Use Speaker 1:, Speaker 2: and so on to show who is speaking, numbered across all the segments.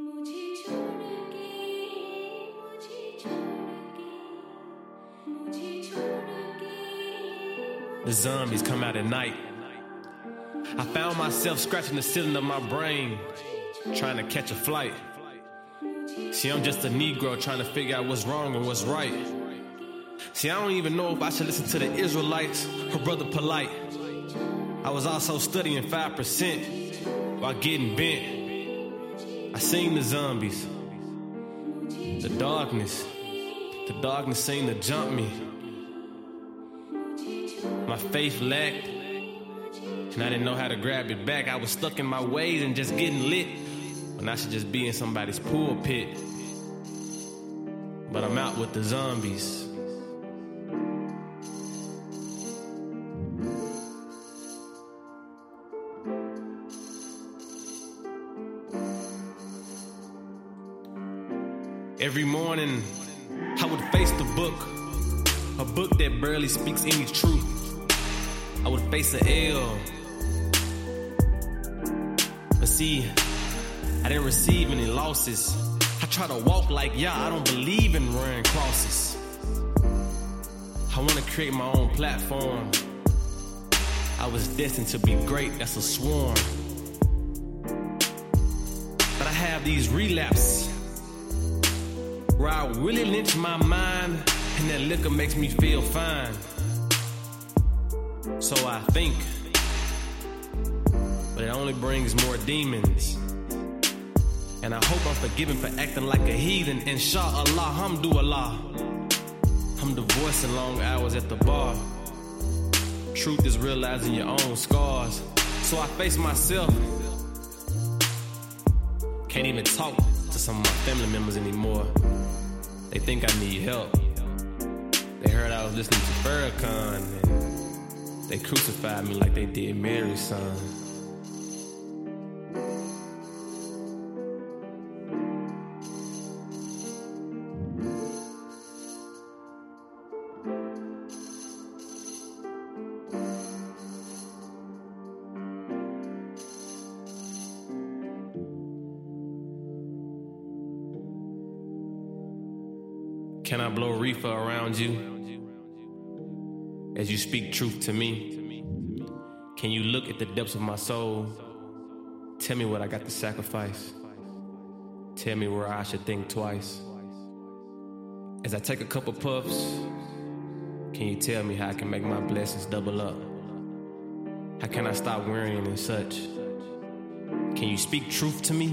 Speaker 1: मुझे छोड़ के मुझे छोड़ के मुझे छोड़ के
Speaker 2: The zombies come out at night. I found myself scratching the ceiling of my brain, trying to catch a flight. See, I'm just a Negro trying to figure out what's wrong and what's right. See, I don't even know if I should listen to the Israelites, her brother Polite. I was also studying 5% while getting bent. I seen the zombies, the darkness. The darkness seemed to jump me. My faith lacked, and I didn't know how to grab it back. I was stuck in my ways and just getting lit when I should just be in somebody's pool pit. But I'm out with the zombies. Every morning, I would face the book, a book that barely speaks any truth. I would face a L. But see, I didn't receive any losses. I try to walk like y'all, I don't believe in running crosses. I wanna create my own platform. I was destined to be great, that's a sworn. But I have these relapses where I really lynch my mind, and that liquor makes me feel fine. So I think, but it only brings more demons. And I hope I'm forgiven for acting like a heathen. Insha'Allah, hamdulillah. I'm divorcing long hours at the bar. Truth is realizing your own scars. So I face myself. Can't even talk to some of my family members anymore. They think I need help. They heard I was listening to Farrakhan and they crucified me like they did Mary's son. Can I blow reefer around you as you speak truth to me? Can you look at the depths of my soul? Tell me what I got to sacrifice. Tell me where I should think twice. As I take a couple puffs, can you tell me how I can make my blessings double up? How can I stop worrying and such? Can you speak truth to me?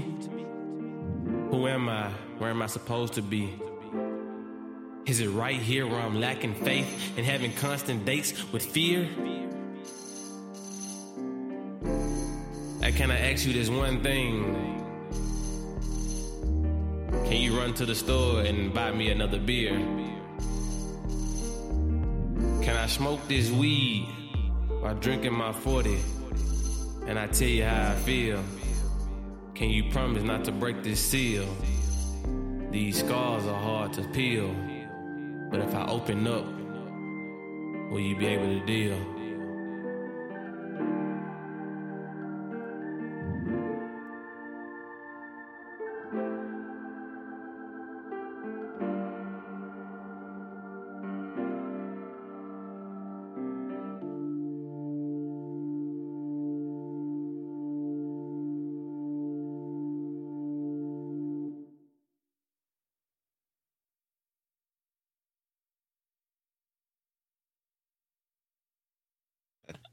Speaker 2: Who am I? Where am I supposed to be? Is it right here where I'm lacking faith and having constant dates with fear? I can I ask you this one thing? Can you run to the store and buy me another beer? Can I smoke this weed while drinking my 40? And I tell you how I feel. Can you promise not to break this seal? These scars are hard to peel. But if I open up, will you be able to deal?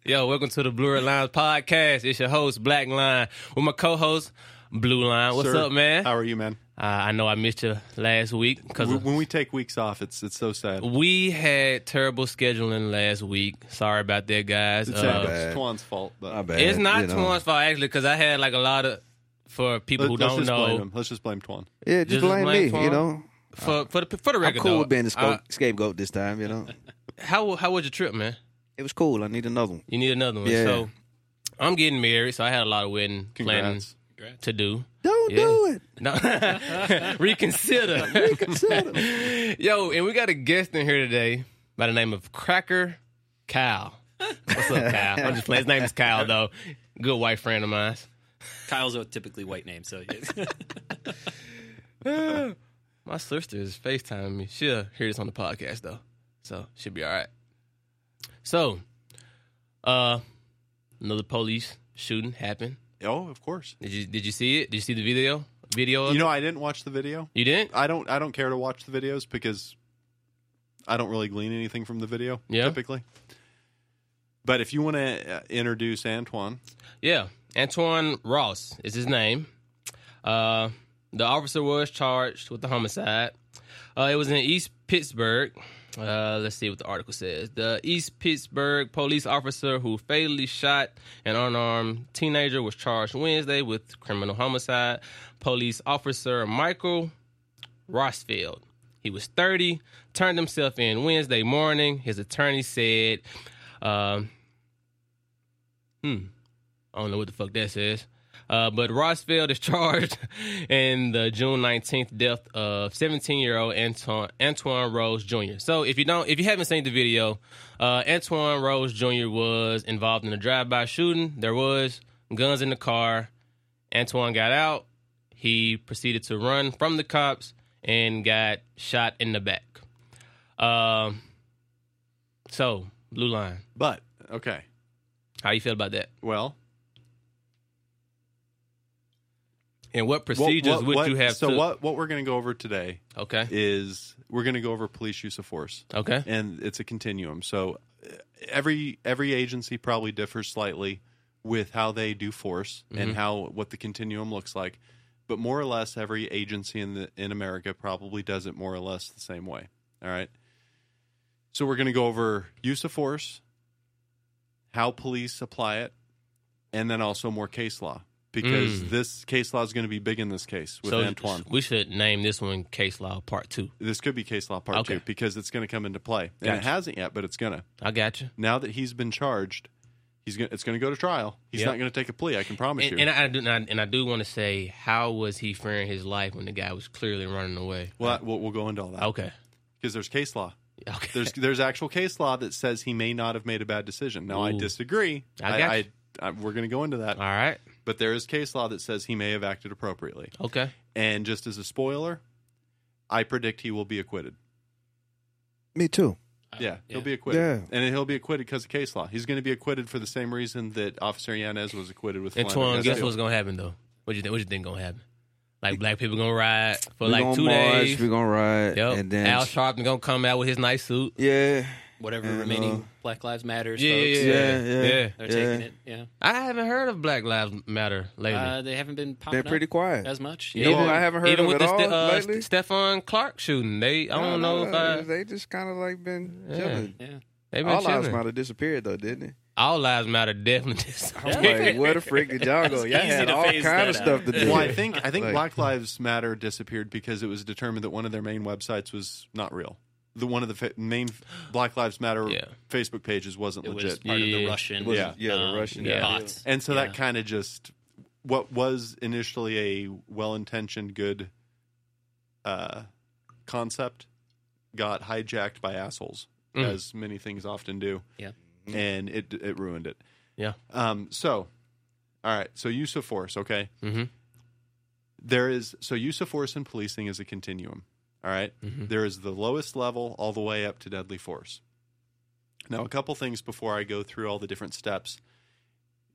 Speaker 2: Yo, welcome to the Blue Red Lines podcast. It's your host, Black Line, with my co host, Blue Line. What's
Speaker 3: Sir,
Speaker 2: up, man?
Speaker 3: How are you, man?
Speaker 2: Uh, I know I missed you last week because
Speaker 3: When when we take weeks off, it's it's so sad.
Speaker 2: we had terrible scheduling last week. Sorry about that, guys.
Speaker 3: It's,
Speaker 2: Uh,
Speaker 3: it's Twan's fault. But
Speaker 4: My bad.
Speaker 2: It's not
Speaker 4: you know.
Speaker 2: Twan's fault actually, because I had like a lot of for people
Speaker 3: Let,
Speaker 2: who
Speaker 3: us
Speaker 2: don't
Speaker 3: just blame
Speaker 2: know
Speaker 3: him. Let's just blame Twan.
Speaker 4: Yeah, just
Speaker 2: Just
Speaker 4: blame
Speaker 2: blame
Speaker 4: me.
Speaker 2: Twan.
Speaker 4: You know,
Speaker 2: for for the for the
Speaker 4: I'm
Speaker 2: record.
Speaker 4: cool
Speaker 2: though,
Speaker 4: with being the sco-
Speaker 2: uh,
Speaker 4: scapegoat this time. You know,
Speaker 2: how how was your trip, man?
Speaker 4: it was cool. I need another one.
Speaker 2: You need another one.
Speaker 4: Yeah.
Speaker 2: So I'm getting married, so I had a lot of wedding
Speaker 3: Congrats.
Speaker 2: planning to do.
Speaker 4: Don't
Speaker 2: Yeah.
Speaker 4: do it.
Speaker 2: No, reconsider. reconsider. Yo, and we got a guest in here today by the name of Cracker Kyle. What's up, Kyle? I'm just playing. His name is Kyle, though. Good white friend of mine.
Speaker 5: Kyle's a typically white name, so
Speaker 2: My sister is FaceTiming me. She'll hear this on the podcast though. So she'll be all right. So uh another police shooting happened.
Speaker 3: Oh, of course.
Speaker 2: Did you did you see it? Did you see the video? Video of
Speaker 3: You
Speaker 2: it?
Speaker 3: know, Uh, I didn't watch the video.
Speaker 2: You didn't?
Speaker 3: I don't. I don't care to watch the videos because I don't really glean anything from the video
Speaker 2: Yeah.
Speaker 3: typically. But if you want to introduce Antoine,
Speaker 2: Yeah, Antoine Ross is his name. Uh, the officer was charged with the homicide. Uh, it was in East Pittsburgh. Uh, let's see what the article says. The East Pittsburgh police officer who fatally shot an unarmed teenager was charged Wednesday with criminal homicide. Police officer Michael Rossfield. He was 30, turned himself in Wednesday morning. His attorney said, um, hmm, I don't know what the fuck that says. Uh, but Rossfield is charged in the June 19th death of 17-year-old Antoine, Antoine Rose Jr. So if you don't, if you haven't seen the video, uh, Antoine Rose Jr. was involved in a drive-by shooting. There was guns in the car. Antoine got out. He proceeded to run from the cops and got shot in the back. Um, so Blue Line,
Speaker 3: but okay,
Speaker 2: how you feel about that?
Speaker 3: well,
Speaker 2: And what
Speaker 3: what-
Speaker 2: procedures
Speaker 3: what-
Speaker 2: would
Speaker 3: what-
Speaker 2: you have?
Speaker 3: So
Speaker 2: took?
Speaker 3: what? What we're going to go over today
Speaker 2: Okay.
Speaker 3: is we're going to go over police use of force,
Speaker 2: Okay.
Speaker 3: and it's a continuum. So uh, every every agency probably differs slightly with how they do force
Speaker 2: Mm-hmm.
Speaker 3: and how what the continuum looks like. But more or less, every agency in the in America probably does it more or less the same way. All right. So we're going to go over use of force, how police apply it, and then also more case law because
Speaker 2: Mm.
Speaker 3: this case law is going to be big in this case with
Speaker 2: so
Speaker 3: Antoine.
Speaker 2: we should name this one case law part two.
Speaker 3: This could be case law part
Speaker 2: Okay.
Speaker 3: two because it's going to come into play, and it
Speaker 2: Gotcha.
Speaker 3: hasn't yet, but it's going to.
Speaker 2: I got you.
Speaker 3: Now that he's been charged, he's going. It's going to go to trial. He's
Speaker 2: Yep.
Speaker 3: not going to take a plea. I can promise
Speaker 2: And,
Speaker 3: you.
Speaker 2: and I do not, and I do want to say, how was he fearing his life when the guy was clearly running away?
Speaker 3: well, I- we'll, we'll go into all that
Speaker 2: Okay.
Speaker 3: because there's case law.
Speaker 2: Okay.
Speaker 3: There's there's actual case law that says he may not have made a bad decision. Now I
Speaker 2: Ooh.
Speaker 3: disagree.
Speaker 2: I got you.
Speaker 3: I, I we're going to go into that,
Speaker 2: All right.
Speaker 3: but there is case law that says he may have acted appropriately.
Speaker 2: Okay.
Speaker 3: And just as a spoiler, I predict he will be acquitted.
Speaker 4: Me too.
Speaker 3: Yeah,
Speaker 2: Oh, yeah.
Speaker 3: he'll be acquitted.
Speaker 4: Yeah.
Speaker 3: And he'll be acquitted because of case law. He's going to be acquitted for the same reason that Officer Yanez was acquitted with
Speaker 2: Antoine,
Speaker 3: Philander
Speaker 2: guess
Speaker 3: Bastille.
Speaker 2: what's gonna happen though? What you think? What you think gonna happen? Like black people gonna ride for like
Speaker 4: gonna
Speaker 2: two
Speaker 4: march,
Speaker 2: days.
Speaker 4: We're gonna ride,
Speaker 2: Yep.
Speaker 4: and then
Speaker 2: Al Sharpton gonna come out with his nice suit.
Speaker 4: yeah,
Speaker 5: whatever
Speaker 4: And,
Speaker 5: remaining
Speaker 4: uh,
Speaker 5: Black Lives Matter
Speaker 2: Yeah,
Speaker 5: folks,
Speaker 2: yeah,
Speaker 4: yeah, yeah.
Speaker 2: Yeah.
Speaker 5: they're
Speaker 4: yeah.
Speaker 5: taking it. Yeah,
Speaker 2: I haven't heard of Black Lives Matter lately.
Speaker 5: uh, they haven't been popping
Speaker 4: They're pretty
Speaker 5: up
Speaker 4: quiet.
Speaker 5: as much.
Speaker 4: You
Speaker 5: yeah.
Speaker 4: know what I haven't heard
Speaker 2: Even
Speaker 4: of
Speaker 2: with
Speaker 4: it
Speaker 2: the
Speaker 4: all
Speaker 2: Ste- uh,
Speaker 4: lately?
Speaker 2: Stefan Clark shooting, they I don't know
Speaker 4: No, no,
Speaker 2: if I,
Speaker 4: They just kind of like been
Speaker 2: Yeah.
Speaker 4: chilling.
Speaker 5: yeah.
Speaker 2: they've been
Speaker 4: All lives
Speaker 2: chilling.
Speaker 4: might have disappeared though, didn't it?
Speaker 2: All lives matter definitely.
Speaker 4: I'm like, where the frick did y'all go?
Speaker 5: It's
Speaker 4: Y'all
Speaker 5: easy
Speaker 4: had
Speaker 5: to
Speaker 4: all
Speaker 5: phase
Speaker 4: kind of
Speaker 5: that out.
Speaker 4: stuff to do.
Speaker 3: Well, I think I think
Speaker 4: Like-
Speaker 3: Black Lives Matter disappeared because it was determined that one of their main websites was not real. The one of the fa- main Black Lives Matter
Speaker 2: Yeah.
Speaker 3: Facebook pages wasn't
Speaker 5: It was
Speaker 3: legit,
Speaker 5: part of the
Speaker 2: Yeah.
Speaker 5: Russian,
Speaker 3: Was- Yeah.
Speaker 4: yeah, the
Speaker 5: um,
Speaker 4: Russian
Speaker 2: yeah.
Speaker 5: bots.
Speaker 3: and so
Speaker 5: Yeah.
Speaker 3: that kind of just what was initially a well-intentioned good uh, concept got hijacked by assholes,
Speaker 2: Mm.
Speaker 3: as many things often do.
Speaker 5: Yeah.
Speaker 3: and it it ruined it.
Speaker 2: Yeah.
Speaker 3: Um. So, all right. So use of force. Okay.
Speaker 6: Mm-hmm.
Speaker 2: Mhm.
Speaker 3: there is so use of force in policing is a continuum. All right? There is the lowest level all the way up to deadly force. Now, a couple things before I go through all the different steps.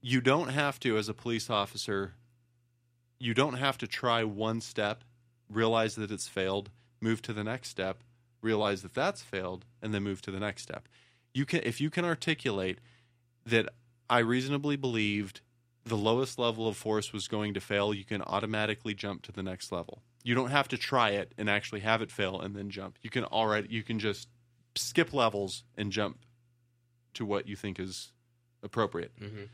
Speaker 3: You don't have to, as a police officer, you don't have to try one step, realize that it's failed, move to the next step, realize that that's failed, and then move to the next step. You can, if you can articulate that I reasonably believed the lowest level of force was going to fail, you can automatically jump to the next level. You don't have to try it and actually have it fail and then jump. You can already you can just skip levels and jump to what you think is appropriate.
Speaker 2: Mhm.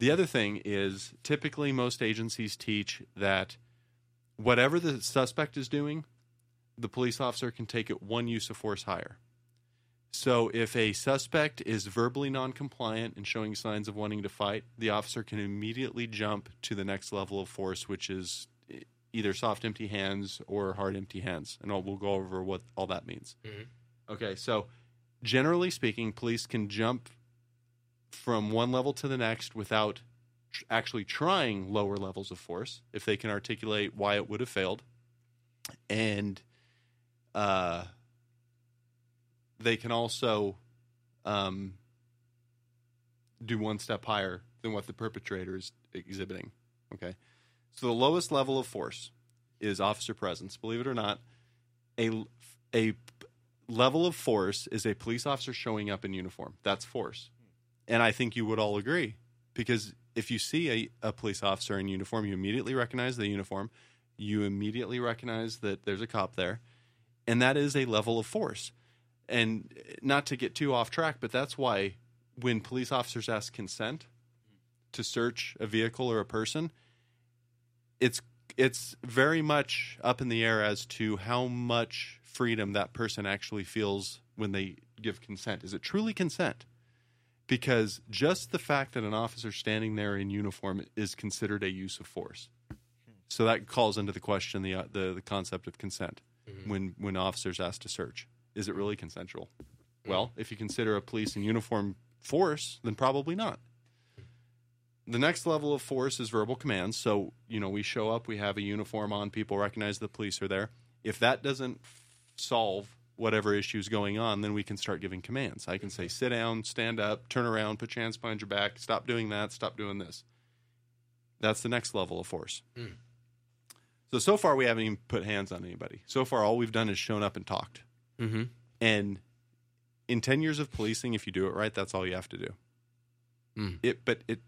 Speaker 3: The other thing is typically most agencies teach that whatever the suspect is doing, the police officer can take it one use of force higher. So if a suspect is verbally noncompliant and showing signs of wanting to fight, the officer can immediately jump to the next level of force, which is e- either soft empty hands or hard empty hands. And I'll, we'll go over what all that means. Okay, so generally speaking, police can jump from one level to the next without tr- actually trying lower levels of force if they can articulate why it would have failed, and uh, they can also um, do one step higher than what the perpetrator is exhibiting. Okay, so the lowest level of force is officer presence. Believe it or not, a a level of force is a police officer showing up in uniform. That's force. And I think you would all agree because if you see a, a police officer in uniform, you immediately recognize the uniform. You immediately recognize that there's a cop there. And that is a level of force. And not to get too off track, but that's why when police officers ask consent to search a vehicle or a person, it's it's very much up in the air as to how much freedom that person actually feels when they give consent. Is it truly consent? Because just the fact that an officer standing there in uniform is considered a use of force. So that calls into the question the uh, the, the concept of consent when when officers asked to search. Is it really consensual? Well, if you consider a police in uniform force, then probably not the next level of force is verbal commands. So, you know, we show up, we have a uniform on, people recognize the police are there. If that doesn't f- solve whatever issue is going on, then we can start giving commands. I can say, sit down, stand up, turn around, put your hands behind your back, stop doing that, stop doing this. That's the next level of force.
Speaker 6: Hmm.
Speaker 3: So, so far, we haven't even put hands on anybody. So far, all we've done is shown up and talked.
Speaker 6: Mm-hmm.
Speaker 3: And in 10 years of policing, if you do it right, that's all you have to do.
Speaker 6: Mm.
Speaker 3: It, but it,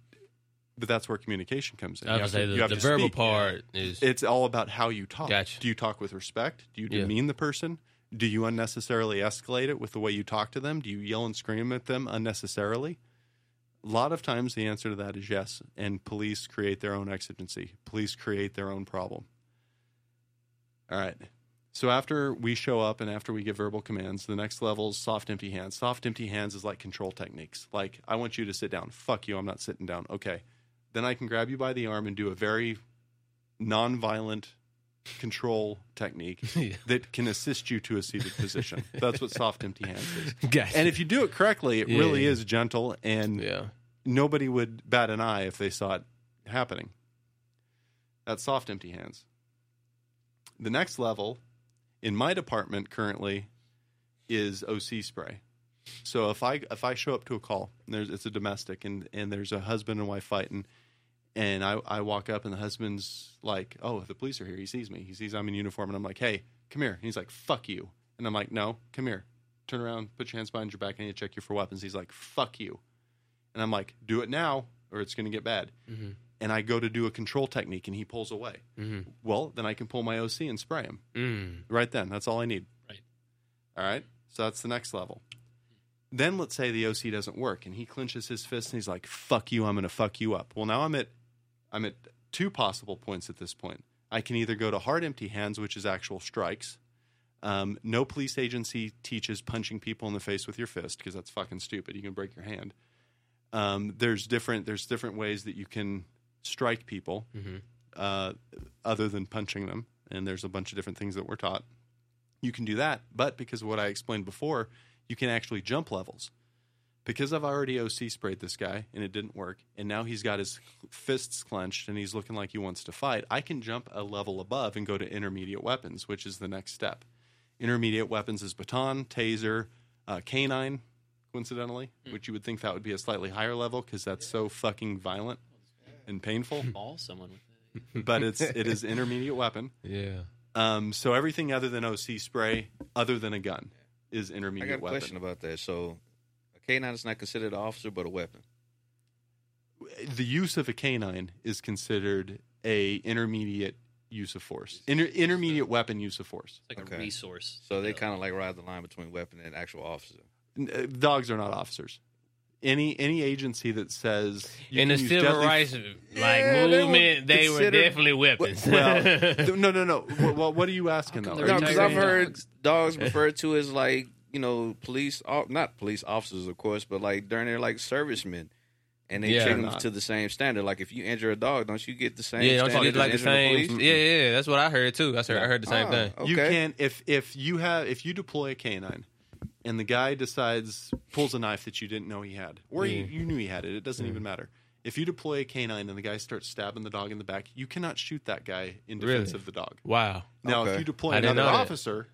Speaker 3: but that's where communication comes in.
Speaker 6: I
Speaker 3: You
Speaker 6: was
Speaker 3: have
Speaker 6: say
Speaker 3: to-
Speaker 6: the,
Speaker 3: you have
Speaker 6: the
Speaker 3: to
Speaker 6: verbal
Speaker 3: speak.
Speaker 6: part is
Speaker 3: It's all about how you talk.
Speaker 6: Gotcha.
Speaker 3: Do you talk with respect? Do you
Speaker 6: Yeah.
Speaker 3: demean the person? Do you unnecessarily escalate it with the way you talk to them? Do you yell and scream at them unnecessarily? A lot of times the answer to that is yes. And police create their own exigency. Police create their own problem. All right. So after we show up and after we give verbal commands, the next level is soft empty hands. Soft empty hands is like control techniques. Like I want you to sit down. Fuck you, I'm not sitting down. Okay. Then I can grab you by the arm and do a very nonviolent control technique
Speaker 6: Yeah.
Speaker 3: that can assist you to a seated position. That's what soft empty hands is.
Speaker 6: gotcha.
Speaker 3: And if you do it correctly, it
Speaker 6: Yeah,
Speaker 3: really
Speaker 6: yeah.
Speaker 3: is gentle and
Speaker 6: yeah,
Speaker 3: nobody would bat an eye if they saw it happening. That's soft, empty hands. The next level in my department currently is OC spray. So if I if I show up to a call, and there's it's a domestic and and there's a husband and wife fighting, and I I walk up and the husband's like, oh, the police are here. He sees me. He sees I'm in uniform, and I'm like, hey, come here. And he's like, fuck you. And I'm like, no, come here. Turn around, put your hands behind your back. I need to check you for weapons. He's like, fuck you. And I'm like, do it now or it's going to get bad. And I go to do a control technique and he pulls away. Well, then I can pull my OC and spray him
Speaker 6: mm.
Speaker 3: right then. That's all I need.
Speaker 5: Right.
Speaker 3: All right. So that's the next level. Then let's say the OC doesn't work and he clenches his fist and he's like, fuck you, I'm going to fuck you up. Well, now I'm at, I'm at two possible points at this point. I can either go to hard empty hands, which is actual strikes. Um, no police agency teaches punching people in the face with your fist because that's fucking stupid. You can break your hand. Um, there's different there's different ways that you can strike people uh, other than punching them, and there's a bunch of different things that we're taught. You can do that, but because of what I explained before, you can actually jump levels. Because I've already OC sprayed this guy and it didn't work, and now he's got his fists clenched and he's looking like he wants to fight, I can jump a level above and go to intermediate weapons, which is the next step. Intermediate weapons is baton, taser, uh, canine, coincidentally, which you would think that would be a slightly higher level because that's so fucking violent and painful,
Speaker 5: Ball someone with it.
Speaker 3: but it's it is intermediate weapon.
Speaker 6: yeah.
Speaker 3: Um, so everything other than OC spray, other than a gun, is
Speaker 4: I got a
Speaker 3: intermediate
Speaker 4: question
Speaker 3: weapon.
Speaker 4: about that. So, a canine is not considered an officer, but a weapon.
Speaker 3: The use of a canine is considered a intermediate use of force. Inter- intermediate weapon use of force.
Speaker 5: It's like
Speaker 4: Okay.
Speaker 5: a resource.
Speaker 4: So they
Speaker 5: Yeah.
Speaker 4: kind of like ride the line between weapon and actual officer.
Speaker 3: N- uh, Dogs are not officers. Any any agency that says you
Speaker 6: In the
Speaker 3: can use
Speaker 6: civil
Speaker 3: deadly-
Speaker 6: rights like
Speaker 4: Yeah, they were
Speaker 6: movement, they were
Speaker 4: considered-
Speaker 6: definitely weapons.
Speaker 3: Well, th- no, no, no. Wh- Well, what are you asking though?
Speaker 5: How
Speaker 3: Are
Speaker 5: come
Speaker 4: No,
Speaker 3: you
Speaker 5: they're
Speaker 4: because I've
Speaker 5: retired
Speaker 3: saying-
Speaker 4: heard
Speaker 5: dogs.
Speaker 4: dogs, referred to as like you know police, o- not police officers, of course, but like during their like servicemen, and they
Speaker 6: Yeah.
Speaker 4: treat them
Speaker 3: Not-
Speaker 4: to the same standard. Like if you injure a dog, don't you get the same?
Speaker 6: yeah, don't you
Speaker 4: standard
Speaker 6: get like the
Speaker 4: as injuring
Speaker 6: same?
Speaker 4: police?
Speaker 6: Yeah, yeah, that's what I heard too. I heard, I heard the same
Speaker 4: Ah,
Speaker 6: thing.
Speaker 4: Okay.
Speaker 3: You can if if you have if you deploy a canine
Speaker 6: Mm.
Speaker 3: and the guy decides pulls a knife that you didn't know he had or you, you knew he had it. It doesn't even matter. If you deploy a canine and the guy starts stabbing the dog in the back, you cannot shoot that guy in
Speaker 6: Really?
Speaker 3: defense of the dog.
Speaker 6: Wow.
Speaker 3: Now, if
Speaker 4: Okay.
Speaker 3: you deploy
Speaker 6: I didn't
Speaker 3: another
Speaker 6: know that. Mm.
Speaker 3: officer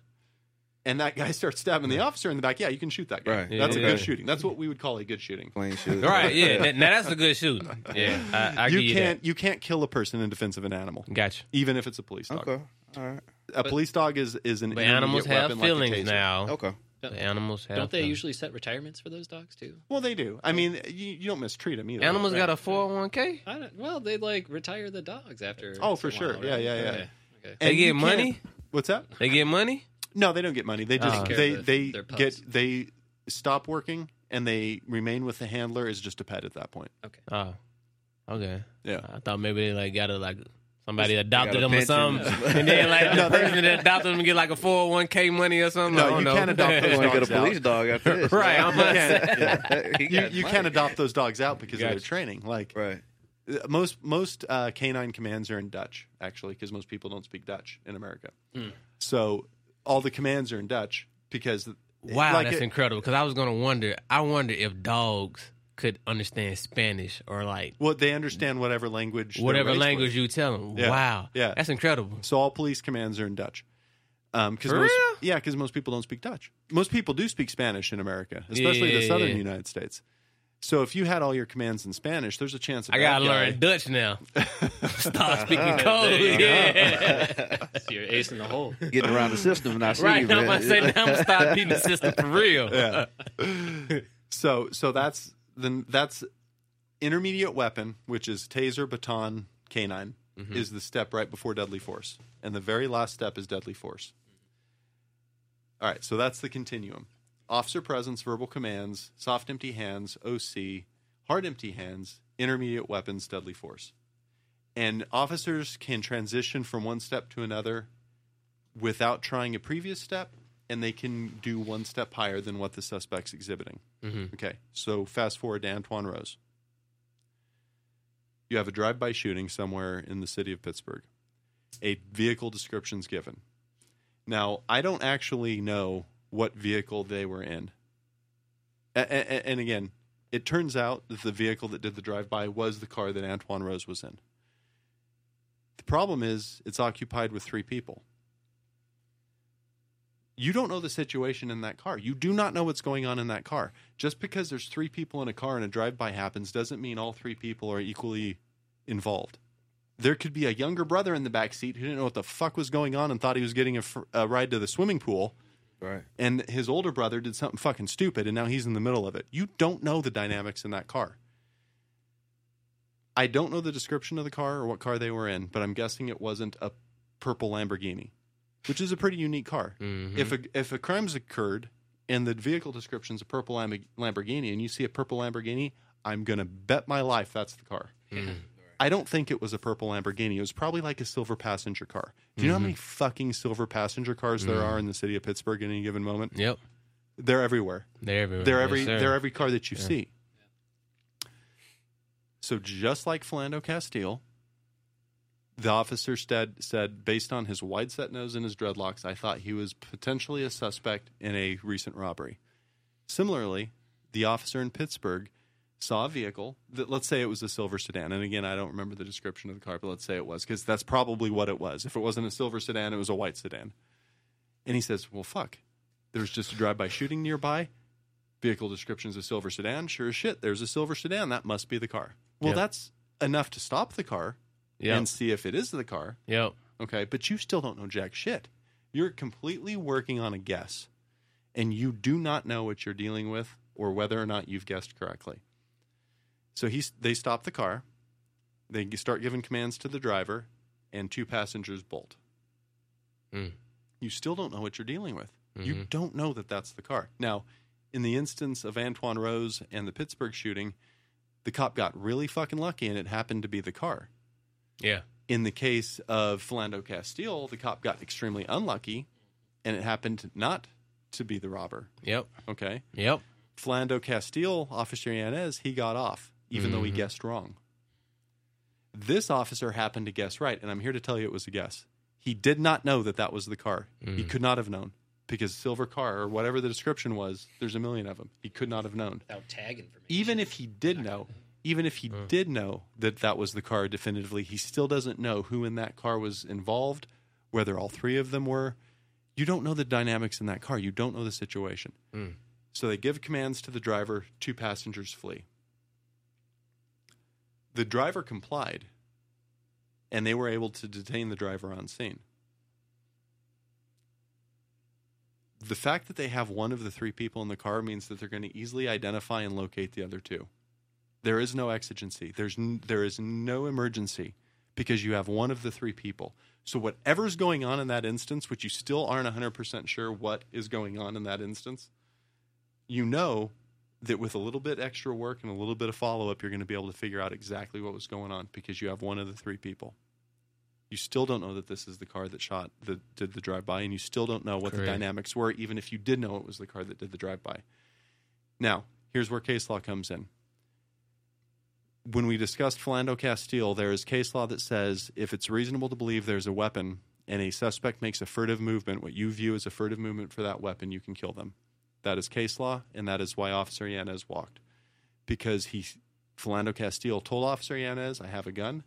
Speaker 3: and that guy starts stabbing the officer in the back, yeah, you can shoot that guy.
Speaker 4: Right.
Speaker 3: That's
Speaker 6: Yeah,
Speaker 3: a good
Speaker 6: yeah.
Speaker 3: shooting. That's what we would call a good shooting.
Speaker 4: Plain shoes.
Speaker 6: All right. Yeah. that- now that's a good shoot. Yeah. I, I give
Speaker 3: you
Speaker 6: you
Speaker 3: can't you can't kill a person in defense of an animal,
Speaker 6: that. Gotcha.
Speaker 3: even if it's a police dog.
Speaker 4: Okay. All right.
Speaker 3: A police dog is is an
Speaker 6: But animals
Speaker 3: intermediate
Speaker 6: have
Speaker 3: weapon
Speaker 6: feelings
Speaker 3: like a taser.
Speaker 6: now.
Speaker 4: Okay.
Speaker 6: The Animals have.
Speaker 5: Don't they
Speaker 6: feelings.
Speaker 5: usually set retirements for those dogs too?
Speaker 3: Well, they do. I mean, you, you don't mistreat them either.
Speaker 6: Animals
Speaker 5: Right.
Speaker 6: got a 401k.
Speaker 5: I don't, well, they like retire the dogs after.
Speaker 3: Oh, for
Speaker 5: a while,
Speaker 3: sure.
Speaker 5: right?
Speaker 3: Yeah, yeah, yeah.
Speaker 5: Okay. okay.
Speaker 6: They
Speaker 3: And
Speaker 6: get
Speaker 3: you can't-
Speaker 6: money?
Speaker 3: What's that?
Speaker 6: They get money.
Speaker 3: No, they don't get money. They just
Speaker 6: Take
Speaker 5: care
Speaker 3: they
Speaker 5: of
Speaker 3: they
Speaker 5: their pups.
Speaker 3: get they stop working and they remain with the handler as just a pet at that point.
Speaker 6: Oh. Okay.
Speaker 3: Yeah.
Speaker 6: I thought maybe they like got a like somebody
Speaker 4: got
Speaker 6: adopted
Speaker 4: a
Speaker 6: them or something,
Speaker 4: pension.
Speaker 6: and then like
Speaker 3: No,
Speaker 6: the
Speaker 3: they-
Speaker 6: person that adopted them get like a four hundred one k money or something.
Speaker 3: No,
Speaker 6: I don't
Speaker 3: you
Speaker 6: know.
Speaker 3: can't adopt
Speaker 4: You
Speaker 3: those
Speaker 4: want to
Speaker 3: Dogs
Speaker 4: get a police
Speaker 3: out.
Speaker 4: dog after this?
Speaker 6: Right, I'm about
Speaker 3: to
Speaker 4: He
Speaker 3: You
Speaker 4: got
Speaker 3: you
Speaker 4: money.
Speaker 3: can't adopt those dogs out because of
Speaker 6: Gotcha.
Speaker 3: their training. Like
Speaker 4: Right.
Speaker 3: uh, most most uh, canine commands are in Dutch actually because most people don't speak Dutch in America. So all the commands are in Dutch because
Speaker 6: wow,
Speaker 3: like
Speaker 6: that's
Speaker 3: it-
Speaker 6: incredible. Because I was gonna wonder. I wonder if dogs could understand Spanish or like
Speaker 3: well they understand whatever language they're
Speaker 6: whatever
Speaker 3: raised with.
Speaker 6: language you tell them.
Speaker 3: Yeah.
Speaker 6: Wow.
Speaker 3: Yeah.
Speaker 6: That's incredible.
Speaker 3: So all police commands are in Dutch. Um, cause
Speaker 6: For
Speaker 3: most,
Speaker 6: real?
Speaker 3: yeah, because most people don't speak Dutch. Most people do speak Spanish in America, especially
Speaker 6: Yeah.
Speaker 3: the southern United States. So if you had all your commands in Spanish, there's a chance. That
Speaker 6: I gotta
Speaker 3: that guy-
Speaker 6: learn Dutch now. Start speaking
Speaker 5: There you
Speaker 6: code.
Speaker 5: go.
Speaker 6: Yeah.
Speaker 5: So you're ace in the hole.
Speaker 4: Getting around the system and I see
Speaker 6: right
Speaker 4: you,
Speaker 6: now, I'm
Speaker 4: man.
Speaker 6: about to say now I'm gonna start beating the system for real.
Speaker 3: Yeah. So so that's then that's intermediate weapon, which is taser, baton, canine, is the step right before deadly force, and the very last step is deadly force. All right, so that's the continuum: officer presence, verbal commands, soft empty hands, OC, hard empty hands, intermediate weapons, deadly force, and officers can transition from one step to another without trying a previous step, and they can do one step higher than what the suspect's exhibiting.
Speaker 6: Mhm.
Speaker 3: Okay, so fast forward to Antoine Rose. You have a drive by shooting somewhere in the city of Pittsburgh. A vehicle description's given. Now, I don't actually know what vehicle they were in. A- a- a- and again, it turns out that the vehicle that did the drive by was the car that Antoine Rose was in. The problem is, it's occupied with three people you don't know the situation in that car. You do not know what's going on in that car. Just because there's three people in a car and a drive by happens doesn't mean all three people are equally involved. There could be a younger brother in the back seat who didn't know what the fuck was going on and thought he was getting a, fr- a ride to the swimming pool,
Speaker 4: Right.
Speaker 3: and his older brother did something fucking stupid, and now he's in the middle of it. You don't know the dynamics in that car. I don't know the description of the car or what car they were in, but I'm guessing it wasn't a purple Lamborghini, which is a pretty unique car
Speaker 6: Mhm.
Speaker 3: if a if a crime's occurred and the vehicle description's a purple Lam- Lamborghini and you see a purple Lamborghini, I'm gonna bet my life that's the car.
Speaker 6: Mm-hmm.
Speaker 3: I don't think it was a purple Lamborghini. It was probably like a silver passenger car. Do you know how many fucking silver passenger cars there are in the city of Pittsburgh at any given moment?
Speaker 6: Yep.
Speaker 3: They're everywhere.
Speaker 6: They're everywhere.
Speaker 3: They're
Speaker 6: Yes,
Speaker 3: every
Speaker 6: sir.
Speaker 3: they're every car that you see. So just like Philando Castile, the officer said said based on his wide set nose and his dreadlocks, I thought he was potentially a suspect in a recent robbery. Similarly, the officer in Pittsburgh saw a vehicle that let's say it was a silver sedan and again I don't remember the description of the car but let's say it was cuz that's probably what it was if it wasn't a silver sedan it was a white sedan and he says well fuck there's just a drive by shooting nearby vehicle descriptions a silver sedan. Sure as shit, there's a silver sedan. That must be the car. Well,
Speaker 6: Yeah.
Speaker 3: that's enough to stop the car
Speaker 6: Yep.
Speaker 3: and see if it is the car.
Speaker 6: yep.
Speaker 3: Okay, but you still don't know jack shit. You're completely working on a guess, and you do not know what you're dealing with or whether or not you've guessed correctly. So he's they stop the car, they g- start giving commands to the driver, and two passengers bolt.
Speaker 6: Mm.
Speaker 3: You still don't know what you're dealing with. You don't know that that's the car. Now, in the instance of Antoine Rose and the Pittsburgh shooting, the cop got really fucking lucky, and it happened to be the car
Speaker 6: Yeah.
Speaker 3: in the case of Philando Castile, the cop got extremely unlucky and it happened not to be the robber.
Speaker 6: Yep.
Speaker 3: Okay.
Speaker 6: Yep.
Speaker 3: Philando Castile, Officer Yanez, he got off, even though he guessed wrong. This officer happened to guess right, and I'm here to tell you it was a guess. He did not know that that was the car. He could not have known because silver car or whatever the description was, there's a million of them. He could not have known.
Speaker 5: Without tag information.
Speaker 3: Even if he did know, even if he did know that that was the car definitively, he still doesn't know who in that car was involved, whether all three of them were. You don't know the dynamics in that car. You don't know the situation.
Speaker 6: Mm.
Speaker 3: So they give commands to the driver, two passengers flee. The driver complied, and they were able to detain the driver on scene. The fact that they have one of the three people in the car means that they're going to easily identify and locate the other two. There is no exigency. There's n- there is no emergency because you have one of the three people. So whatever's going on in that instance, which you still aren't 100% sure what is going on in that instance, you know that with a little bit extra work and a little bit of follow up, you're going to be able to figure out exactly what was going on because you have one of the three people. You still don't know that this is the car that shot the did the drive by, and you still don't know what the
Speaker 6: Correct.
Speaker 3: dynamics were, even if you did know it was the car that did the drive by. Now, here's where case law comes in. When we discussed Philando Castile, there is case law that says if it's reasonable to believe there's a weapon and a suspect makes a furtive movement, what you view as a furtive movement for that weapon, you can kill them. That is case law, and that is why Officer Yanez walked. Because he, Philando Castile told Officer Yanez, I have a gun,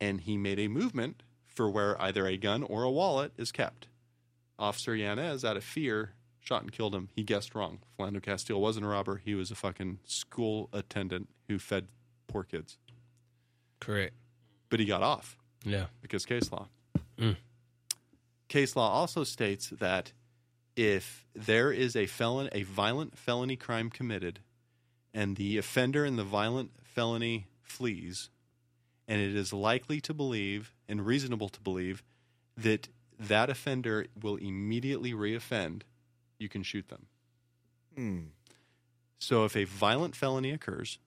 Speaker 3: and he made a movement for where either a gun or a wallet is kept. Officer Yanez, out of fear, shot and killed him. He guessed wrong. Philando Castile wasn't a robber. He was a fucking school attendant who fed poor kids.
Speaker 6: Correct.
Speaker 3: But he got off
Speaker 6: Yeah.
Speaker 3: because case law.
Speaker 6: Mm.
Speaker 3: Case law also states that if there is a felon, a violent felony crime committed, and the offender in the violent felony flees, and it is likely to believe and reasonable to believe that that offender will immediately reoffend, you can shoot them.
Speaker 4: Hmm.
Speaker 3: So if a violent felony occurs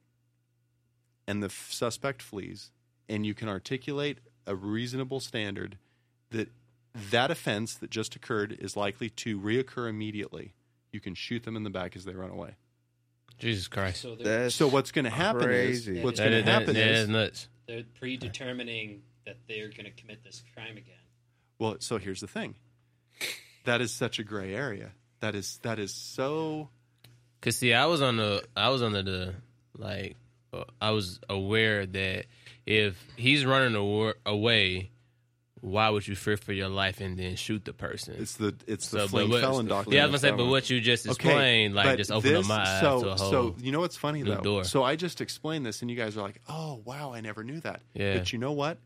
Speaker 3: and the f- suspect flees, and you can articulate a reasonable standard that that offense that just occurred is likely to reoccur immediately, you can shoot them in the back as they run away.
Speaker 6: Jesus Christ.
Speaker 5: So they're,
Speaker 4: That's
Speaker 3: So what's going to happen
Speaker 4: crazy.
Speaker 3: is what's
Speaker 6: That
Speaker 3: going to
Speaker 6: is, that,
Speaker 3: happen
Speaker 6: that
Speaker 3: is
Speaker 6: is nuts.
Speaker 7: they're predetermining that they're going to commit this crime again.
Speaker 3: Well, so here's the thing. That is such a gray area. That is that is so
Speaker 6: Cause see, I was on the, I was under the, like, uh, I was aware that if he's running awa- away, why would you fear for your life and then shoot the person?
Speaker 3: it's the it's
Speaker 6: So,
Speaker 3: the
Speaker 6: but
Speaker 3: flame
Speaker 6: what-
Speaker 3: felon
Speaker 4: it's the
Speaker 3: doctrine.
Speaker 6: yeah, I was gonna say,
Speaker 4: That
Speaker 6: but
Speaker 4: one.
Speaker 6: what you just explained, like,
Speaker 3: but
Speaker 6: just opened up
Speaker 3: this-
Speaker 6: my eyes
Speaker 3: so,
Speaker 6: to a whole.
Speaker 3: So you know what's funny
Speaker 6: new
Speaker 3: though.
Speaker 6: door.
Speaker 3: So I just explained this, and you guys are like, "Oh wow, I never knew that."
Speaker 6: Yeah.
Speaker 3: But you know what?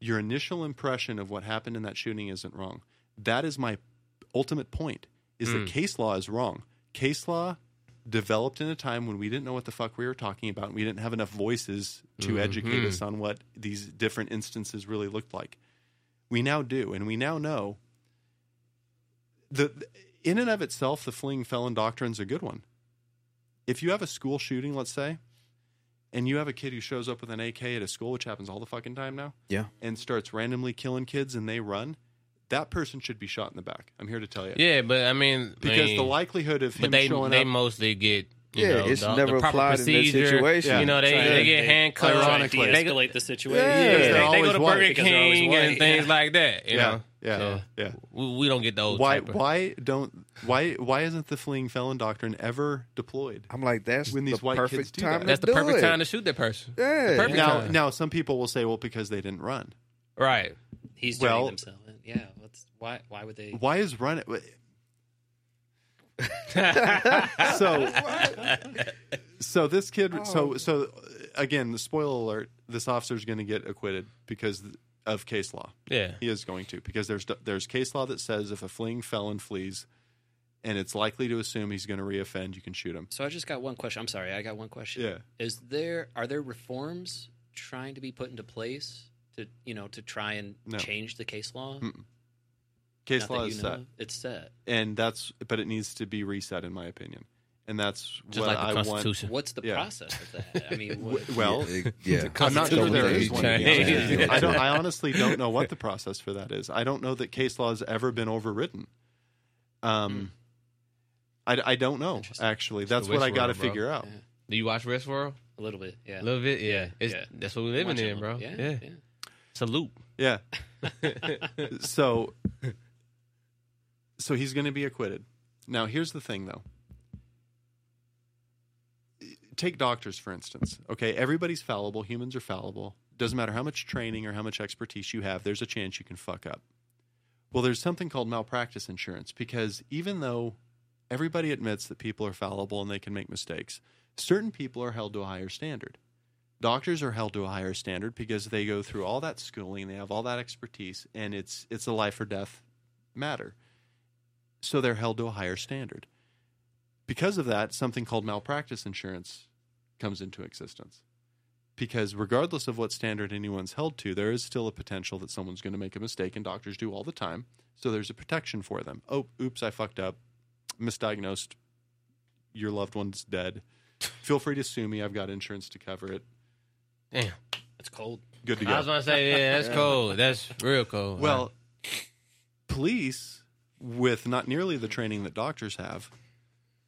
Speaker 3: Your initial impression of what happened in that shooting isn't wrong. That is my ultimate point: is
Speaker 6: Hmm.
Speaker 3: that case law is wrong. Case law developed in a time when we didn't know what the fuck we were talking about, and we didn't have enough voices to
Speaker 6: Mm-hmm.
Speaker 3: educate us on what these different instances really looked like. We now do, and we now know the in and of itself, the fleeing felon doctrine is a good one. If you have a school shooting, let's say, and you have a kid who shows up with an AK at a school, which happens all the fucking time now,
Speaker 4: Yeah.
Speaker 3: and starts randomly killing kids and they run, that person should be shot in the back. I'm here to tell you.
Speaker 6: yeah, but I mean,
Speaker 3: Because
Speaker 6: I mean,
Speaker 3: the likelihood of him
Speaker 6: but they
Speaker 3: showing
Speaker 6: they
Speaker 3: up,
Speaker 6: mostly get you
Speaker 4: Yeah,
Speaker 6: know,
Speaker 4: it's
Speaker 6: the,
Speaker 4: never
Speaker 6: the proper
Speaker 4: applied in this
Speaker 6: procedure.
Speaker 4: situation.
Speaker 6: You know, they,
Speaker 5: Yeah.
Speaker 6: they get
Speaker 5: They-
Speaker 6: handcuffed.
Speaker 3: Ironically.
Speaker 5: Trying
Speaker 6: they
Speaker 5: to
Speaker 6: go,
Speaker 5: de-escalate the situation.
Speaker 3: Yeah.
Speaker 6: they-
Speaker 3: They're
Speaker 6: they go
Speaker 3: always
Speaker 6: to
Speaker 3: white.
Speaker 6: Burger
Speaker 5: Because they're always
Speaker 6: King
Speaker 5: white,
Speaker 6: and things
Speaker 5: yeah.
Speaker 6: like that. You
Speaker 3: yeah,
Speaker 6: know,
Speaker 3: yeah, yeah,
Speaker 6: So, we, we don't get the old.
Speaker 3: Why?
Speaker 6: type of-
Speaker 3: Why don't? Why? Why isn't the fleeing felon doctrine ever deployed?
Speaker 4: I'm like, that's
Speaker 3: When these
Speaker 4: the
Speaker 3: white kids
Speaker 4: perfect
Speaker 3: do
Speaker 4: time.
Speaker 3: that.
Speaker 4: to
Speaker 6: That's the
Speaker 4: do
Speaker 6: perfect
Speaker 4: it.
Speaker 6: time to shoot that person.
Speaker 4: Yeah.
Speaker 6: perfect
Speaker 3: Now,
Speaker 6: time.
Speaker 3: now, some people will say, well, because they didn't run.
Speaker 6: Right.
Speaker 5: He's
Speaker 3: Well-
Speaker 5: turning himself in. Yeah. What's why? Why would they?
Speaker 3: Why is run? so, so this kid. So, so again, the spoiler alert: this officer is going to get acquitted because of case law.
Speaker 6: Yeah.
Speaker 3: He is going to because there's there's case law that says if a fleeing felon flees, and it's likely to assume he's going to reoffend, you can shoot him.
Speaker 5: So I just got one question. I'm sorry, I got one question.
Speaker 3: Yeah.
Speaker 5: Is there are there reforms trying to be put into place to you know to try and
Speaker 3: No.
Speaker 5: change the case law?
Speaker 3: Mm. Case
Speaker 5: Not that
Speaker 3: law
Speaker 5: you
Speaker 3: is
Speaker 5: know
Speaker 3: set,
Speaker 5: of. It's set.
Speaker 3: and that's but it needs to be reset in my opinion, and that's
Speaker 6: Just
Speaker 3: what
Speaker 6: like the
Speaker 3: I want.
Speaker 6: Constitution.
Speaker 5: What's the
Speaker 3: Yeah.
Speaker 5: process of that? I mean, what,
Speaker 3: W- Well,
Speaker 4: yeah.
Speaker 3: I'm not sure
Speaker 4: Don't
Speaker 3: there
Speaker 4: let
Speaker 3: is
Speaker 4: it
Speaker 3: one.
Speaker 4: change.
Speaker 6: Yeah.
Speaker 3: I don't. I honestly don't know what the process for that is. I don't know that case law has ever been overridden.
Speaker 6: Hmm.
Speaker 3: Um, I, I don't know
Speaker 5: Interesting.
Speaker 3: actually. That's
Speaker 6: the
Speaker 3: what I
Speaker 6: Westworld,
Speaker 3: got to
Speaker 6: bro.
Speaker 3: figure out.
Speaker 5: Yeah.
Speaker 6: Do you watch Westworld?
Speaker 5: a little bit, yeah.
Speaker 6: A little bit. Yeah.
Speaker 5: Yeah,
Speaker 6: It's,
Speaker 5: yeah.
Speaker 6: That's what we're living
Speaker 5: Watch it a
Speaker 6: in, bro.
Speaker 5: little-
Speaker 6: Yeah.
Speaker 5: Yeah.
Speaker 6: It's a loop.
Speaker 3: Yeah. so, so he's going to be acquitted. Now, here's the thing, though. take doctors for instance. Okay, everybody's fallible. Humans are fallible. Doesn't matter how much training or how much expertise you have. There's a chance you can fuck up. Well, there's something called malpractice insurance because even though everybody admits that people are fallible and they can make mistakes, certain people are held to a higher standard. Doctors are held to a higher standard because they go through all that schooling, they have all that expertise, and it's it's a life or death matter. So they're held to a higher standard. Because of that, something called malpractice insurance comes into existence. Because regardless of what standard anyone's held to, there is still a potential that someone's going to make a mistake, and doctors do all the time. So there's a protection for them. Oh, oops, I fucked up, misdiagnosed. Your loved one's dead. Feel free to sue me. I've got insurance to cover it.
Speaker 6: Damn.
Speaker 7: It's cold.
Speaker 3: Good to go.
Speaker 6: I was gonna say, yeah, that's cold. That's real cold.
Speaker 3: Well, police with not nearly the training that doctors have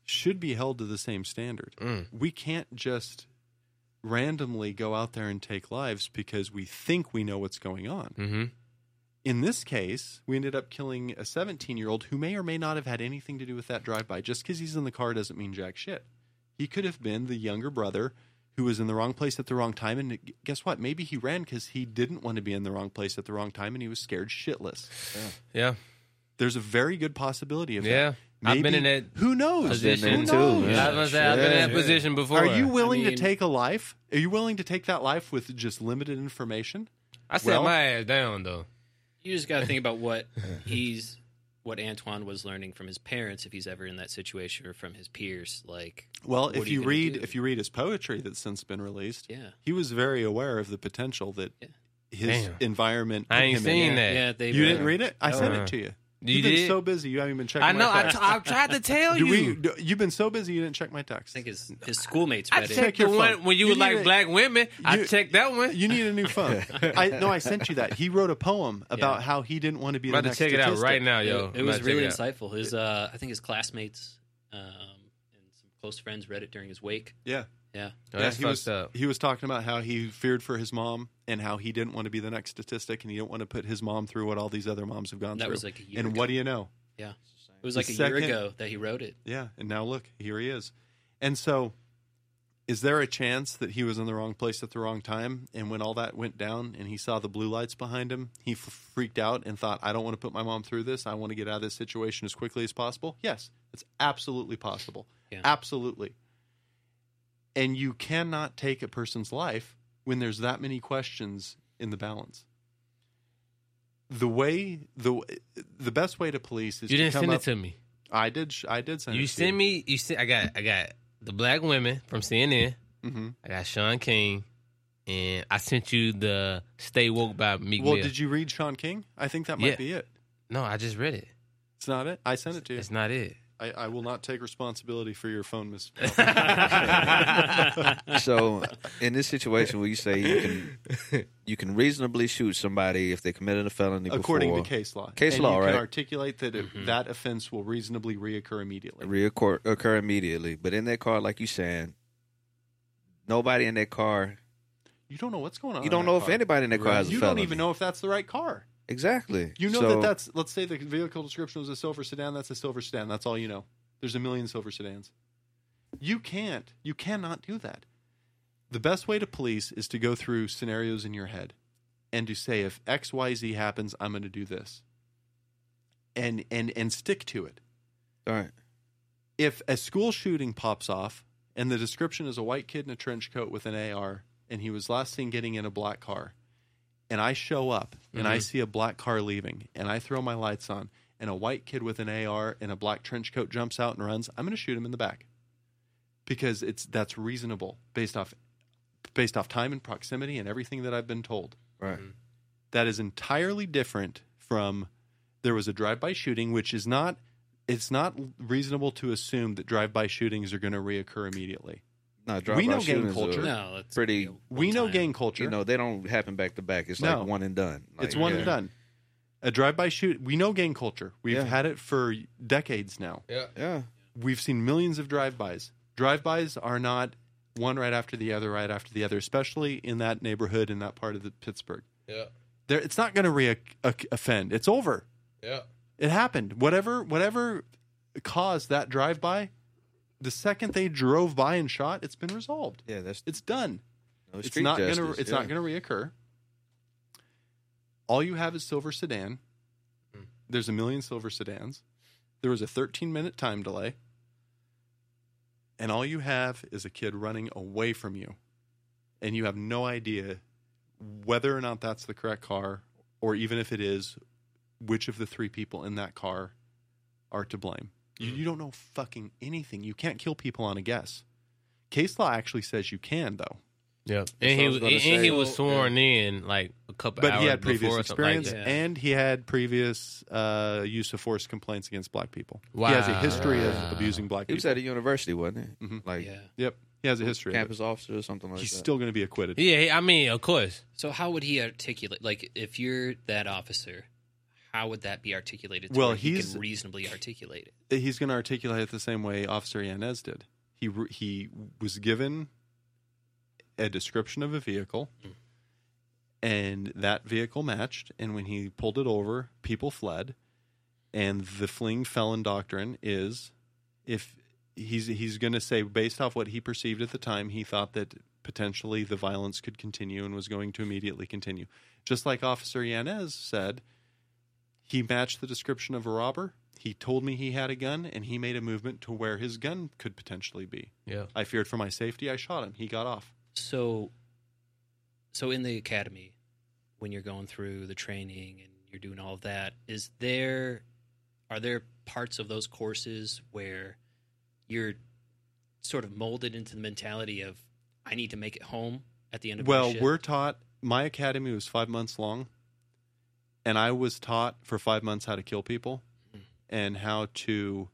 Speaker 3: should be held to the same standard.
Speaker 6: Mm.
Speaker 3: We can't just randomly go out there and take lives because we think we know what's going on.
Speaker 6: mm-hmm.
Speaker 3: In this case, we ended up killing a 17 year old who may or may not have had anything to do with that drive by. Just because he's in the car doesn't mean jack shit. He could have been the younger brother who was in the wrong place at the wrong time. And guess what? Maybe he ran because he didn't want to be in the wrong place at the wrong time and he was scared shitless.
Speaker 6: yeah,
Speaker 3: There's a very good possibility of
Speaker 6: yeah.
Speaker 3: that.
Speaker 6: I've been in
Speaker 3: Maybe-
Speaker 6: that
Speaker 3: Who knows?
Speaker 6: position
Speaker 3: Who
Speaker 4: in
Speaker 6: too.
Speaker 3: knows?
Speaker 4: too, man.
Speaker 6: I was gonna say I've been in that
Speaker 4: Yeah.
Speaker 6: position before.
Speaker 3: Are you willing
Speaker 5: I
Speaker 3: to
Speaker 5: mean-
Speaker 3: take a life? Are you willing to take that life with just limited information?
Speaker 6: I set
Speaker 3: well-
Speaker 6: my ass down though.
Speaker 5: You just got to think about what he's, what Antoine was learning from his parents, if he's ever in that situation, or from his peers. Like,
Speaker 3: Well,
Speaker 5: What
Speaker 3: if
Speaker 5: are you
Speaker 3: you
Speaker 5: gonna
Speaker 3: read
Speaker 5: do?
Speaker 3: if you read his poetry that's since been released,
Speaker 5: yeah,
Speaker 3: he was very aware of the potential that
Speaker 5: Yeah.
Speaker 3: his
Speaker 6: Damn.
Speaker 3: environment.
Speaker 6: I
Speaker 3: put
Speaker 6: ain't
Speaker 3: him
Speaker 6: seen
Speaker 3: in.
Speaker 6: that.
Speaker 5: yeah. They
Speaker 3: You didn't read it? I
Speaker 6: No.
Speaker 3: sent
Speaker 6: Uh-uh.
Speaker 3: it to you.
Speaker 6: You
Speaker 3: have been
Speaker 6: did.
Speaker 3: so busy, you haven't even checked.
Speaker 6: I know.
Speaker 3: My
Speaker 6: I,
Speaker 3: text.
Speaker 6: t- I've tried to tell
Speaker 3: Do
Speaker 6: you.
Speaker 3: we- do- you've been so busy, you didn't check my text.
Speaker 5: I think his, his schoolmates
Speaker 6: I
Speaker 5: read it.
Speaker 3: check
Speaker 6: checked the
Speaker 3: your
Speaker 6: one
Speaker 3: phone.
Speaker 6: when you,
Speaker 3: You
Speaker 6: would like
Speaker 3: need to-
Speaker 6: black women. I
Speaker 3: you-
Speaker 6: checked that one.
Speaker 3: you need a new phone. I no, I sent you that. He wrote a poem about how he didn't want to be.
Speaker 6: I'm
Speaker 3: the
Speaker 6: about to
Speaker 3: next
Speaker 6: check it out
Speaker 3: statistic.
Speaker 6: right now,
Speaker 5: It-
Speaker 6: yo.
Speaker 5: It, was really insightful. His, uh, I think his classmates um, and some close friends read it during his wake.
Speaker 3: Yeah.
Speaker 5: Yeah,
Speaker 6: Oh,
Speaker 3: Yeah,
Speaker 6: that's
Speaker 3: he
Speaker 6: fucked
Speaker 3: was,
Speaker 6: up.
Speaker 3: He was talking about how he feared for his mom and how he didn't want to be the next statistic and he didn't want to put his mom through what all these other moms have gone
Speaker 5: that
Speaker 3: through.
Speaker 5: was like a year.
Speaker 3: and
Speaker 5: ago.
Speaker 3: what do you know?
Speaker 5: It was
Speaker 3: the
Speaker 5: like a year
Speaker 3: second-
Speaker 5: ago that he wrote it.
Speaker 3: Yeah. And now look, here he is. And so, is there a chance that he was in the wrong place at the wrong time? And when all that went down and he saw the blue lights behind him, he f- freaked out and thought, I don't want to put my mom through this. I want to get out of this situation as quickly as possible. Yes, it's absolutely possible.
Speaker 5: Yeah.
Speaker 3: Absolutely. And you cannot take a person's life when there's that many questions in the balance. The way the the best way to police is
Speaker 6: You
Speaker 3: to
Speaker 6: didn't
Speaker 3: come
Speaker 6: send
Speaker 3: up,
Speaker 6: it to me.
Speaker 3: I did. sh- I did send.
Speaker 6: You
Speaker 3: it to
Speaker 6: sent me. You sent. I got. I got the black women from CNN.
Speaker 3: hmm
Speaker 6: I got Sean King, and I sent you the "Stay Woke" by Meek
Speaker 3: Well,
Speaker 6: Mill.
Speaker 3: did you read Sean King? I think that might
Speaker 6: Yeah.
Speaker 3: be it.
Speaker 6: no, I just read it.
Speaker 3: It's not it. I sent it to you.
Speaker 6: It's not it.
Speaker 3: I, I will not take responsibility for your phone miss.
Speaker 4: So, in this situation, where you say you can you can reasonably shoot somebody if they committed a felony
Speaker 3: according to
Speaker 4: before,
Speaker 3: case law.
Speaker 4: Case
Speaker 3: And
Speaker 4: law,
Speaker 3: you
Speaker 4: right. Mm-hmm.
Speaker 3: Can articulate that it, that offense will reasonably reoccur immediately.
Speaker 4: reoccur occur immediately. But in that car, like you saying, nobody in that car.
Speaker 3: You don't know what's going on.
Speaker 4: You
Speaker 3: in
Speaker 4: don't
Speaker 3: that
Speaker 4: know if
Speaker 3: car.
Speaker 4: anybody in that car has a
Speaker 3: You
Speaker 4: felony.
Speaker 3: don't even know if that's the right car.
Speaker 4: exactly.
Speaker 3: You know
Speaker 4: So,
Speaker 3: that that's. Let's say the vehicle description was a silver sedan. That's a silver sedan. That's all you know. There's a million silver sedans. You can't. You cannot do that. The best way to police is to go through scenarios in your head and to say, if X Y Z happens, I'm going to do this, and and and stick to it
Speaker 4: all right.
Speaker 3: if a school shooting pops off and the description is a white kid in a trench coat with an AR and he was last seen getting in a black car and I show up and I
Speaker 6: Mhm.
Speaker 3: see a black car leaving and I throw my lights on and a white kid with an AR and a black trench coat jumps out and runs, I'm going to shoot him in the back because it's that's reasonable based off based off time and proximity and everything that I've been told.
Speaker 4: Right.
Speaker 3: Mm-hmm. That is entirely different from there was a drive-by shooting which is not it's not reasonable to assume that drive-by shootings are going to reoccur immediately.
Speaker 4: No,
Speaker 3: We
Speaker 4: drive-by
Speaker 3: know gang
Speaker 4: shootings are-
Speaker 3: culture.
Speaker 5: No, that's
Speaker 4: Pretty-
Speaker 5: you
Speaker 3: we
Speaker 5: one
Speaker 3: know
Speaker 5: time.
Speaker 3: gang culture.
Speaker 4: You know, they don't happen back to back. It's
Speaker 3: No.
Speaker 4: like one and done. Like,
Speaker 3: it's one
Speaker 4: yeah.
Speaker 3: and done. A drive-by shoot. We know gang culture. We've
Speaker 4: Yeah.
Speaker 3: had it for decades now.
Speaker 6: Yeah.
Speaker 4: Yeah.
Speaker 3: We've seen millions of drive-bys. Drive-bys are not one right after the other, right after the other, especially in that neighborhood in that part of the Pittsburgh.
Speaker 6: Yeah.
Speaker 3: There, it's not going to re-offend. It's over.
Speaker 6: Yeah.
Speaker 3: It happened. Whatever, whatever caused that drive-by the second they drove by and shot, it's been resolved.
Speaker 4: Yeah, that's
Speaker 3: It's done.
Speaker 4: no
Speaker 3: it's
Speaker 4: street
Speaker 3: not
Speaker 4: justice.
Speaker 3: gonna it's
Speaker 4: yeah.
Speaker 3: not gonna reoccur. All you have is silver sedan.
Speaker 5: Mm.
Speaker 3: There's a million silver sedans. There was a 13 minute time delay. And all you have is a kid running away from you. And you have no idea whether or not that's the correct car, or even if it is, which of the three people in that car are to blame. You, you don't know fucking anything. You can't kill people on a guess. Case law actually says you can, though.
Speaker 6: Yeah,
Speaker 4: That's what
Speaker 6: and
Speaker 4: I
Speaker 6: he
Speaker 4: was
Speaker 6: was
Speaker 4: gonna
Speaker 6: and, and
Speaker 4: say.
Speaker 6: he was sworn in like a couple
Speaker 3: but
Speaker 6: hours
Speaker 3: he had previous
Speaker 6: before or something like
Speaker 3: experience
Speaker 5: that.
Speaker 6: that.
Speaker 3: and he had previous uh, use of force complaints against black people.
Speaker 6: Wow.
Speaker 3: He has a history of abusing black
Speaker 4: He
Speaker 3: people.
Speaker 4: was at a university, wasn't he?
Speaker 3: Mhm.
Speaker 4: Like
Speaker 5: Yeah.
Speaker 3: yep, he has a history. Of it.
Speaker 4: campus officer or something like
Speaker 3: He's
Speaker 4: that.
Speaker 3: still going to be acquitted.
Speaker 6: Yeah, he- I mean, of course.
Speaker 5: So how would he articulate? Like, if you're that officer, how would that be articulated? To
Speaker 3: Well,
Speaker 5: where he
Speaker 3: he's-
Speaker 5: can reasonably articulate it.
Speaker 3: He's going to articulate it the same way Officer Yanez did. He re- he was given a description of a vehicle, and that vehicle matched. And when he pulled it over, people fled. And the fleeing felon doctrine is if he's he's going to say based off what he perceived at the time he thought that potentially the violence could continue and was going to immediately continue just like officer yanez said he matched the description of a robber he told me he had a gun and he made a movement to where his gun could potentially be
Speaker 6: Yeah.
Speaker 3: i feared for my safety i shot him he got off
Speaker 5: So, so in the academy, when you're going through the training and you're doing all of that, is there are there parts of those courses where you're sort of molded into the mentality of I need to make it home at the end of my
Speaker 3: well
Speaker 5: shift?
Speaker 3: we're taught my academy was five months long and i was taught for five months how to kill people and how to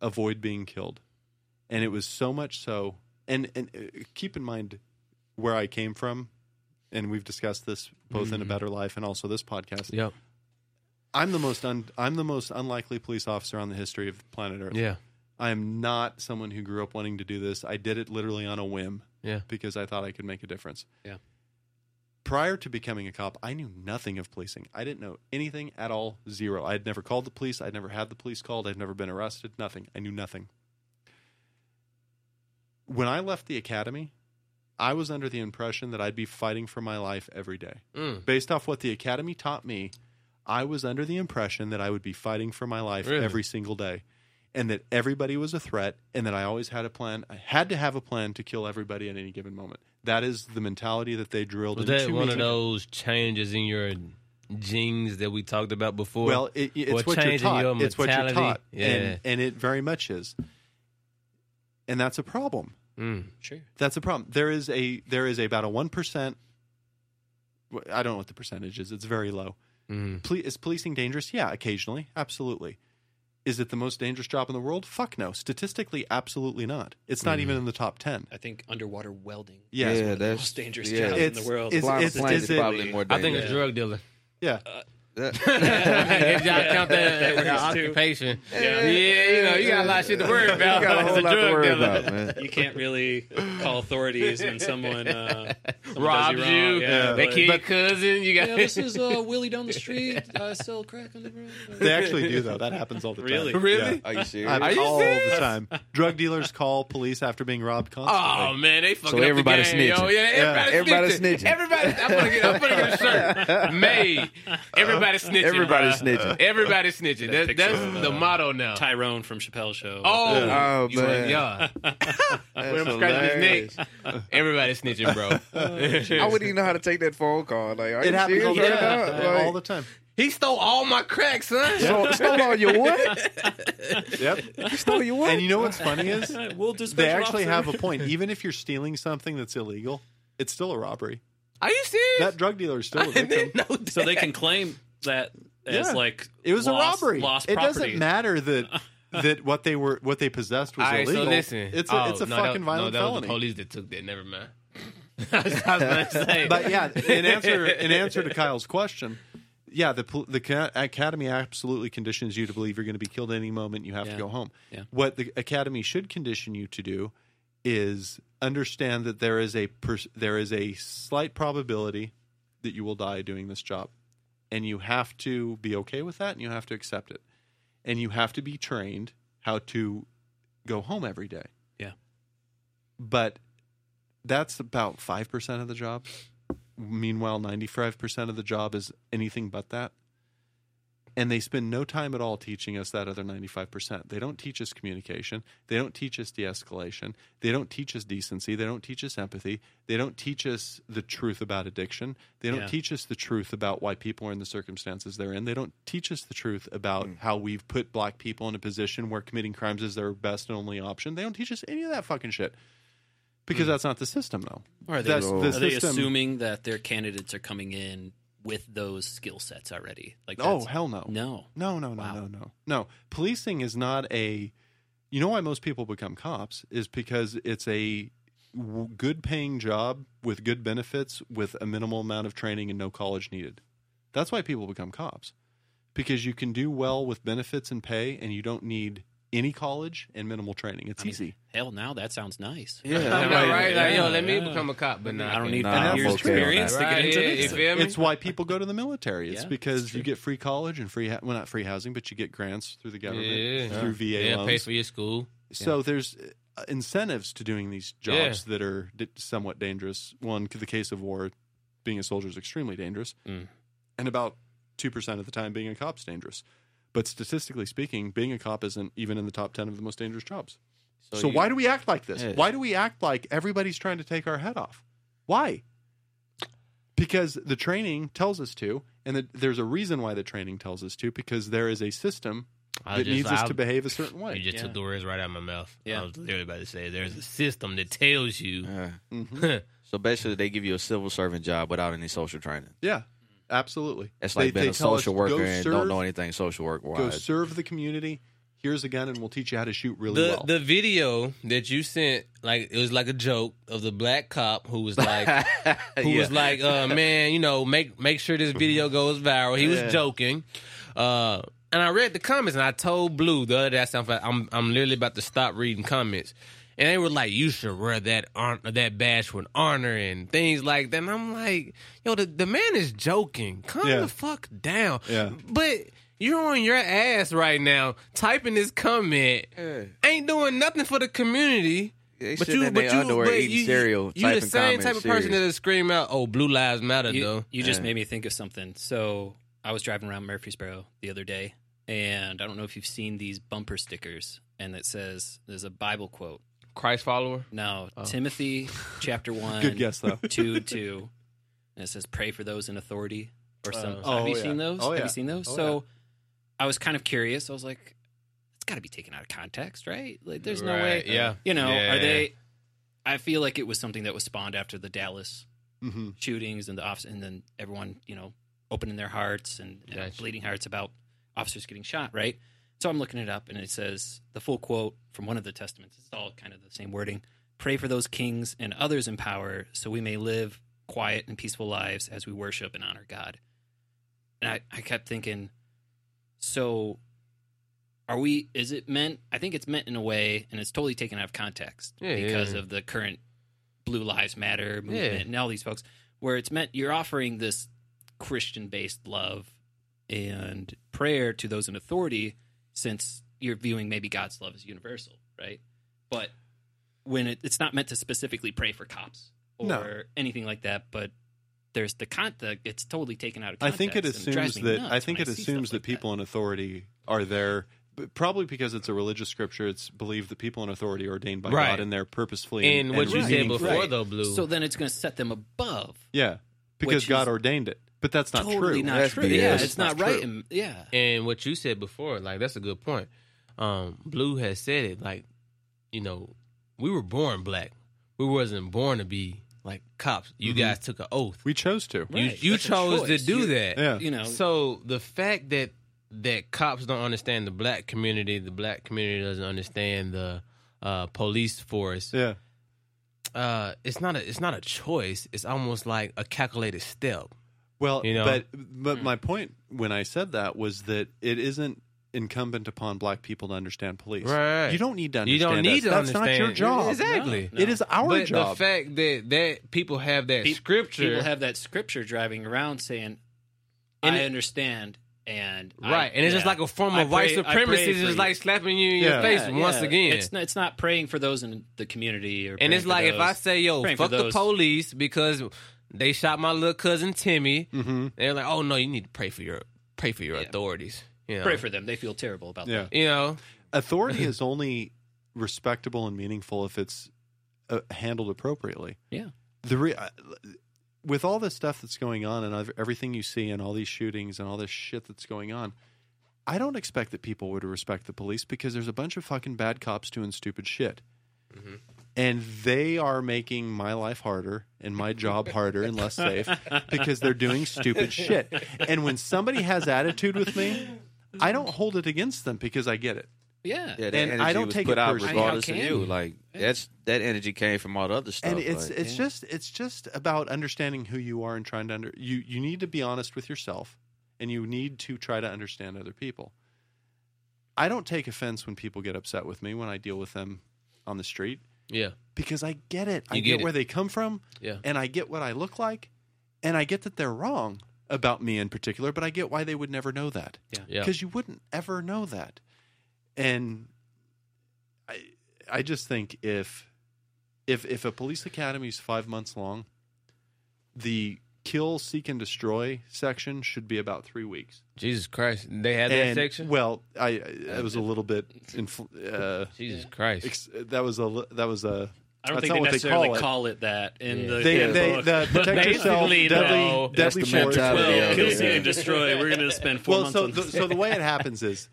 Speaker 3: avoid being killed and it was so much so and and uh, keep in mind where i came from and we've discussed this both in a better life and also this podcast
Speaker 6: Yep.
Speaker 3: i'm the most un, i'm the most unlikely police officer on the history of planet earth
Speaker 6: Yeah.
Speaker 3: i am not someone who grew up wanting to do this i did it literally on a whim
Speaker 6: Yeah.
Speaker 3: because I thought I could make a difference.
Speaker 5: Yeah.
Speaker 3: Prior to becoming a cop, I knew nothing of policing. I didn't know anything at all. Zero. I had never called the police. I'd never had the police called. I'd never been arrested. Nothing. I knew nothing. When I left the academy, I was under the impression that I'd be fighting for my life every day.
Speaker 6: Mm.
Speaker 3: Based off what the academy taught me, I was under the impression that I would be fighting for my life
Speaker 6: Really?
Speaker 3: every single day and that everybody was a threat and that I always had a plan. I had to have a plan to kill everybody at any given moment. That is the mentality that they drilled
Speaker 6: Was
Speaker 3: into
Speaker 6: that one
Speaker 3: me.
Speaker 6: of those changes in your genes that we talked about before?
Speaker 3: Well, it, it's
Speaker 6: or
Speaker 3: what you're
Speaker 6: changing
Speaker 3: taught.
Speaker 6: your
Speaker 3: it's what you're
Speaker 6: mentality?
Speaker 3: taught.
Speaker 6: Yeah.
Speaker 3: And, and it very much is. And that's a problem.
Speaker 6: Mm.
Speaker 5: sure.
Speaker 3: That's a problem. There is a there is about a one percent. I don't know what the percentage is. It's very low.
Speaker 6: Mm.
Speaker 3: Ple- is policing dangerous? Yeah, occasionally, absolutely. Is it the most dangerous job in the world? Fuck no. Statistically, absolutely not. It's not
Speaker 4: Mm.
Speaker 3: even in the top ten.
Speaker 5: I think underwater welding.
Speaker 3: Yeah,
Speaker 5: one
Speaker 3: yeah.
Speaker 5: of the
Speaker 4: that's-
Speaker 5: most dangerous
Speaker 4: yeah.
Speaker 5: jobs in
Speaker 3: It's-
Speaker 5: the world.
Speaker 3: it's-
Speaker 4: Flying a
Speaker 3: it's-
Speaker 4: plane
Speaker 3: is
Speaker 4: is
Speaker 3: it-
Speaker 4: probably more
Speaker 6: I think it's
Speaker 4: dangerous.
Speaker 6: drug dealing.
Speaker 4: That-
Speaker 6: If y'all count that as an
Speaker 5: Yeah.
Speaker 6: occupation.
Speaker 5: Yeah.
Speaker 6: Yeah. you know, you got a lot of shit to worry about.
Speaker 4: You got a
Speaker 6: as
Speaker 4: whole lot to
Speaker 6: drug
Speaker 4: worry
Speaker 6: dealer.
Speaker 4: about, man.
Speaker 5: you can't really call authorities when someone, uh, someone
Speaker 6: Robs
Speaker 5: does you.
Speaker 6: you.
Speaker 5: Wrong. Yeah,
Speaker 6: They
Speaker 5: but-
Speaker 6: kill your cousin. You got
Speaker 5: Yeah, this is uh, Willie down the street. I sell crack on the road.
Speaker 3: They actually do though. That happens all the time.
Speaker 5: Really?
Speaker 6: Really?
Speaker 4: Are you serious? Ah,
Speaker 3: I,
Speaker 6: Are you
Speaker 3: all
Speaker 6: serious?
Speaker 3: the time. Drug dealers call police after being robbed
Speaker 6: Oh
Speaker 3: constantly.
Speaker 6: man, they fucking
Speaker 4: So
Speaker 6: up
Speaker 4: everybody
Speaker 6: the game, yo.
Speaker 4: snitching.
Speaker 6: Yeah, everybody,
Speaker 4: Yeah, everybody
Speaker 6: snitching.
Speaker 4: snitching.
Speaker 6: Everybody, I'm gonna get, I'm gonna get a shirt made. Everybody snitching.
Speaker 4: Everybody
Speaker 6: bruh.
Speaker 4: snitching.
Speaker 6: Everybody snitching. That,
Speaker 5: picture
Speaker 6: that's
Speaker 5: of, uh,
Speaker 6: the motto now.
Speaker 5: Tyrone from Chappelle's show.
Speaker 6: Oh,
Speaker 4: Oh,
Speaker 6: you
Speaker 4: man.
Speaker 6: yeah.
Speaker 4: That's
Speaker 6: When I'm scratching
Speaker 4: hilarious.
Speaker 6: his neck, everybody snitching, bro.
Speaker 4: I wouldn't even know how to take that phone call. Like, are
Speaker 3: It
Speaker 4: you
Speaker 3: happens
Speaker 4: serious
Speaker 3: all the
Speaker 4: right
Speaker 3: time.
Speaker 4: now? Like,
Speaker 3: all the time.
Speaker 6: he stole all my cracks, son.
Speaker 4: so- stole all your what? Oh,
Speaker 3: Yep.
Speaker 4: You stole your what?
Speaker 3: And you know what's funny is
Speaker 5: we'll dispatch
Speaker 3: they actually have a point. Even if you're stealing something that's illegal, it's still a robbery.
Speaker 6: Are you serious?
Speaker 3: That drug dealer is still a
Speaker 6: I didn't
Speaker 3: victim.
Speaker 6: know that.
Speaker 5: So they can claim that as
Speaker 3: Yeah.
Speaker 5: like
Speaker 3: It was
Speaker 5: lost-
Speaker 3: a robbery.
Speaker 5: Lost
Speaker 3: it
Speaker 5: property.
Speaker 3: doesn't matter that that what they were what they possessed was
Speaker 6: All right,
Speaker 3: illegal.
Speaker 6: so listen.
Speaker 3: It's
Speaker 6: Oh,
Speaker 3: a, it's a
Speaker 6: no, that-
Speaker 3: fucking violent
Speaker 6: no, that Was
Speaker 3: felony.
Speaker 6: the police that took that. Never mind. I was gonna say.
Speaker 3: but yeah, in answer in answer to Kyle's question, yeah, the pol- the ca- academy absolutely conditions you to believe you're going to be killed any moment. You have
Speaker 5: Yeah.
Speaker 3: to go home.
Speaker 5: Yeah.
Speaker 3: What the academy should condition you to do is understand that there is a pers- there is a slight probability that you will die doing this job, and you have to be okay with that, and you have to accept it, and you have to be trained how to go home every day.
Speaker 5: Yeah.
Speaker 3: But that's about 5% of the job. Meanwhile, 95% of the job is anything but that. And they spend no time at all teaching us that other 95%. They don't teach us communication. They don't teach us de escalation. They don't teach us decency. They don't teach us empathy. They don't teach us the truth about addiction. They don't
Speaker 5: Yeah.
Speaker 3: teach us the truth about why people are in the circumstances they're in. They don't teach us the truth about how we've put black people in a position where committing crimes is their best and only option. They don't teach us any of that fucking shit because that's not the system, though.
Speaker 5: Or Hmm. are they,
Speaker 3: That's-
Speaker 5: are
Speaker 3: the
Speaker 5: they
Speaker 3: system-
Speaker 5: assuming that their candidates are coming in with those skill sets already? Like,
Speaker 3: Oh,
Speaker 5: that's-
Speaker 3: hell no.
Speaker 5: no,
Speaker 3: No, no, no,
Speaker 5: Wow.
Speaker 3: no, no. No. Policing is not a. You know why most people become cops is because it's a w- good paying job with good benefits with a minimal amount of training and no college needed. That's why people become cops because you can do well with benefits and pay and you don't need any college and minimal training. It's
Speaker 5: I mean,
Speaker 3: easy.
Speaker 5: Hell, now that sounds nice.
Speaker 2: Yeah,
Speaker 3: Yeah,
Speaker 2: I'm not right. Like,
Speaker 5: yeah,
Speaker 2: yo, let me
Speaker 5: yeah.
Speaker 2: become a cop, but nah,
Speaker 5: I don't need
Speaker 4: Nah,
Speaker 5: five
Speaker 3: I'm
Speaker 5: years
Speaker 4: okay on
Speaker 5: experience to
Speaker 2: Right,
Speaker 5: get into
Speaker 2: yeah,
Speaker 5: this.
Speaker 2: You feel me?
Speaker 3: It's why people go to the military. It's
Speaker 5: Yeah,
Speaker 3: because you get free college and free, ha- well, not free housing, but you get grants through the government,
Speaker 2: Yeah.
Speaker 3: through VA
Speaker 2: yeah,
Speaker 3: loans.
Speaker 2: pay for your school.
Speaker 3: So there's uh, incentives to doing these jobs that are d- somewhat dangerous. One, the case of war, being a soldier is extremely dangerous,
Speaker 5: Mm.
Speaker 3: and about two percent of the time, being a cop's dangerous. But statistically speaking, being a cop isn't even in the top ten of the most dangerous jobs. So, why do we act like this?
Speaker 2: Yeah.
Speaker 3: Why do we act like everybody's trying to take our head off? Why? Because the training tells us to, and the, there's a reason why the training tells us to. Because there is a system
Speaker 2: I
Speaker 3: that
Speaker 2: just-
Speaker 3: needs us
Speaker 2: I-
Speaker 3: to behave a certain way.
Speaker 2: You just
Speaker 5: Yeah.
Speaker 2: took the words right out of my mouth.
Speaker 5: Yeah.
Speaker 2: I was literally about to say there's a system that tells you.
Speaker 4: Yeah.
Speaker 3: Mhm.
Speaker 4: So basically, they give you a civil servant job without any social training.
Speaker 3: Yeah, absolutely.
Speaker 4: It's
Speaker 3: They-
Speaker 4: like being
Speaker 3: they
Speaker 4: a
Speaker 3: tell us,
Speaker 4: social
Speaker 3: "Go
Speaker 4: worker and
Speaker 3: serve-
Speaker 4: don't know anything social work
Speaker 3: Go
Speaker 4: wise.
Speaker 3: serve the community. Here's a gun, and we'll teach you how to shoot really
Speaker 2: the
Speaker 3: well.
Speaker 2: the video that you sent, like it was like a joke of the black cop who was like, who was like, uh, man, you know, make make sure this video goes viral. He was joking, uh, and I read the comments, and I told Blue the other day. I sound like I'm I'm literally about to stop reading comments, and they were like, you should wear that hon- that badge with honor and things like that. And I'm like, yo, the the man is joking. Calm
Speaker 3: Yeah.
Speaker 2: the fuck down.
Speaker 3: Yeah.
Speaker 2: But you're on your ass right now, typing this comment. Ain't doing nothing for the community. But you, but you,
Speaker 4: underwear
Speaker 2: but
Speaker 4: eating
Speaker 2: you,
Speaker 4: cereal.
Speaker 2: you the
Speaker 4: typing
Speaker 2: same
Speaker 4: comments,
Speaker 2: type of person
Speaker 4: serious.
Speaker 2: that'll scream out, "Oh, blue lives matter,"
Speaker 5: You,
Speaker 2: though.
Speaker 5: you just
Speaker 4: Yeah.
Speaker 5: made me think of something. So I was driving around Murfreesboro the other day, and I don't know if you've seen these bumper stickers, and it says there's a Bible quote.
Speaker 2: Christ follower.
Speaker 5: Now Timothy chapter one,
Speaker 3: Oh. Good guess though.
Speaker 5: two two, and it says pray for those in authority or some.
Speaker 3: Oh,
Speaker 5: have you
Speaker 3: yeah.
Speaker 5: seen those?
Speaker 3: Oh,
Speaker 5: have
Speaker 3: yeah.
Speaker 5: you seen those?
Speaker 3: Oh,
Speaker 5: so I was kind of curious. I was like, it's got to be taken out of context, right? Like there's no way.
Speaker 2: Right, yeah.
Speaker 5: You know,
Speaker 2: Yeah.
Speaker 5: are they? I feel like it was something that was spawned after the Dallas
Speaker 4: Mm-hmm.
Speaker 3: hmm
Speaker 5: shootings and the office, and then everyone, you know, opening their hearts and, and
Speaker 2: Gotcha.
Speaker 5: bleeding hearts about officers getting shot, right? So I'm looking it up, and it says the full quote from one of the testaments. It's all kind of the same wording. Pray for those kings and others in power, so we may live quiet and peaceful lives as we worship and honor God. And I, I kept thinking, so are we? Is it meant? I think it's meant in a way, and it's totally taken out of context
Speaker 2: Yeah, yeah,
Speaker 5: because
Speaker 2: yeah.
Speaker 5: of the current Blue Lives Matter movement
Speaker 2: Yeah.
Speaker 5: and all these folks, where it's meant you're offering this Christian based love and prayer to those in authority, since you're viewing maybe God's love as universal, right? But when it, it's not meant to specifically pray for cops or
Speaker 3: No.
Speaker 5: anything like that, but there's the con the, it's totally taken out of
Speaker 3: I
Speaker 5: context.
Speaker 3: think it
Speaker 5: and drives
Speaker 3: assumes
Speaker 5: me
Speaker 3: that
Speaker 5: nuts
Speaker 3: I think
Speaker 5: when
Speaker 3: it
Speaker 5: see stuff
Speaker 3: assumes that
Speaker 5: like
Speaker 3: people in authority are there. But probably because it's a religious scripture, it's believed that people in authority are ordained by
Speaker 2: Right.
Speaker 3: God and they're purposefully
Speaker 2: And what you said
Speaker 3: meaningfully-
Speaker 2: before,
Speaker 5: Right.
Speaker 2: though, blue.
Speaker 5: So then it's going to set them above.
Speaker 3: Yeah,
Speaker 5: Which
Speaker 3: because
Speaker 5: is
Speaker 3: God ordained it, but that's not
Speaker 5: totally
Speaker 3: true.
Speaker 5: not
Speaker 4: That's
Speaker 5: true.
Speaker 4: BS.
Speaker 5: Yeah,
Speaker 4: That's
Speaker 5: it's not,
Speaker 4: not
Speaker 5: right.
Speaker 4: true.
Speaker 5: And, yeah.
Speaker 2: and what you said before, like that's a good point. Um, blue has said it. Like, you know, we were born black. We wasn't born to be like cops. You
Speaker 4: Mm-hmm.
Speaker 3: Mhm.
Speaker 2: guys took an oath.
Speaker 3: We chose to.
Speaker 2: You
Speaker 5: Right,
Speaker 2: you
Speaker 5: that's a
Speaker 2: chose to
Speaker 5: choice.
Speaker 2: do
Speaker 5: You-
Speaker 2: that.
Speaker 3: Yeah.
Speaker 5: You know,
Speaker 2: So the fact that that cops don't understand the black community, the black community doesn't understand the uh, police force.
Speaker 3: Yeah,
Speaker 2: Uh, it's not a it's not a choice. It's almost like a calculated step.
Speaker 3: Well,
Speaker 2: You know?
Speaker 3: but but my point when I said that was that it isn't incumbent upon black people to understand police.
Speaker 2: Right.
Speaker 3: You don't need to
Speaker 2: You
Speaker 3: understand.
Speaker 2: don't need
Speaker 3: us.
Speaker 2: to
Speaker 3: That's
Speaker 2: understand
Speaker 3: not your job.
Speaker 2: Exactly.
Speaker 5: No, no.
Speaker 3: It is our
Speaker 2: but
Speaker 3: job.
Speaker 2: the fact that that people have that
Speaker 5: Pe-
Speaker 2: scripture
Speaker 5: people have that scripture driving around saying,
Speaker 2: And
Speaker 5: "I
Speaker 2: it-
Speaker 5: understand and I-
Speaker 2: Right, and it's just
Speaker 5: yeah.
Speaker 2: like a form
Speaker 5: I
Speaker 2: of white
Speaker 5: pray- I
Speaker 2: supremacy,
Speaker 5: pray
Speaker 2: it's
Speaker 5: for
Speaker 2: just
Speaker 5: you.
Speaker 2: like slapping you in
Speaker 3: Yeah.
Speaker 2: your face
Speaker 5: Yeah,
Speaker 2: once
Speaker 5: yeah.
Speaker 2: again.
Speaker 5: It's not, it's not praying for those in the community, or
Speaker 2: and
Speaker 5: praying
Speaker 2: it's
Speaker 5: for
Speaker 2: like if I
Speaker 5: those.
Speaker 2: say, "Yo,
Speaker 5: praying for
Speaker 2: fuck the
Speaker 5: those.
Speaker 2: police," because they shot my little cousin Timmy,
Speaker 3: Mm-hmm.
Speaker 2: they're like, "Oh no, you need to pray for your pray for your
Speaker 5: Yeah.
Speaker 2: authorities." You know?
Speaker 5: pray for them, they feel terrible about
Speaker 3: Yeah.
Speaker 5: that.
Speaker 2: you know,
Speaker 3: Authority is only respectable and meaningful if it's uh, handled appropriately.
Speaker 5: Yeah.
Speaker 3: The re- I- with all this stuff that's going on and ev- everything you see and all these shootings and all this shit that's going on, I don't expect that people would respect the police because there's a bunch of fucking bad cops doing stupid shit. And they are making my life harder and my job harder and less safe because they're doing stupid shit. And when somebody has attitude with me, I don't hold it against them because I get it.
Speaker 5: Yeah,
Speaker 4: Yeah, that
Speaker 3: And I
Speaker 4: energy
Speaker 3: don't
Speaker 4: was
Speaker 3: take
Speaker 4: put
Speaker 3: it
Speaker 4: out
Speaker 3: personally.
Speaker 4: regardless
Speaker 5: How
Speaker 4: of
Speaker 5: can
Speaker 4: you.
Speaker 5: you?
Speaker 4: Like that's that energy came from all the other stuff.
Speaker 3: and it's
Speaker 4: like,
Speaker 3: it's
Speaker 4: yeah.
Speaker 3: just it's just about understanding who you are and trying to under you you need to be honest with yourself and you need to try to understand other people i don't take offense when people get upset with me when i deal with them on the street
Speaker 2: yeah,
Speaker 3: because i get it i
Speaker 2: You
Speaker 3: get,
Speaker 2: get it.
Speaker 3: where they come from
Speaker 2: Yeah.
Speaker 3: and i get what i look like and i get that they're wrong about me in particular but i get why they would never know that
Speaker 2: yeah.
Speaker 3: because you wouldn't ever know that. And I, I just think if, if if a police academy is five months long, the kill, seek, and destroy section should be about three weeks.
Speaker 2: Jesus Christ, they had that
Speaker 3: and
Speaker 2: section.
Speaker 3: well, I it was a little bit. Infl- uh,
Speaker 2: Jesus Christ,
Speaker 3: ex- that was a li- that was a.
Speaker 5: I don't
Speaker 3: That's
Speaker 5: think
Speaker 3: not
Speaker 5: they
Speaker 3: what they
Speaker 5: necessarily
Speaker 3: call
Speaker 5: call
Speaker 3: it.
Speaker 5: it. that in
Speaker 2: Yeah.
Speaker 5: the
Speaker 3: They,
Speaker 4: Yeah,
Speaker 3: they,
Speaker 5: handbook.
Speaker 3: the
Speaker 5: But
Speaker 3: protect yourself,
Speaker 5: basically,
Speaker 3: deadly,
Speaker 5: though,
Speaker 4: That's
Speaker 3: deadly
Speaker 4: the
Speaker 3: force.
Speaker 4: mentality
Speaker 5: well,
Speaker 4: Yeah,
Speaker 5: kill,
Speaker 4: yeah.
Speaker 5: seek, and destroy. We're gonna spend four
Speaker 3: well,
Speaker 5: months
Speaker 3: so
Speaker 5: on
Speaker 3: the,
Speaker 5: this.
Speaker 3: so the way it happens is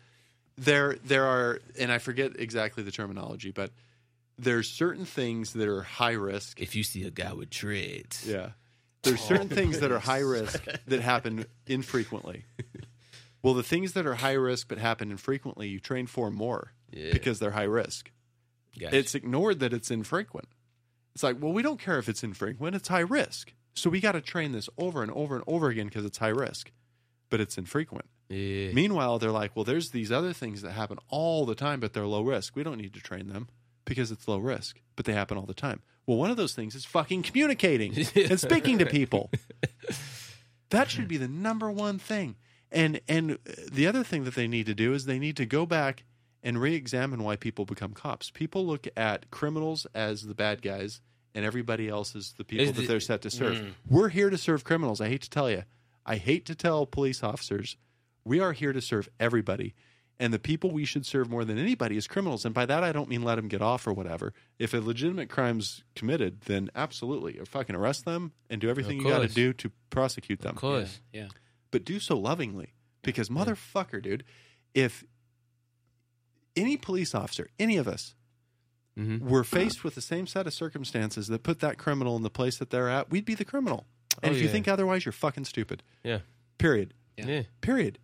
Speaker 3: there there are, and I forget exactly the terminology, but there's certain things that are high risk.
Speaker 2: if you see a guy with dreads,
Speaker 3: Yeah, there's certain
Speaker 5: Oh,
Speaker 3: things that are high risk that happen infrequently. Well, the things that are high risk but happen infrequently, you train for more
Speaker 2: Yeah.
Speaker 3: because they're high risk.
Speaker 2: Gotcha.
Speaker 3: It's ignored that it's infrequent. It's like, well, we don't care if it's infrequent; it's high risk. So we got to train this over and over and over again because it's high risk, but it's infrequent.
Speaker 2: yeah,
Speaker 3: Meanwhile, they're like, well, there's these other things that happen all the time, but they're low risk. We don't need to train them because it's low risk, but they happen all the time. Well, one of those things is fucking communicating and speaking to people. That
Speaker 2: Hmm.
Speaker 3: should be the number one thing. And and uh, the other thing that they need to do is they need to go back and re-examine why people become cops. People look at criminals as the bad guys and everybody else is the people
Speaker 2: Is
Speaker 3: that
Speaker 2: the- Hmm.
Speaker 3: they're set to serve. We're here to serve criminals. I hate to tell you. I hate to tell police officers we are here to serve everybody. And the people we should serve more than anybody is criminals. And by that, I don't mean let them get off or whatever. If a legitimate crime's committed, then absolutely, or fucking arrest them and do everything you got to
Speaker 2: course.
Speaker 3: do to prosecute them.
Speaker 2: of course.
Speaker 5: yeah,
Speaker 3: But do so lovingly. Because, motherfucker, dude, if any police officer, any of us,
Speaker 2: Mhm.
Speaker 3: were faced with the same set of circumstances that put that criminal in the place that they're at, we'd be the criminal. And
Speaker 2: Oh,
Speaker 3: if you
Speaker 2: yeah.
Speaker 3: think otherwise, you're fucking stupid.
Speaker 2: Yeah.
Speaker 3: Period.
Speaker 5: Yeah.
Speaker 2: Yeah.
Speaker 3: Period.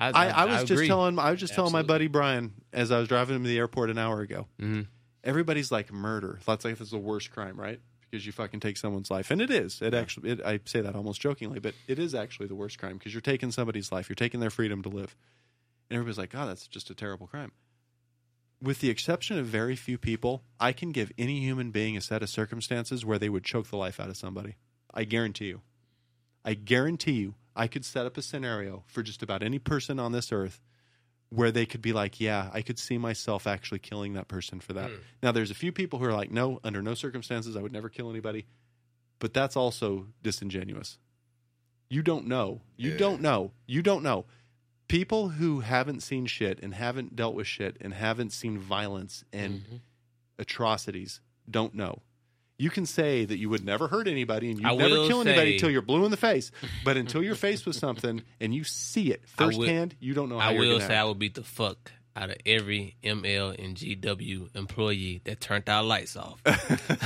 Speaker 3: I, I was just
Speaker 2: agree.
Speaker 3: telling I was just telling my buddy
Speaker 5: Absolutely.
Speaker 3: Brian as I was driving him to the airport an hour ago.
Speaker 2: Mhm.
Speaker 3: Everybody's like murder. That's like this is the worst crime, right? Because you fucking take someone's life, and it is. It actually, it, I say that almost jokingly, but it is actually the worst crime because you're taking somebody's life, you're taking their freedom to live, and everybody's like, "Oh, that's just a terrible crime." With the exception of very few people, I can give any human being a set of circumstances where they would choke the life out of somebody. I guarantee you. I guarantee you, I could set up a scenario for just about any person on this earth where they could be like, yeah, I could see myself actually killing that person for
Speaker 2: Hmm.
Speaker 3: that. Now, there's a few people who are like, no, under no circumstances, I would never kill anybody. But that's also disingenuous. You don't know. You don't know. You don't know. People who haven't seen shit and haven't dealt with shit and haven't seen violence and
Speaker 2: Mm-hmm.
Speaker 3: atrocities don't know. You can say that you would never hurt anybody and you
Speaker 2: I
Speaker 3: would never
Speaker 2: will
Speaker 3: kill anybody
Speaker 2: say-
Speaker 3: until you're blue in the face. But until you're faced with something and you see it
Speaker 2: I will-
Speaker 3: firsthand, you don't know how
Speaker 2: I
Speaker 3: you're
Speaker 2: will
Speaker 3: gonna
Speaker 2: say I
Speaker 3: act.
Speaker 2: would beat the fuck out of every ML and GW employee that turned our lights off.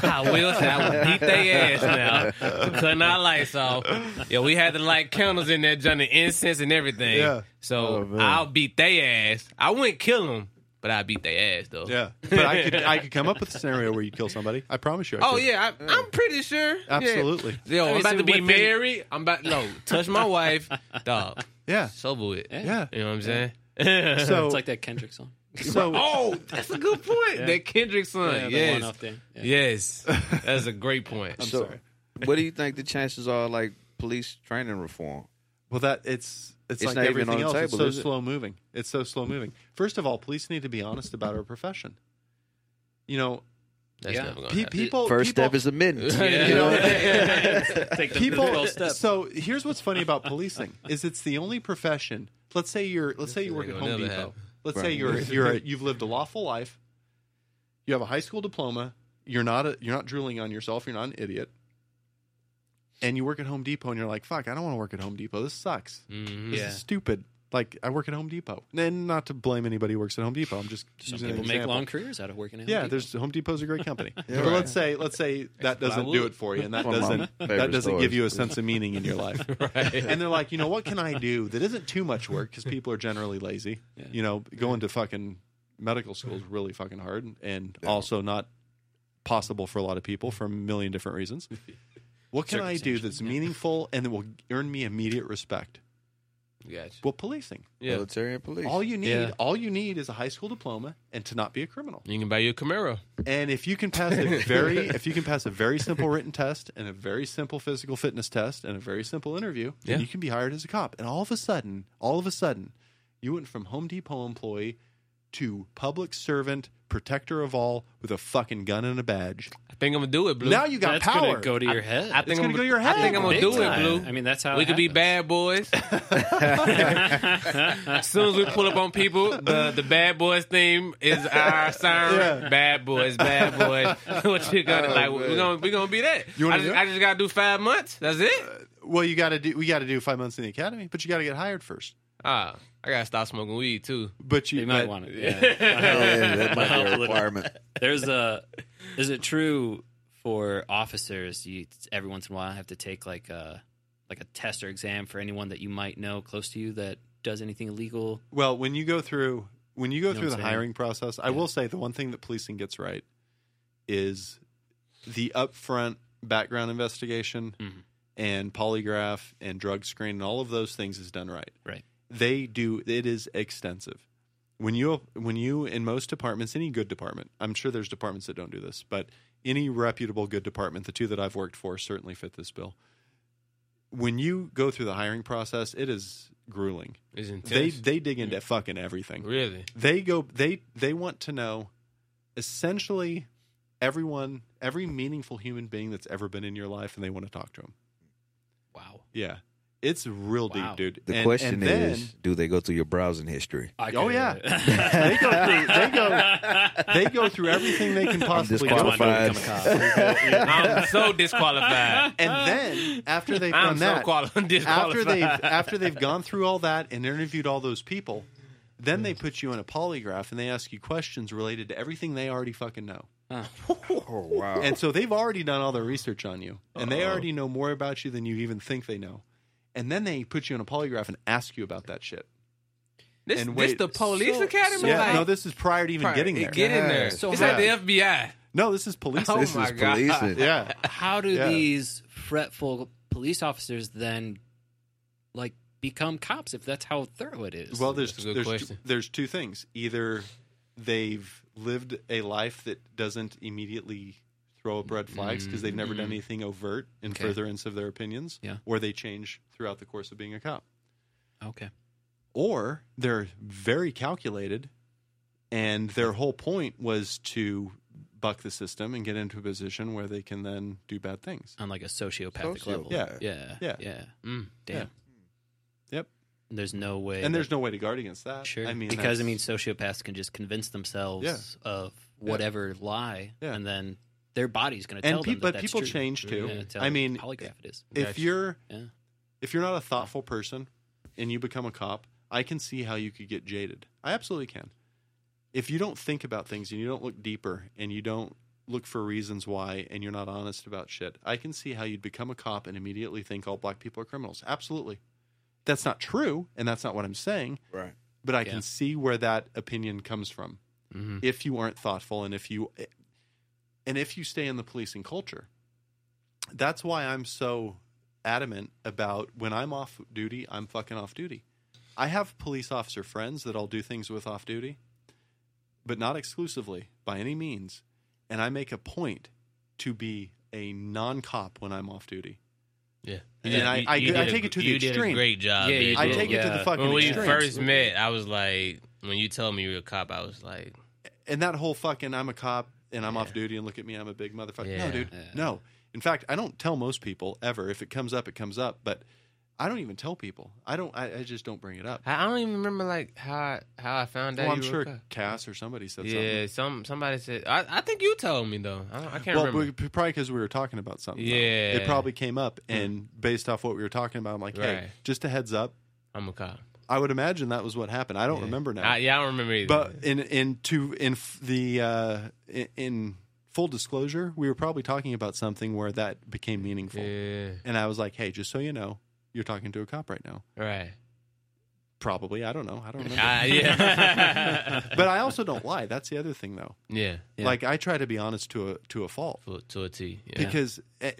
Speaker 2: I will say I would beat their ass now for cutting our lights off. Yeah, we had to light candles in there, Johnny, incense and everything.
Speaker 3: Yeah. Oh,
Speaker 2: So I'll beat their ass. I wouldn't kill them, but I beat their ass though.
Speaker 3: Yeah, but I could I could come up with a scenario where you kill somebody. I promise you. I
Speaker 2: Oh
Speaker 3: could.
Speaker 2: yeah, I, I'm pretty sure. Yeah.
Speaker 3: absolutely.
Speaker 2: Yo, I'm about
Speaker 5: so
Speaker 2: to be
Speaker 5: within-
Speaker 2: married. I'm about no touch my wife, dog.
Speaker 3: Yeah,
Speaker 2: Sober with. it.
Speaker 3: yeah.
Speaker 2: You know what I'm saying?
Speaker 3: So
Speaker 5: it's like that Kendrick song.
Speaker 3: so
Speaker 2: Oh, that's a good point. That Kendrick
Speaker 5: Yeah,
Speaker 2: son.
Speaker 5: the
Speaker 2: yes.
Speaker 5: one-off thing. Yeah.
Speaker 2: Yes. That's a great point.
Speaker 4: So, what do you think the chances are like police training reform?
Speaker 3: Well, that it's it's,
Speaker 4: It's
Speaker 3: like
Speaker 4: not even
Speaker 3: everything
Speaker 4: on the
Speaker 3: else. it's
Speaker 4: table,
Speaker 3: so
Speaker 4: is it?
Speaker 3: slow moving. It's so slow moving. First of all, police need to be honest about our profession. You know,
Speaker 2: That's
Speaker 5: Yeah.
Speaker 2: never gonna
Speaker 3: pe-
Speaker 2: happen.
Speaker 3: people.
Speaker 4: First
Speaker 3: people,
Speaker 4: step is admittance.
Speaker 2: Yeah.
Speaker 4: You know?
Speaker 7: Take the
Speaker 3: people.
Speaker 7: people step.
Speaker 3: So here's what's funny about policing is it's the only profession. Let's say you're. Let's say you work at
Speaker 2: ain't
Speaker 3: Home
Speaker 2: gonna
Speaker 3: Depot.
Speaker 2: never
Speaker 3: Let's say
Speaker 4: Right.
Speaker 3: you're you're a, you've lived a lawful life. You have a high school diploma. You're not a, you're not drooling on yourself. You're not an idiot. And you work at Home Depot, and you're like, "Fuck, I don't want to work at Home Depot. This sucks.
Speaker 2: Mhm.
Speaker 3: This
Speaker 5: Mm. Yeah.
Speaker 3: is stupid." Like I work at Home Depot, and not to blame anybody who works at Home Depot. I'm just
Speaker 5: Some
Speaker 3: using an
Speaker 5: people make
Speaker 3: example.
Speaker 5: long careers out of working at Home
Speaker 3: Yeah,
Speaker 5: Depot.
Speaker 3: there's Home Depot's a great company. but
Speaker 4: right.
Speaker 3: let's say let's say that doesn't do it for you, and that
Speaker 4: One of my
Speaker 3: doesn't that
Speaker 4: favorite
Speaker 3: doesn't
Speaker 4: stores.
Speaker 3: give you a sense of meaning in your life. And they're like, you know, what can I do that isn't too much work because people are generally lazy. You know, going to fucking medical school is really fucking hard, and also not possible for a lot of people for a million different reasons. What can I do that's meaningful and that will earn me immediate respect?
Speaker 2: Gotcha.
Speaker 3: Well, policing.
Speaker 2: Yeah.
Speaker 4: Military and police.
Speaker 3: All you need,
Speaker 5: Yeah.
Speaker 3: all you need, is a high school diploma and to not be a criminal.
Speaker 2: You can buy you a Camaro.
Speaker 3: And if you can pass a very if you can pass a very simple written test and a very simple physical fitness test and a very simple interview, then
Speaker 2: Yeah.
Speaker 3: you can be hired as a cop. And all of a sudden, all of a sudden, you went from Home Depot employee to public servant, protector of all, with a fucking gun and a badge.
Speaker 2: I think I'm gonna do it, Blue.
Speaker 3: Now you got
Speaker 5: That's
Speaker 3: power.
Speaker 5: gonna go to your head.
Speaker 2: I think
Speaker 3: gonna
Speaker 2: I'm
Speaker 3: go to your
Speaker 2: I think
Speaker 3: head.
Speaker 2: I'm gonna
Speaker 5: Big
Speaker 2: do
Speaker 5: time.
Speaker 2: it, Blue.
Speaker 5: I mean, that's how
Speaker 2: we
Speaker 5: it
Speaker 2: could be
Speaker 5: happens.
Speaker 2: bad boys. as soon as we pull up on people, the, the bad boys theme is our siren. Bad boys, bad boys. what you gonna like? We're
Speaker 4: man.
Speaker 2: gonna we gonna be that.
Speaker 3: You wanna
Speaker 2: I, just,
Speaker 3: do it?
Speaker 2: I just gotta do five months. That's it.
Speaker 3: well, you got to do we got to do five months in the academy, but you got to get hired first.
Speaker 2: Ah, I gotta stop smoking weed too.
Speaker 3: But you
Speaker 5: They might
Speaker 3: but-
Speaker 5: want it. Yeah.
Speaker 4: yeah, that might be
Speaker 5: Well,
Speaker 4: a requirement.
Speaker 5: There's a. Is it true for officers? You every once in a while have to take like a like a test or exam for anyone that you might know close to you that does anything illegal.
Speaker 3: Well, when you go through when you go
Speaker 5: know
Speaker 3: through the
Speaker 5: what I'm saying?
Speaker 3: hiring process, I will say the one thing that policing gets right is the upfront background investigation
Speaker 5: Mhm.
Speaker 3: and polygraph and drug screen and all of those things is done right.
Speaker 5: Right.
Speaker 3: They do it is extensive. When you when you in most departments, any good department, I'm sure there's departments that don't do this, but any reputable good department, the two that I've worked for certainly fit this bill. When you go through the hiring process, it is grueling
Speaker 2: It's
Speaker 3: they
Speaker 2: intense.
Speaker 3: they dig into fucking everything.
Speaker 2: really.
Speaker 3: They go they they want to know essentially everyone every meaningful human being that's ever been in your life and they want to talk to them.
Speaker 5: Wow.
Speaker 3: Yeah. It's real deep,
Speaker 5: Wow.
Speaker 3: dude.
Speaker 4: The
Speaker 3: And-
Speaker 4: question
Speaker 3: and then-
Speaker 4: is, do they go through your browsing history?
Speaker 5: I
Speaker 3: Oh
Speaker 5: could-
Speaker 3: yeah. they go through they go they go through everything they can possibly do.
Speaker 5: That's
Speaker 4: Qualified.
Speaker 5: why I wanted to become a cop.
Speaker 2: I'm so disqualified.
Speaker 3: And then after they've done
Speaker 2: I'm so
Speaker 3: that,
Speaker 2: quali- disqualified.
Speaker 3: after they've after they've gone through all that and interviewed all those people, then
Speaker 2: Mm.
Speaker 3: they put you on a polygraph and they ask you questions related to everything they already fucking know.
Speaker 4: Oh wow!
Speaker 3: And so they've already done all their research on you, and they already know more about you than you even think they know. And then they put you on a polygraph and ask you about that shit.
Speaker 2: this,
Speaker 3: and
Speaker 2: this
Speaker 3: wait,
Speaker 2: the police
Speaker 5: so-
Speaker 2: academy.
Speaker 3: yeah,
Speaker 2: like,
Speaker 3: no, this is prior to even
Speaker 2: prior-
Speaker 3: getting there.
Speaker 2: Get in there.
Speaker 4: Yes.
Speaker 2: it's
Speaker 5: So
Speaker 2: like the
Speaker 5: Uh,
Speaker 2: FBI.
Speaker 3: no, this is police.
Speaker 2: Oh
Speaker 4: this
Speaker 2: my
Speaker 4: is
Speaker 2: God.
Speaker 4: policing.
Speaker 3: yeah,
Speaker 5: How do
Speaker 3: Yeah.
Speaker 5: these fretful police officers then like become cops if that's how thorough it is?
Speaker 3: Well, there's
Speaker 2: That's a good
Speaker 3: there's
Speaker 2: question.
Speaker 3: there's two things. Either they've lived a life that doesn't immediately throw up red flags because they've never done
Speaker 2: Mm-hmm.
Speaker 3: anything overt in
Speaker 5: Okay.
Speaker 3: furtherance of their opinions,
Speaker 5: Yeah.
Speaker 3: or they change throughout the course of being a cop,
Speaker 5: okay.
Speaker 3: or they're very calculated, and their whole point was to buck the system and get into a position where they can then do bad things.
Speaker 5: On like a sociopathic
Speaker 4: Sociopath.
Speaker 5: level.
Speaker 3: Yeah.
Speaker 5: Yeah.
Speaker 3: Yeah.
Speaker 5: Yeah.
Speaker 2: Mm.
Speaker 5: Damn.
Speaker 3: Yep.
Speaker 5: There's no way
Speaker 3: And
Speaker 5: that-
Speaker 3: there's no way to guard against that.
Speaker 5: Sure.
Speaker 3: I mean,
Speaker 5: because
Speaker 3: that's-
Speaker 5: I mean, sociopaths can just convince themselves of whatever lie,
Speaker 3: Yeah.
Speaker 5: and then their body's going to tell
Speaker 3: and pe-
Speaker 5: them. That
Speaker 3: but
Speaker 5: that's
Speaker 3: people
Speaker 5: true.
Speaker 3: change too.
Speaker 5: Yeah, tell
Speaker 3: I
Speaker 5: them
Speaker 3: mean,
Speaker 5: polygraph it is.
Speaker 3: if
Speaker 2: Gotcha.
Speaker 3: you're
Speaker 5: Yeah.
Speaker 3: if you're not a thoughtful person and you become a cop, I can see how you could get jaded. I absolutely can. If you don't think about things and you don't look deeper and you don't look for reasons why and you're not honest about shit, I can see how you'd become a cop and immediately think all black people are criminals. Absolutely. That's not true and that's not what I'm saying,
Speaker 4: Right.
Speaker 3: but I
Speaker 5: Yeah.
Speaker 3: can see where that opinion comes from
Speaker 2: Mm-hmm.
Speaker 3: if you aren't thoughtful and if you and if you stay in the policing culture that's why i'm so adamant about when i'm off duty i'm fucking off duty i have police officer friends that i'll do things with off duty but not exclusively by any means and i make a point to be a non-cop when i'm off duty
Speaker 2: Yeah.
Speaker 3: And I- I- I take it to the
Speaker 2: you did
Speaker 3: extreme.
Speaker 2: A great job.
Speaker 5: Yeah, you
Speaker 2: man.
Speaker 3: I
Speaker 5: did,
Speaker 3: take it to
Speaker 5: yeah.
Speaker 3: the fucking
Speaker 2: when we
Speaker 3: extremes.
Speaker 2: first met, I was like, when you told me you were a cop, I was like,
Speaker 3: and that whole fucking I'm a cop and I'm off duty and look at me I'm a big motherfucker.
Speaker 2: Yeah.
Speaker 3: No, dude, no. In fact, I don't tell most people ever. If it comes up, it comes up. But I don't even tell people. I don't. I, I just don't bring it up.
Speaker 2: I I don't even remember like how I, how I found out.
Speaker 3: Well, Oh, I'm
Speaker 2: you were
Speaker 3: sure
Speaker 2: a cop.
Speaker 3: Cass or somebody said
Speaker 2: Yeah, some somebody said. I, I think you told me though. I, don't- I can't
Speaker 3: something. Well,
Speaker 2: remember.
Speaker 3: we, probably because we were talking about something. though.
Speaker 2: Yeah. Hmm.
Speaker 3: it probably came up, and based off what we were talking about, I'm like, hey,
Speaker 2: Right.
Speaker 3: just a heads up.
Speaker 2: I'm a cop.
Speaker 3: I would imagine that was what happened. I don't remember now.
Speaker 2: I, yeah, I don't remember either.
Speaker 3: But in in to in f- the uh, in, in full disclosure, we were probably talking about something where that became meaningful.
Speaker 2: yeah,
Speaker 3: And I was like, hey, just so you know, you're talking to a cop right now.
Speaker 2: right.
Speaker 3: Probably. I don't know. I don't remember.
Speaker 2: I, Ah, yeah,
Speaker 3: but I also don't lie. That's the other thing, though.
Speaker 2: yeah.
Speaker 3: Like I try to be honest to a to a fault
Speaker 2: Full- to a T. Yeah.
Speaker 3: because uh,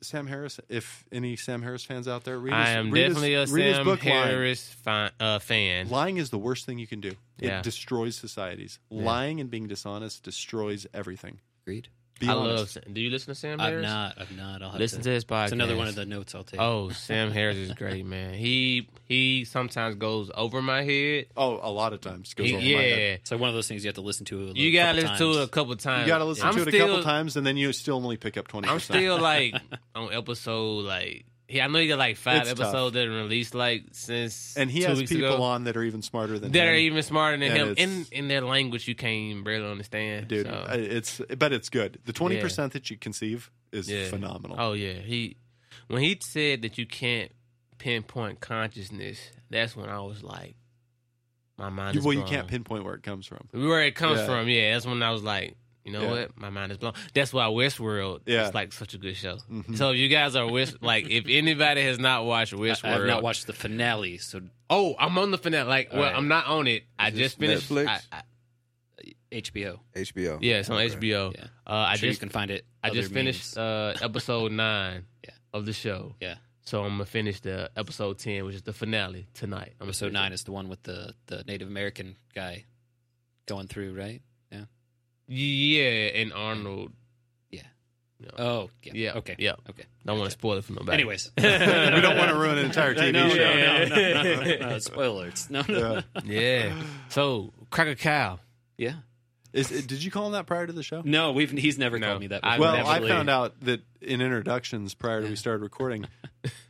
Speaker 3: Sam Harris. If any Sam Harris fans out there, read his,
Speaker 2: I am
Speaker 3: read his-
Speaker 2: definitely
Speaker 3: read
Speaker 2: a
Speaker 3: his
Speaker 2: Sam
Speaker 3: book, Lying.
Speaker 2: Harris fan. Uh, fan.
Speaker 3: Lying is the worst thing you can do.
Speaker 2: Yeah.
Speaker 3: It destroys societies.
Speaker 2: Yeah.
Speaker 3: Lying and being dishonest destroys everything.
Speaker 5: Agreed.
Speaker 3: Be
Speaker 2: I
Speaker 3: honest.
Speaker 2: love. Sam- Do you listen to Sam
Speaker 5: I've
Speaker 2: Harris?
Speaker 5: not. I've not. Uh, I'll have
Speaker 2: Listen to his podcast.
Speaker 5: It's another one of the notes I'll take.
Speaker 2: Oh, Sam Harris is great, man. He he sometimes goes over my head.
Speaker 3: Oh, a lot of times goes
Speaker 2: He-
Speaker 3: over my head.
Speaker 2: yeah,
Speaker 5: It's like one of those things you have to listen to. A
Speaker 2: you
Speaker 5: got
Speaker 2: gotta listen to it a couple times.
Speaker 3: You got to listen
Speaker 2: I'm
Speaker 3: to it a
Speaker 2: still-
Speaker 3: couple times, and then you still only pick up twenty.
Speaker 2: I'm still like on episode like he. I know he got like five
Speaker 3: It's tough.
Speaker 2: episodes that are released like since
Speaker 3: and he
Speaker 2: two
Speaker 3: has
Speaker 2: weeks
Speaker 3: people
Speaker 2: ago
Speaker 3: on that are even smarter than
Speaker 2: that
Speaker 3: him.
Speaker 2: are even smarter than
Speaker 3: And
Speaker 2: him in
Speaker 3: it's-
Speaker 2: in their language you can't barely understand.
Speaker 3: dude.
Speaker 2: so.
Speaker 3: uh, It's but it's good. The twenty percent that you conceive is
Speaker 2: Yeah.
Speaker 3: phenomenal.
Speaker 2: Oh yeah, he when he said that you can't pinpoint consciousness, that's when I was like, my mind.
Speaker 3: You-
Speaker 2: is
Speaker 3: well, you
Speaker 2: blown.
Speaker 3: can't pinpoint where it comes from.
Speaker 2: where it comes
Speaker 3: Yeah.
Speaker 2: from. Yeah, that's when I was like, you know
Speaker 3: Yeah.
Speaker 2: what, my mind is blown. That's why Westworld
Speaker 3: Yeah.
Speaker 2: is like such a good show.
Speaker 3: Mhm.
Speaker 2: So if you guys are West, like if anybody has not watched Westworld,
Speaker 5: I've not watched the finale, so
Speaker 2: Oh, I'm on the finale. Like, well,
Speaker 5: All right.
Speaker 2: I'm not on it. I
Speaker 4: Is
Speaker 2: just
Speaker 4: this
Speaker 2: finished.
Speaker 4: Netflix?
Speaker 2: I, I,
Speaker 5: HBO.
Speaker 4: HBO.
Speaker 2: yeah, it's on
Speaker 4: Okay.
Speaker 2: HBO.
Speaker 5: Yeah.
Speaker 2: Uh, I
Speaker 5: I'm sure you
Speaker 2: just
Speaker 5: can find it.
Speaker 2: I
Speaker 5: other
Speaker 2: just finished
Speaker 5: means.
Speaker 2: uh, episode nine
Speaker 5: Yeah.
Speaker 2: of the show.
Speaker 5: Yeah.
Speaker 2: So I'm gonna finish the episode ten, which is the finale tonight. I'm gonna
Speaker 5: Episode
Speaker 2: finish
Speaker 5: nine
Speaker 2: it.
Speaker 5: is the one with the the Native American guy going through, right?
Speaker 2: Yeah, and
Speaker 5: Mm.
Speaker 2: Arnold.
Speaker 5: Oh, yeah.
Speaker 2: Yeah.
Speaker 5: Okay.
Speaker 2: Yeah.
Speaker 5: Okay.
Speaker 2: Don't want to spoil it for nobody.
Speaker 5: Anyways,
Speaker 3: we don't want to ruin an entire TV
Speaker 5: no, no,
Speaker 3: show.
Speaker 5: no, no, no, no, no, spoilers. No, no.
Speaker 3: Yeah.
Speaker 2: Yeah. So Cracker Cow.
Speaker 5: Yeah.
Speaker 3: Is, it- did you call him that prior to the show?
Speaker 5: No, we've he's never called me that.
Speaker 2: I
Speaker 5: Before.
Speaker 3: well, I
Speaker 2: definitely-
Speaker 3: found out that in introductions prior to we started recording,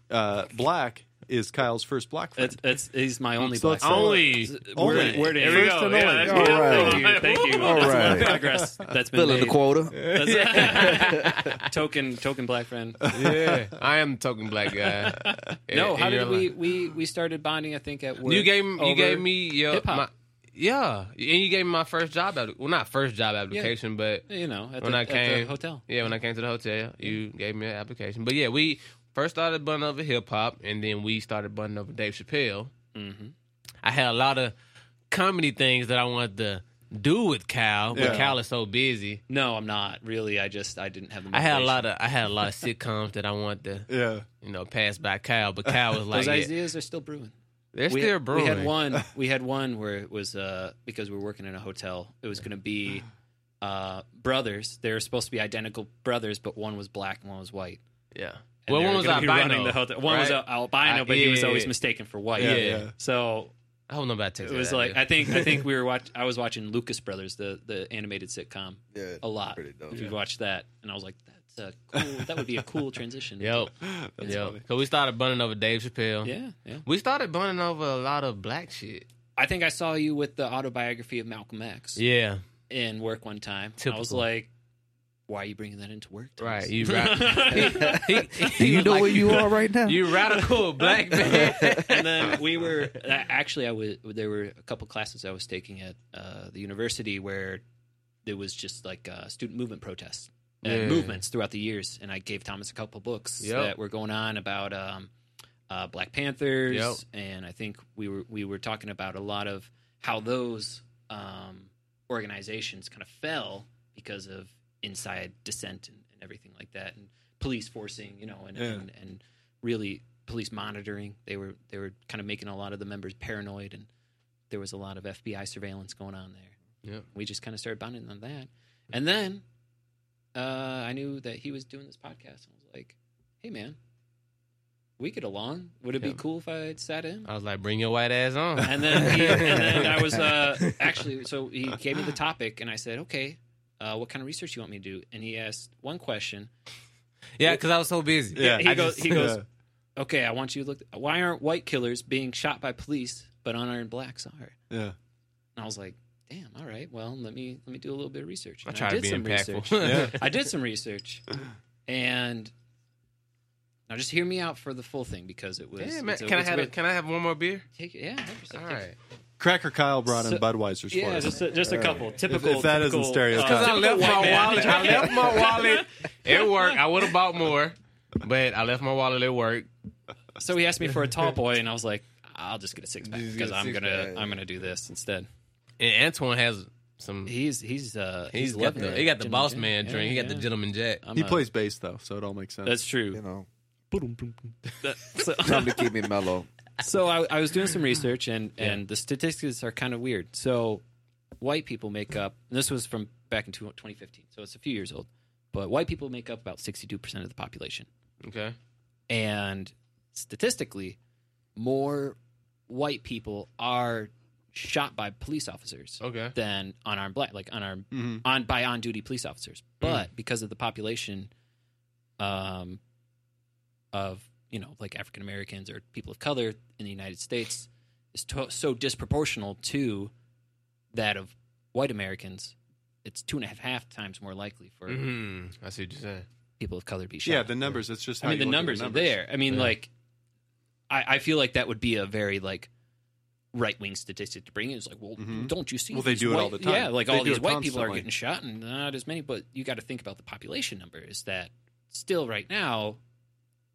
Speaker 3: uh, Black is Kyle's first black friend.
Speaker 5: It's, it's, he's my only
Speaker 3: So
Speaker 5: black
Speaker 3: it's
Speaker 5: friend.
Speaker 2: only-
Speaker 5: We're,
Speaker 3: only.
Speaker 5: we're to
Speaker 2: There we
Speaker 5: first
Speaker 2: go.
Speaker 5: and
Speaker 2: Yeah,
Speaker 5: only.
Speaker 2: that's
Speaker 5: All
Speaker 2: good.
Speaker 5: right.
Speaker 2: All right.
Speaker 5: Thank you. Thank you.
Speaker 2: All
Speaker 5: That's one
Speaker 4: right.
Speaker 5: Progress. That's been
Speaker 4: Fill in the
Speaker 5: made.
Speaker 4: quota.
Speaker 5: That's- token token black friend.
Speaker 2: Yeah, I am the token black guy.
Speaker 5: No,
Speaker 2: In-
Speaker 5: how
Speaker 2: in your
Speaker 5: did we,
Speaker 2: life.
Speaker 5: we we started bonding? I think at work.
Speaker 2: You gave me- you
Speaker 5: over-
Speaker 2: gave me your
Speaker 5: hip-hop.
Speaker 2: my- yeah, and you gave me my first job. app- Well, not first job application, but
Speaker 5: you know at,
Speaker 2: when
Speaker 5: the,
Speaker 2: I came
Speaker 5: at the hotel.
Speaker 2: Yeah, when I came to the hotel, you gave me an application. But yeah, we first started bunning over hip hop, and then we started bunning over Dave Chappelle.
Speaker 5: Mm-hmm.
Speaker 2: I had a lot of comedy things that I wanted to do with Cal, but
Speaker 3: Yeah.
Speaker 2: Cal is so busy.
Speaker 5: No, I'm not really. I just I didn't have the.
Speaker 2: I had a
Speaker 5: motivation.
Speaker 2: lot of I had a lot of sitcoms that I wanted to
Speaker 3: yeah.
Speaker 2: you know pass by Cal, but Cal was like,
Speaker 5: Those
Speaker 2: yeah,
Speaker 5: ideas are still brewing.
Speaker 2: they're
Speaker 5: we,
Speaker 2: still
Speaker 5: we
Speaker 2: brewing.
Speaker 5: had one. We had one where it was uh, because we were working in a hotel. It was going to be uh, brothers. They were supposed to be identical brothers, but one was black and one was white.
Speaker 2: Yeah.
Speaker 5: And
Speaker 2: well,
Speaker 5: they
Speaker 2: one
Speaker 5: were
Speaker 2: was
Speaker 5: gonna be running
Speaker 2: albino.
Speaker 5: The hotel. One was
Speaker 2: right?
Speaker 5: al- albino,
Speaker 2: Uh,
Speaker 5: but he was
Speaker 2: yeah,
Speaker 5: always
Speaker 2: yeah.
Speaker 5: mistaken for white.
Speaker 2: Yeah,
Speaker 3: yeah.
Speaker 5: So
Speaker 2: I don't know about Texas.
Speaker 5: it was
Speaker 2: that,
Speaker 5: like
Speaker 2: dude.
Speaker 5: I think I think we were watch. I was watching Lucas Brothers, the the animated sitcom,
Speaker 4: Yeah,
Speaker 5: a lot.
Speaker 4: pretty dope.
Speaker 5: If you watched that, and I was like, that's a cool. that would be a cool transition.
Speaker 2: Yep.
Speaker 5: That's
Speaker 2: Yep.
Speaker 5: funny.
Speaker 2: So we started bunning over Dave Chappelle.
Speaker 5: Yeah, yeah.
Speaker 2: We started bunning over a lot of black shit.
Speaker 5: I think I saw you with the autobiography of Malcolm X
Speaker 2: Yeah.
Speaker 5: in work one time. I was
Speaker 2: Typical.
Speaker 5: like, why are you bringing that into work? Thomas?
Speaker 2: Right. You right. he, he,
Speaker 4: Do you
Speaker 2: was
Speaker 4: know
Speaker 2: like,
Speaker 4: where you are right now?
Speaker 2: You radical black man.
Speaker 5: and then we were actually I was there were a couple classes I was taking at uh, the university where there was just like uh, student movement protests and
Speaker 2: Yeah.
Speaker 5: movements throughout the years, and I gave Thomas a couple books
Speaker 2: Yep.
Speaker 5: that were going on about um, uh, Black Panthers,
Speaker 2: Yep.
Speaker 5: and I think we were we were talking about a lot of how those um, organizations kind of fell because of inside dissent and, and everything like that, and police forcing, you know, and
Speaker 3: Yeah.
Speaker 5: and, and really police monitoring. They were they were kind of making a lot of the members paranoid, and there was a lot of FBI surveillance going on there.
Speaker 2: Yeah.
Speaker 5: we just kind of started bonding on that, and then uh, I knew that he was doing this podcast, and I was like, "Hey, man, we get along. Would it be cool if I had sat in?
Speaker 2: I was like, bring your white ass on.
Speaker 5: And then, he, and then I was uh, actually, so he gave me the topic, and I said, okay, uh, what kind of research you want me to do? And he asked one question.
Speaker 2: yeah, because I was so busy.
Speaker 3: Yeah.
Speaker 5: He
Speaker 3: I
Speaker 5: goes,
Speaker 3: just-
Speaker 5: he goes,
Speaker 3: yeah.
Speaker 5: okay, I want you to look. Why aren't white killers being shot by police, but unarmed blacks are? And
Speaker 3: Yeah.
Speaker 5: I was like, damn, all right, well, let me let me do a little bit of research.
Speaker 2: I
Speaker 5: And
Speaker 2: try to
Speaker 5: did
Speaker 2: be
Speaker 5: some
Speaker 2: impactful.
Speaker 5: research. I did some research, and now just hear me out for the full thing because it was.
Speaker 2: Yeah, man.
Speaker 5: it's a-
Speaker 2: Can I
Speaker 5: it's
Speaker 2: have a,
Speaker 5: weird.
Speaker 2: can I have one more beer?
Speaker 5: Take it- yeah, 100%.
Speaker 2: All right.
Speaker 3: Cracker Kyle brought in
Speaker 5: So-
Speaker 3: Budweiser's for
Speaker 5: Yeah,
Speaker 3: us.
Speaker 5: just a, just a couple. Typical.
Speaker 3: if that isn't
Speaker 5: typical,
Speaker 3: stereotype.
Speaker 5: uh,
Speaker 2: Because I
Speaker 5: typical
Speaker 2: left
Speaker 5: white
Speaker 2: my
Speaker 5: man.
Speaker 2: wallet. I left my wallet at work. I would have bought more, but I left my wallet at work.
Speaker 5: So he asked me for a tall boy, and I was like, I'll just get a six pack
Speaker 4: Just get
Speaker 5: because
Speaker 4: a
Speaker 5: I'm
Speaker 4: six-pack,
Speaker 5: gonna
Speaker 4: yeah.
Speaker 5: I'm gonna do this instead.
Speaker 2: And Antoine has some.
Speaker 5: He's he's uh
Speaker 2: He's got
Speaker 5: loving
Speaker 2: the,
Speaker 5: it.
Speaker 2: he got the
Speaker 5: Gentleman
Speaker 2: boss
Speaker 5: Jack.
Speaker 2: man
Speaker 5: Yeah,
Speaker 2: drink. He got the
Speaker 5: yeah.
Speaker 2: gentleman jack.
Speaker 5: I'm
Speaker 3: He
Speaker 5: a-
Speaker 3: plays bass though, so it all makes sense.
Speaker 5: That's true.
Speaker 4: You know,
Speaker 5: That- so
Speaker 4: something to keep me mellow.
Speaker 5: so I, I was doing some research, and and the statistics are kind of weird. So white people make up. And this was from back in two- 2015, so it's a few years old. But white people make up about 62 percent of the population.
Speaker 2: Okay.
Speaker 5: and statistically, more white people are shot by police officers
Speaker 2: Okay.
Speaker 5: than unarmed black, like unarmed
Speaker 3: Mhm.
Speaker 5: on by on duty police officers. But because of the population, um, of you know like African Americans or people of color in the United States is to- so disproportional to that of white Americans. It's two and a half half times more likely for
Speaker 2: hmm
Speaker 3: Mm-hmm.
Speaker 2: I see what you're saying.
Speaker 5: people of color to be shot.
Speaker 3: yeah, the numbers. It's just how
Speaker 5: I mean,
Speaker 3: you
Speaker 5: the
Speaker 3: look at
Speaker 5: numbers, are there. I mean,
Speaker 2: Yeah.
Speaker 5: like, I, I feel like that would be a very like right wing statistic to bring in. It's like, well,
Speaker 3: Mhm.
Speaker 5: don't you see?
Speaker 3: Well, they
Speaker 5: these
Speaker 3: do it all
Speaker 5: white-
Speaker 3: the time.
Speaker 5: Yeah, like
Speaker 3: They
Speaker 5: all
Speaker 3: do
Speaker 5: these
Speaker 3: it
Speaker 5: white people are
Speaker 3: constantly.
Speaker 5: getting shot, and not as many. But you got to think about the population number. Is that still right now,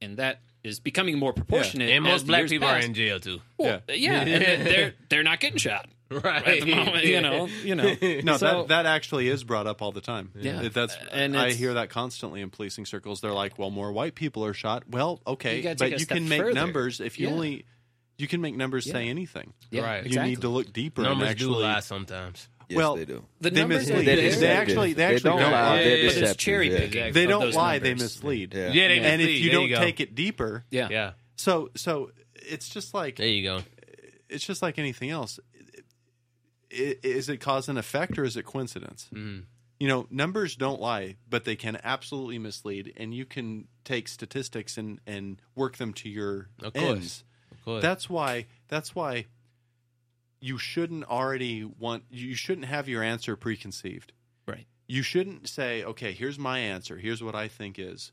Speaker 5: and that is becoming more proportionate.
Speaker 2: And
Speaker 5: as
Speaker 2: most
Speaker 5: the
Speaker 2: black
Speaker 5: years
Speaker 2: people
Speaker 5: pass.
Speaker 2: are in jail too.
Speaker 5: Well, yeah, and then they're they're not getting shot.
Speaker 2: Right.
Speaker 5: At the moment, you know, you know.
Speaker 3: No,
Speaker 5: So-
Speaker 3: that that actually is brought up all the time.
Speaker 5: Yeah.
Speaker 3: It- that's
Speaker 5: And
Speaker 3: and I
Speaker 5: it's-
Speaker 3: hear that constantly in policing circles. They're like, "Well, more white people are shot." Well, okay,
Speaker 5: You gotta take
Speaker 3: but
Speaker 5: it a
Speaker 3: you
Speaker 5: step
Speaker 3: can make
Speaker 5: further.
Speaker 3: numbers if you
Speaker 5: Yeah.
Speaker 3: only you can make numbers say
Speaker 5: Yeah.
Speaker 3: anything.
Speaker 5: Yeah,
Speaker 2: Right. You
Speaker 5: exactly.
Speaker 3: You need to look deeper.
Speaker 2: Numbers
Speaker 3: and
Speaker 2: do
Speaker 3: actually,
Speaker 2: lie sometimes.
Speaker 4: Yes,
Speaker 3: Well,
Speaker 4: they do.
Speaker 5: The
Speaker 3: they
Speaker 5: numbers are
Speaker 3: mislead.
Speaker 5: there.
Speaker 3: They, they actually they
Speaker 4: They
Speaker 3: actually
Speaker 4: don't
Speaker 3: don't
Speaker 4: lie,
Speaker 3: lie.
Speaker 4: they're
Speaker 5: but it's
Speaker 4: deceptive,
Speaker 5: cherry
Speaker 4: yeah.
Speaker 5: picking.
Speaker 3: They
Speaker 5: of
Speaker 3: don't
Speaker 5: those
Speaker 3: lie. They
Speaker 5: numbers.
Speaker 3: mislead.
Speaker 4: Yeah.
Speaker 2: Yeah, they
Speaker 3: And if
Speaker 2: mislead.
Speaker 3: you
Speaker 2: There
Speaker 3: don't
Speaker 2: go.
Speaker 3: take it deeper,
Speaker 5: Yeah.
Speaker 2: yeah,
Speaker 3: so so it's just like
Speaker 2: there you go.
Speaker 3: it's just like anything else. I- Is it cause and effect or is it coincidence?
Speaker 2: Mm.
Speaker 3: You know, numbers don't lie, but they can absolutely mislead, and you can take statistics and and work them to your
Speaker 2: Of course.
Speaker 3: ends.
Speaker 2: Cool.
Speaker 3: That's why. That's why. You shouldn't already want. You shouldn't have your answer preconceived.
Speaker 5: Right.
Speaker 3: You shouldn't say, "Okay, here's my answer. Here's what I think is."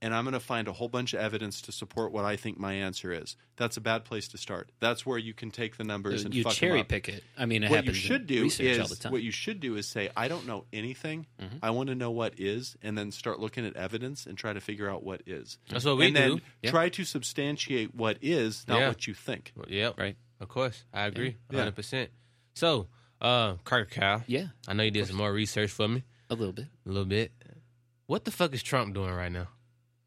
Speaker 3: and I'm going to find a whole bunch of evidence to support what I think my answer is. That's a bad place to start. That's where you can take the numbers and
Speaker 5: Uh, you
Speaker 3: fuck 'em
Speaker 5: cherry
Speaker 3: up.
Speaker 5: pick it. I mean, it
Speaker 3: What you
Speaker 5: happens.
Speaker 3: should
Speaker 5: in
Speaker 3: do
Speaker 5: research
Speaker 3: is
Speaker 5: all the time.
Speaker 3: what you should do is say, I don't know anything.
Speaker 5: Mhm.
Speaker 3: I want to know what is, and then start looking at evidence and try to figure out what is.
Speaker 2: That's what we
Speaker 3: and
Speaker 2: do.
Speaker 3: then try to substantiate what is, not
Speaker 2: Yeah.
Speaker 3: what you think.
Speaker 2: Well, Yep.
Speaker 5: Right.
Speaker 2: Of course. I agree.
Speaker 3: Yeah.
Speaker 2: 100%. So, uh, Carter Cow,
Speaker 5: yeah,
Speaker 2: I know you did some more research for me
Speaker 5: a little bit.
Speaker 2: a little bit. What the fuck is Trump doing right now?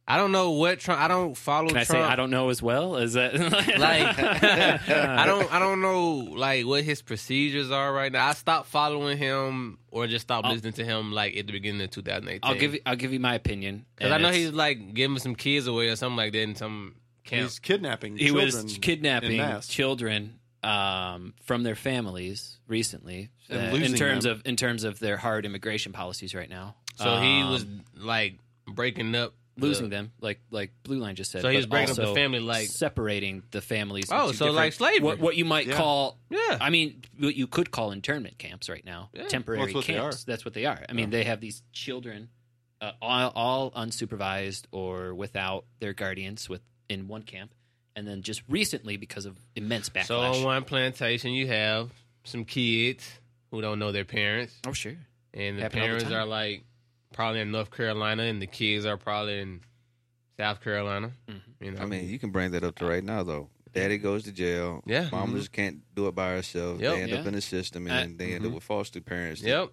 Speaker 2: I don't know what Trump. I don't follow
Speaker 5: Can I say
Speaker 2: Trump.
Speaker 5: I don't know as well? Is that
Speaker 2: like I don't I don't know like what his procedures are right now. I stopped following him or just stopped
Speaker 5: I'll-
Speaker 2: listening to him like at the beginning of 2018.
Speaker 5: I'll give you, I'll give you my opinion
Speaker 2: because I
Speaker 5: and
Speaker 2: know
Speaker 5: it's-
Speaker 2: he's like giving some kids away or something like that in some camp.
Speaker 3: He's kidnapping.
Speaker 5: he
Speaker 3: children
Speaker 5: was
Speaker 3: in
Speaker 5: kidnapping
Speaker 3: mass.
Speaker 5: children um, from their families recently uh,
Speaker 3: And
Speaker 5: in
Speaker 3: losing
Speaker 5: terms
Speaker 3: them.
Speaker 5: of in terms of their hard immigration policies right now.
Speaker 2: so he
Speaker 5: Um,
Speaker 2: was like breaking up, the-
Speaker 5: losing them, like like Blue Line just said.
Speaker 2: So he
Speaker 5: but
Speaker 2: was breaking up the
Speaker 5: also
Speaker 2: family, like-
Speaker 5: separating the families.
Speaker 2: Oh,
Speaker 5: into
Speaker 2: so like
Speaker 5: different-
Speaker 2: slavery.
Speaker 5: What, what you might
Speaker 3: Yeah.
Speaker 5: call
Speaker 2: Yeah.
Speaker 5: I mean, what you could call internment camps right now,
Speaker 2: Yeah.
Speaker 5: temporary
Speaker 3: Well, that's what they
Speaker 5: camps. That's what they are. I mean, they have these children, uh, all, all unsupervised or without their guardians, with in one camp, and then just recently because of immense backlash.
Speaker 2: So on one plantation, you have some kids who don't know their parents,
Speaker 5: oh sure,
Speaker 2: and the
Speaker 5: Happen all the
Speaker 2: parents
Speaker 5: time.
Speaker 2: are like probably in North Carolina, and the kids are probably in South Carolina.
Speaker 5: Mm-hmm.
Speaker 2: You know,
Speaker 4: I mean, you can bring that up to right now though. Daddy goes to jail.
Speaker 2: Yeah.
Speaker 4: Mom just can't do it by herself.
Speaker 2: Yep.
Speaker 4: They end up
Speaker 5: Yeah.
Speaker 4: in the system
Speaker 5: Uh,
Speaker 4: and they end up with foster parents. that
Speaker 2: Mm-hmm. yep,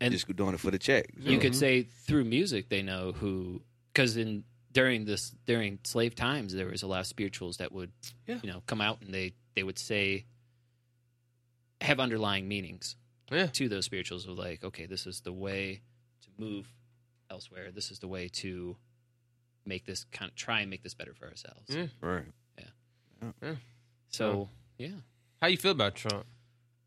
Speaker 5: And-
Speaker 4: just doing it for the check.
Speaker 5: you could say through music they know who, because in during this during slave times there was a lot of spirituals that would,
Speaker 2: Yeah.
Speaker 5: you know, come out and they they would say have underlying meanings.
Speaker 2: yeah.
Speaker 5: to those spirituals of like, okay, this is the way to move elsewhere. This is the way to make this kind of try and make this better for ourselves.
Speaker 2: Yeah.
Speaker 4: Right.
Speaker 5: So yeah,
Speaker 2: How you feel about Trump?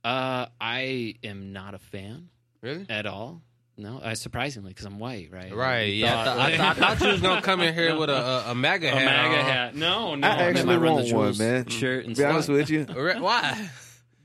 Speaker 5: uh, I am not a fan
Speaker 2: Really?
Speaker 5: at all. No, uh, surprisingly, because I'm white, right?
Speaker 2: Right.
Speaker 5: You
Speaker 2: Yeah. I,
Speaker 5: thought-
Speaker 2: thought- I, thought- I thought you was gonna come in here with a a, a MAGA
Speaker 5: a
Speaker 2: hat.
Speaker 5: MAGA
Speaker 2: on.
Speaker 5: hat. No, no.
Speaker 8: I actually
Speaker 5: I'm in my Run the
Speaker 8: want one,
Speaker 5: Jewels
Speaker 2: Mm.
Speaker 5: Mm-hmm.
Speaker 8: man.
Speaker 5: Shirt and
Speaker 8: Be honest
Speaker 5: stuff.
Speaker 8: with you,
Speaker 2: Re- Why?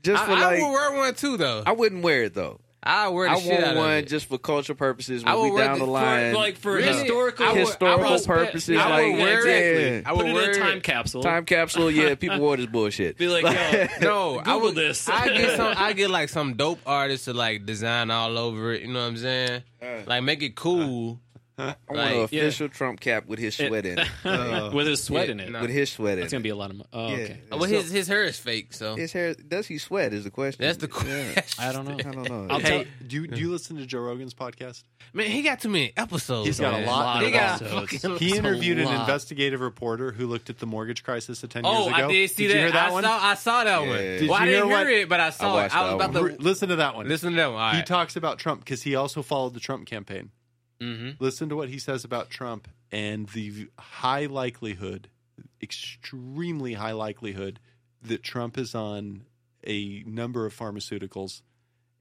Speaker 8: just
Speaker 2: I,
Speaker 8: for
Speaker 2: I
Speaker 8: like,
Speaker 2: would wear one too, though.
Speaker 4: I wouldn't wear it though.
Speaker 2: I would wear the
Speaker 4: I
Speaker 2: shit out of
Speaker 4: want one
Speaker 2: it.
Speaker 4: just for cultural purposes
Speaker 2: I would
Speaker 4: when we
Speaker 2: wear
Speaker 4: down
Speaker 2: the- for,
Speaker 4: the line.
Speaker 5: like for
Speaker 2: Really?
Speaker 5: historical
Speaker 2: I would- I
Speaker 4: historical
Speaker 2: would-
Speaker 4: purposes,
Speaker 2: I would
Speaker 4: like
Speaker 2: wear it.
Speaker 4: exactly.
Speaker 2: I would
Speaker 5: Put it
Speaker 2: wear
Speaker 5: in a time capsule.
Speaker 4: time capsule. Yeah, people wore this bullshit.
Speaker 5: Be like, yo,
Speaker 2: No, I
Speaker 5: Google
Speaker 2: would.
Speaker 5: this.
Speaker 2: I get some. I get like some dope artist to like design all over it. You know what I'm saying?
Speaker 3: Uh,
Speaker 2: Like make it cool.
Speaker 4: I want an
Speaker 2: Like,
Speaker 5: yeah.
Speaker 4: official Trump cap with his sweat in it.
Speaker 5: with his sweat
Speaker 2: Yeah,
Speaker 5: in it.
Speaker 2: no.
Speaker 4: With his sweat in
Speaker 5: It's gonna
Speaker 4: it.
Speaker 5: be a lot of. Mo- oh,
Speaker 4: Yeah.
Speaker 5: okay.
Speaker 3: uh,
Speaker 2: Well, his his hair is fake, so
Speaker 4: His hair. Does he sweat? Is the question.
Speaker 2: that's the
Speaker 4: Yeah.
Speaker 2: question.
Speaker 5: I don't know.
Speaker 4: I don't know.
Speaker 5: I'll
Speaker 4: Yeah.
Speaker 5: tell-
Speaker 3: Hey, do you, do you listen to Joe Rogan's podcast?
Speaker 2: Man, he got too many episodes.
Speaker 3: He's got a
Speaker 2: man.
Speaker 3: lot
Speaker 5: lot
Speaker 2: He
Speaker 5: of
Speaker 2: got
Speaker 5: episodes.
Speaker 2: fucking-
Speaker 3: He
Speaker 2: a
Speaker 3: interviewed an
Speaker 2: lot.
Speaker 3: investigative reporter who looked at the mortgage crisis of ten
Speaker 2: Oh,
Speaker 3: years ago.
Speaker 2: I did see that.
Speaker 3: You hear that
Speaker 2: I
Speaker 3: one?
Speaker 2: saw. I saw that one.
Speaker 4: Did
Speaker 2: well, I
Speaker 3: you
Speaker 2: didn't
Speaker 3: hear
Speaker 2: hear
Speaker 3: what-
Speaker 2: it, but I saw
Speaker 4: I
Speaker 2: it. I was
Speaker 4: watched
Speaker 2: about
Speaker 4: that
Speaker 2: to
Speaker 3: R- Listen to that one.
Speaker 2: listen to that one. All
Speaker 3: he
Speaker 2: right.
Speaker 3: talks about Trump because he also followed the Trump
Speaker 2: Mm-hmm.
Speaker 3: campaign.
Speaker 5: Mhm.
Speaker 3: Listen to what he says about Trump and the high likelihood, extremely high likelihood, that Trump is on a number of pharmaceuticals,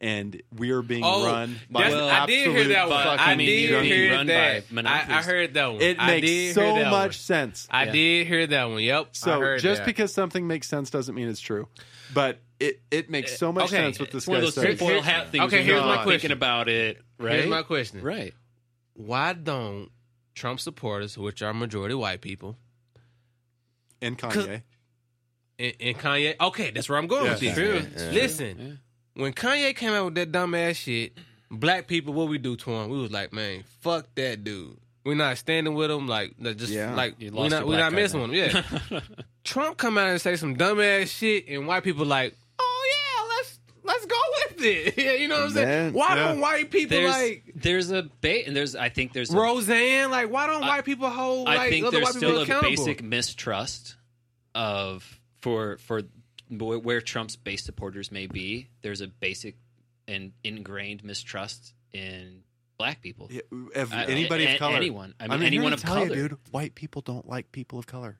Speaker 3: and we are being
Speaker 2: Oh,
Speaker 3: run by
Speaker 2: that's,
Speaker 3: an
Speaker 2: I did hear
Speaker 3: absolute
Speaker 2: that one.
Speaker 3: fucking
Speaker 2: I
Speaker 5: mean,
Speaker 2: did
Speaker 5: you're being
Speaker 2: hear
Speaker 5: run
Speaker 2: that.
Speaker 5: by
Speaker 2: I, I
Speaker 5: monopolies.
Speaker 2: heard that one.
Speaker 3: It
Speaker 2: I
Speaker 3: makes
Speaker 2: did hear
Speaker 3: so
Speaker 2: that
Speaker 3: much
Speaker 2: One.
Speaker 3: sense.
Speaker 2: I
Speaker 5: Yeah.
Speaker 2: did hear that one. Yep. I
Speaker 3: So
Speaker 2: heard
Speaker 3: just
Speaker 2: that.
Speaker 3: because something makes sense doesn't mean it's true, but it it makes so much
Speaker 2: Eh, okay,
Speaker 3: sense with this
Speaker 5: It's one
Speaker 3: guy
Speaker 5: of those
Speaker 3: says.
Speaker 5: tinfoil hat things.
Speaker 2: Okay, here's
Speaker 5: when you're
Speaker 2: my
Speaker 5: not
Speaker 2: question.
Speaker 5: Thinking about it, right?
Speaker 2: here's my question:
Speaker 5: Right.
Speaker 2: Why don't Trump supporters, which are majority white people,
Speaker 3: and
Speaker 2: Cause-
Speaker 3: Kanye.
Speaker 2: and, and Kanye? Okay, that's where I'm going
Speaker 3: Yeah,
Speaker 2: with this.
Speaker 4: true, yeah.
Speaker 2: Listen, when Kanye came out with that dumbass shit, black people, what we do to him? We was like, man, fuck that dude. We're not standing with him. Like, that just
Speaker 4: Yeah.
Speaker 2: like
Speaker 5: You
Speaker 2: we're
Speaker 5: lost
Speaker 2: not
Speaker 5: your
Speaker 2: we're not
Speaker 5: black card
Speaker 2: missing
Speaker 5: now.
Speaker 2: him. Yeah. Trump come out and say some dumbass shit, and white people like, oh yeah, let's let's go with it. Yeah, you know what I'm saying?
Speaker 4: Man,
Speaker 2: Why
Speaker 3: yeah.
Speaker 2: don't white people
Speaker 5: There's
Speaker 2: like?
Speaker 5: there's a bait and there's I think there's a-
Speaker 2: Roseanne, like, why don't
Speaker 5: I-
Speaker 2: white people hold? Like,
Speaker 5: I think
Speaker 2: other white
Speaker 5: there's
Speaker 2: people
Speaker 5: still a
Speaker 2: accountable?
Speaker 5: basic mistrust of for for wh- where Trump's base supporters may be. There's a basic and ingrained mistrust in black people.
Speaker 3: Yeah, if
Speaker 5: I-
Speaker 3: anybody
Speaker 5: a-
Speaker 3: of color.
Speaker 5: anyone. I mean,
Speaker 3: I'm here
Speaker 5: anyone
Speaker 3: to
Speaker 5: of
Speaker 3: tell
Speaker 5: color.
Speaker 3: You, dude, white people don't like people of color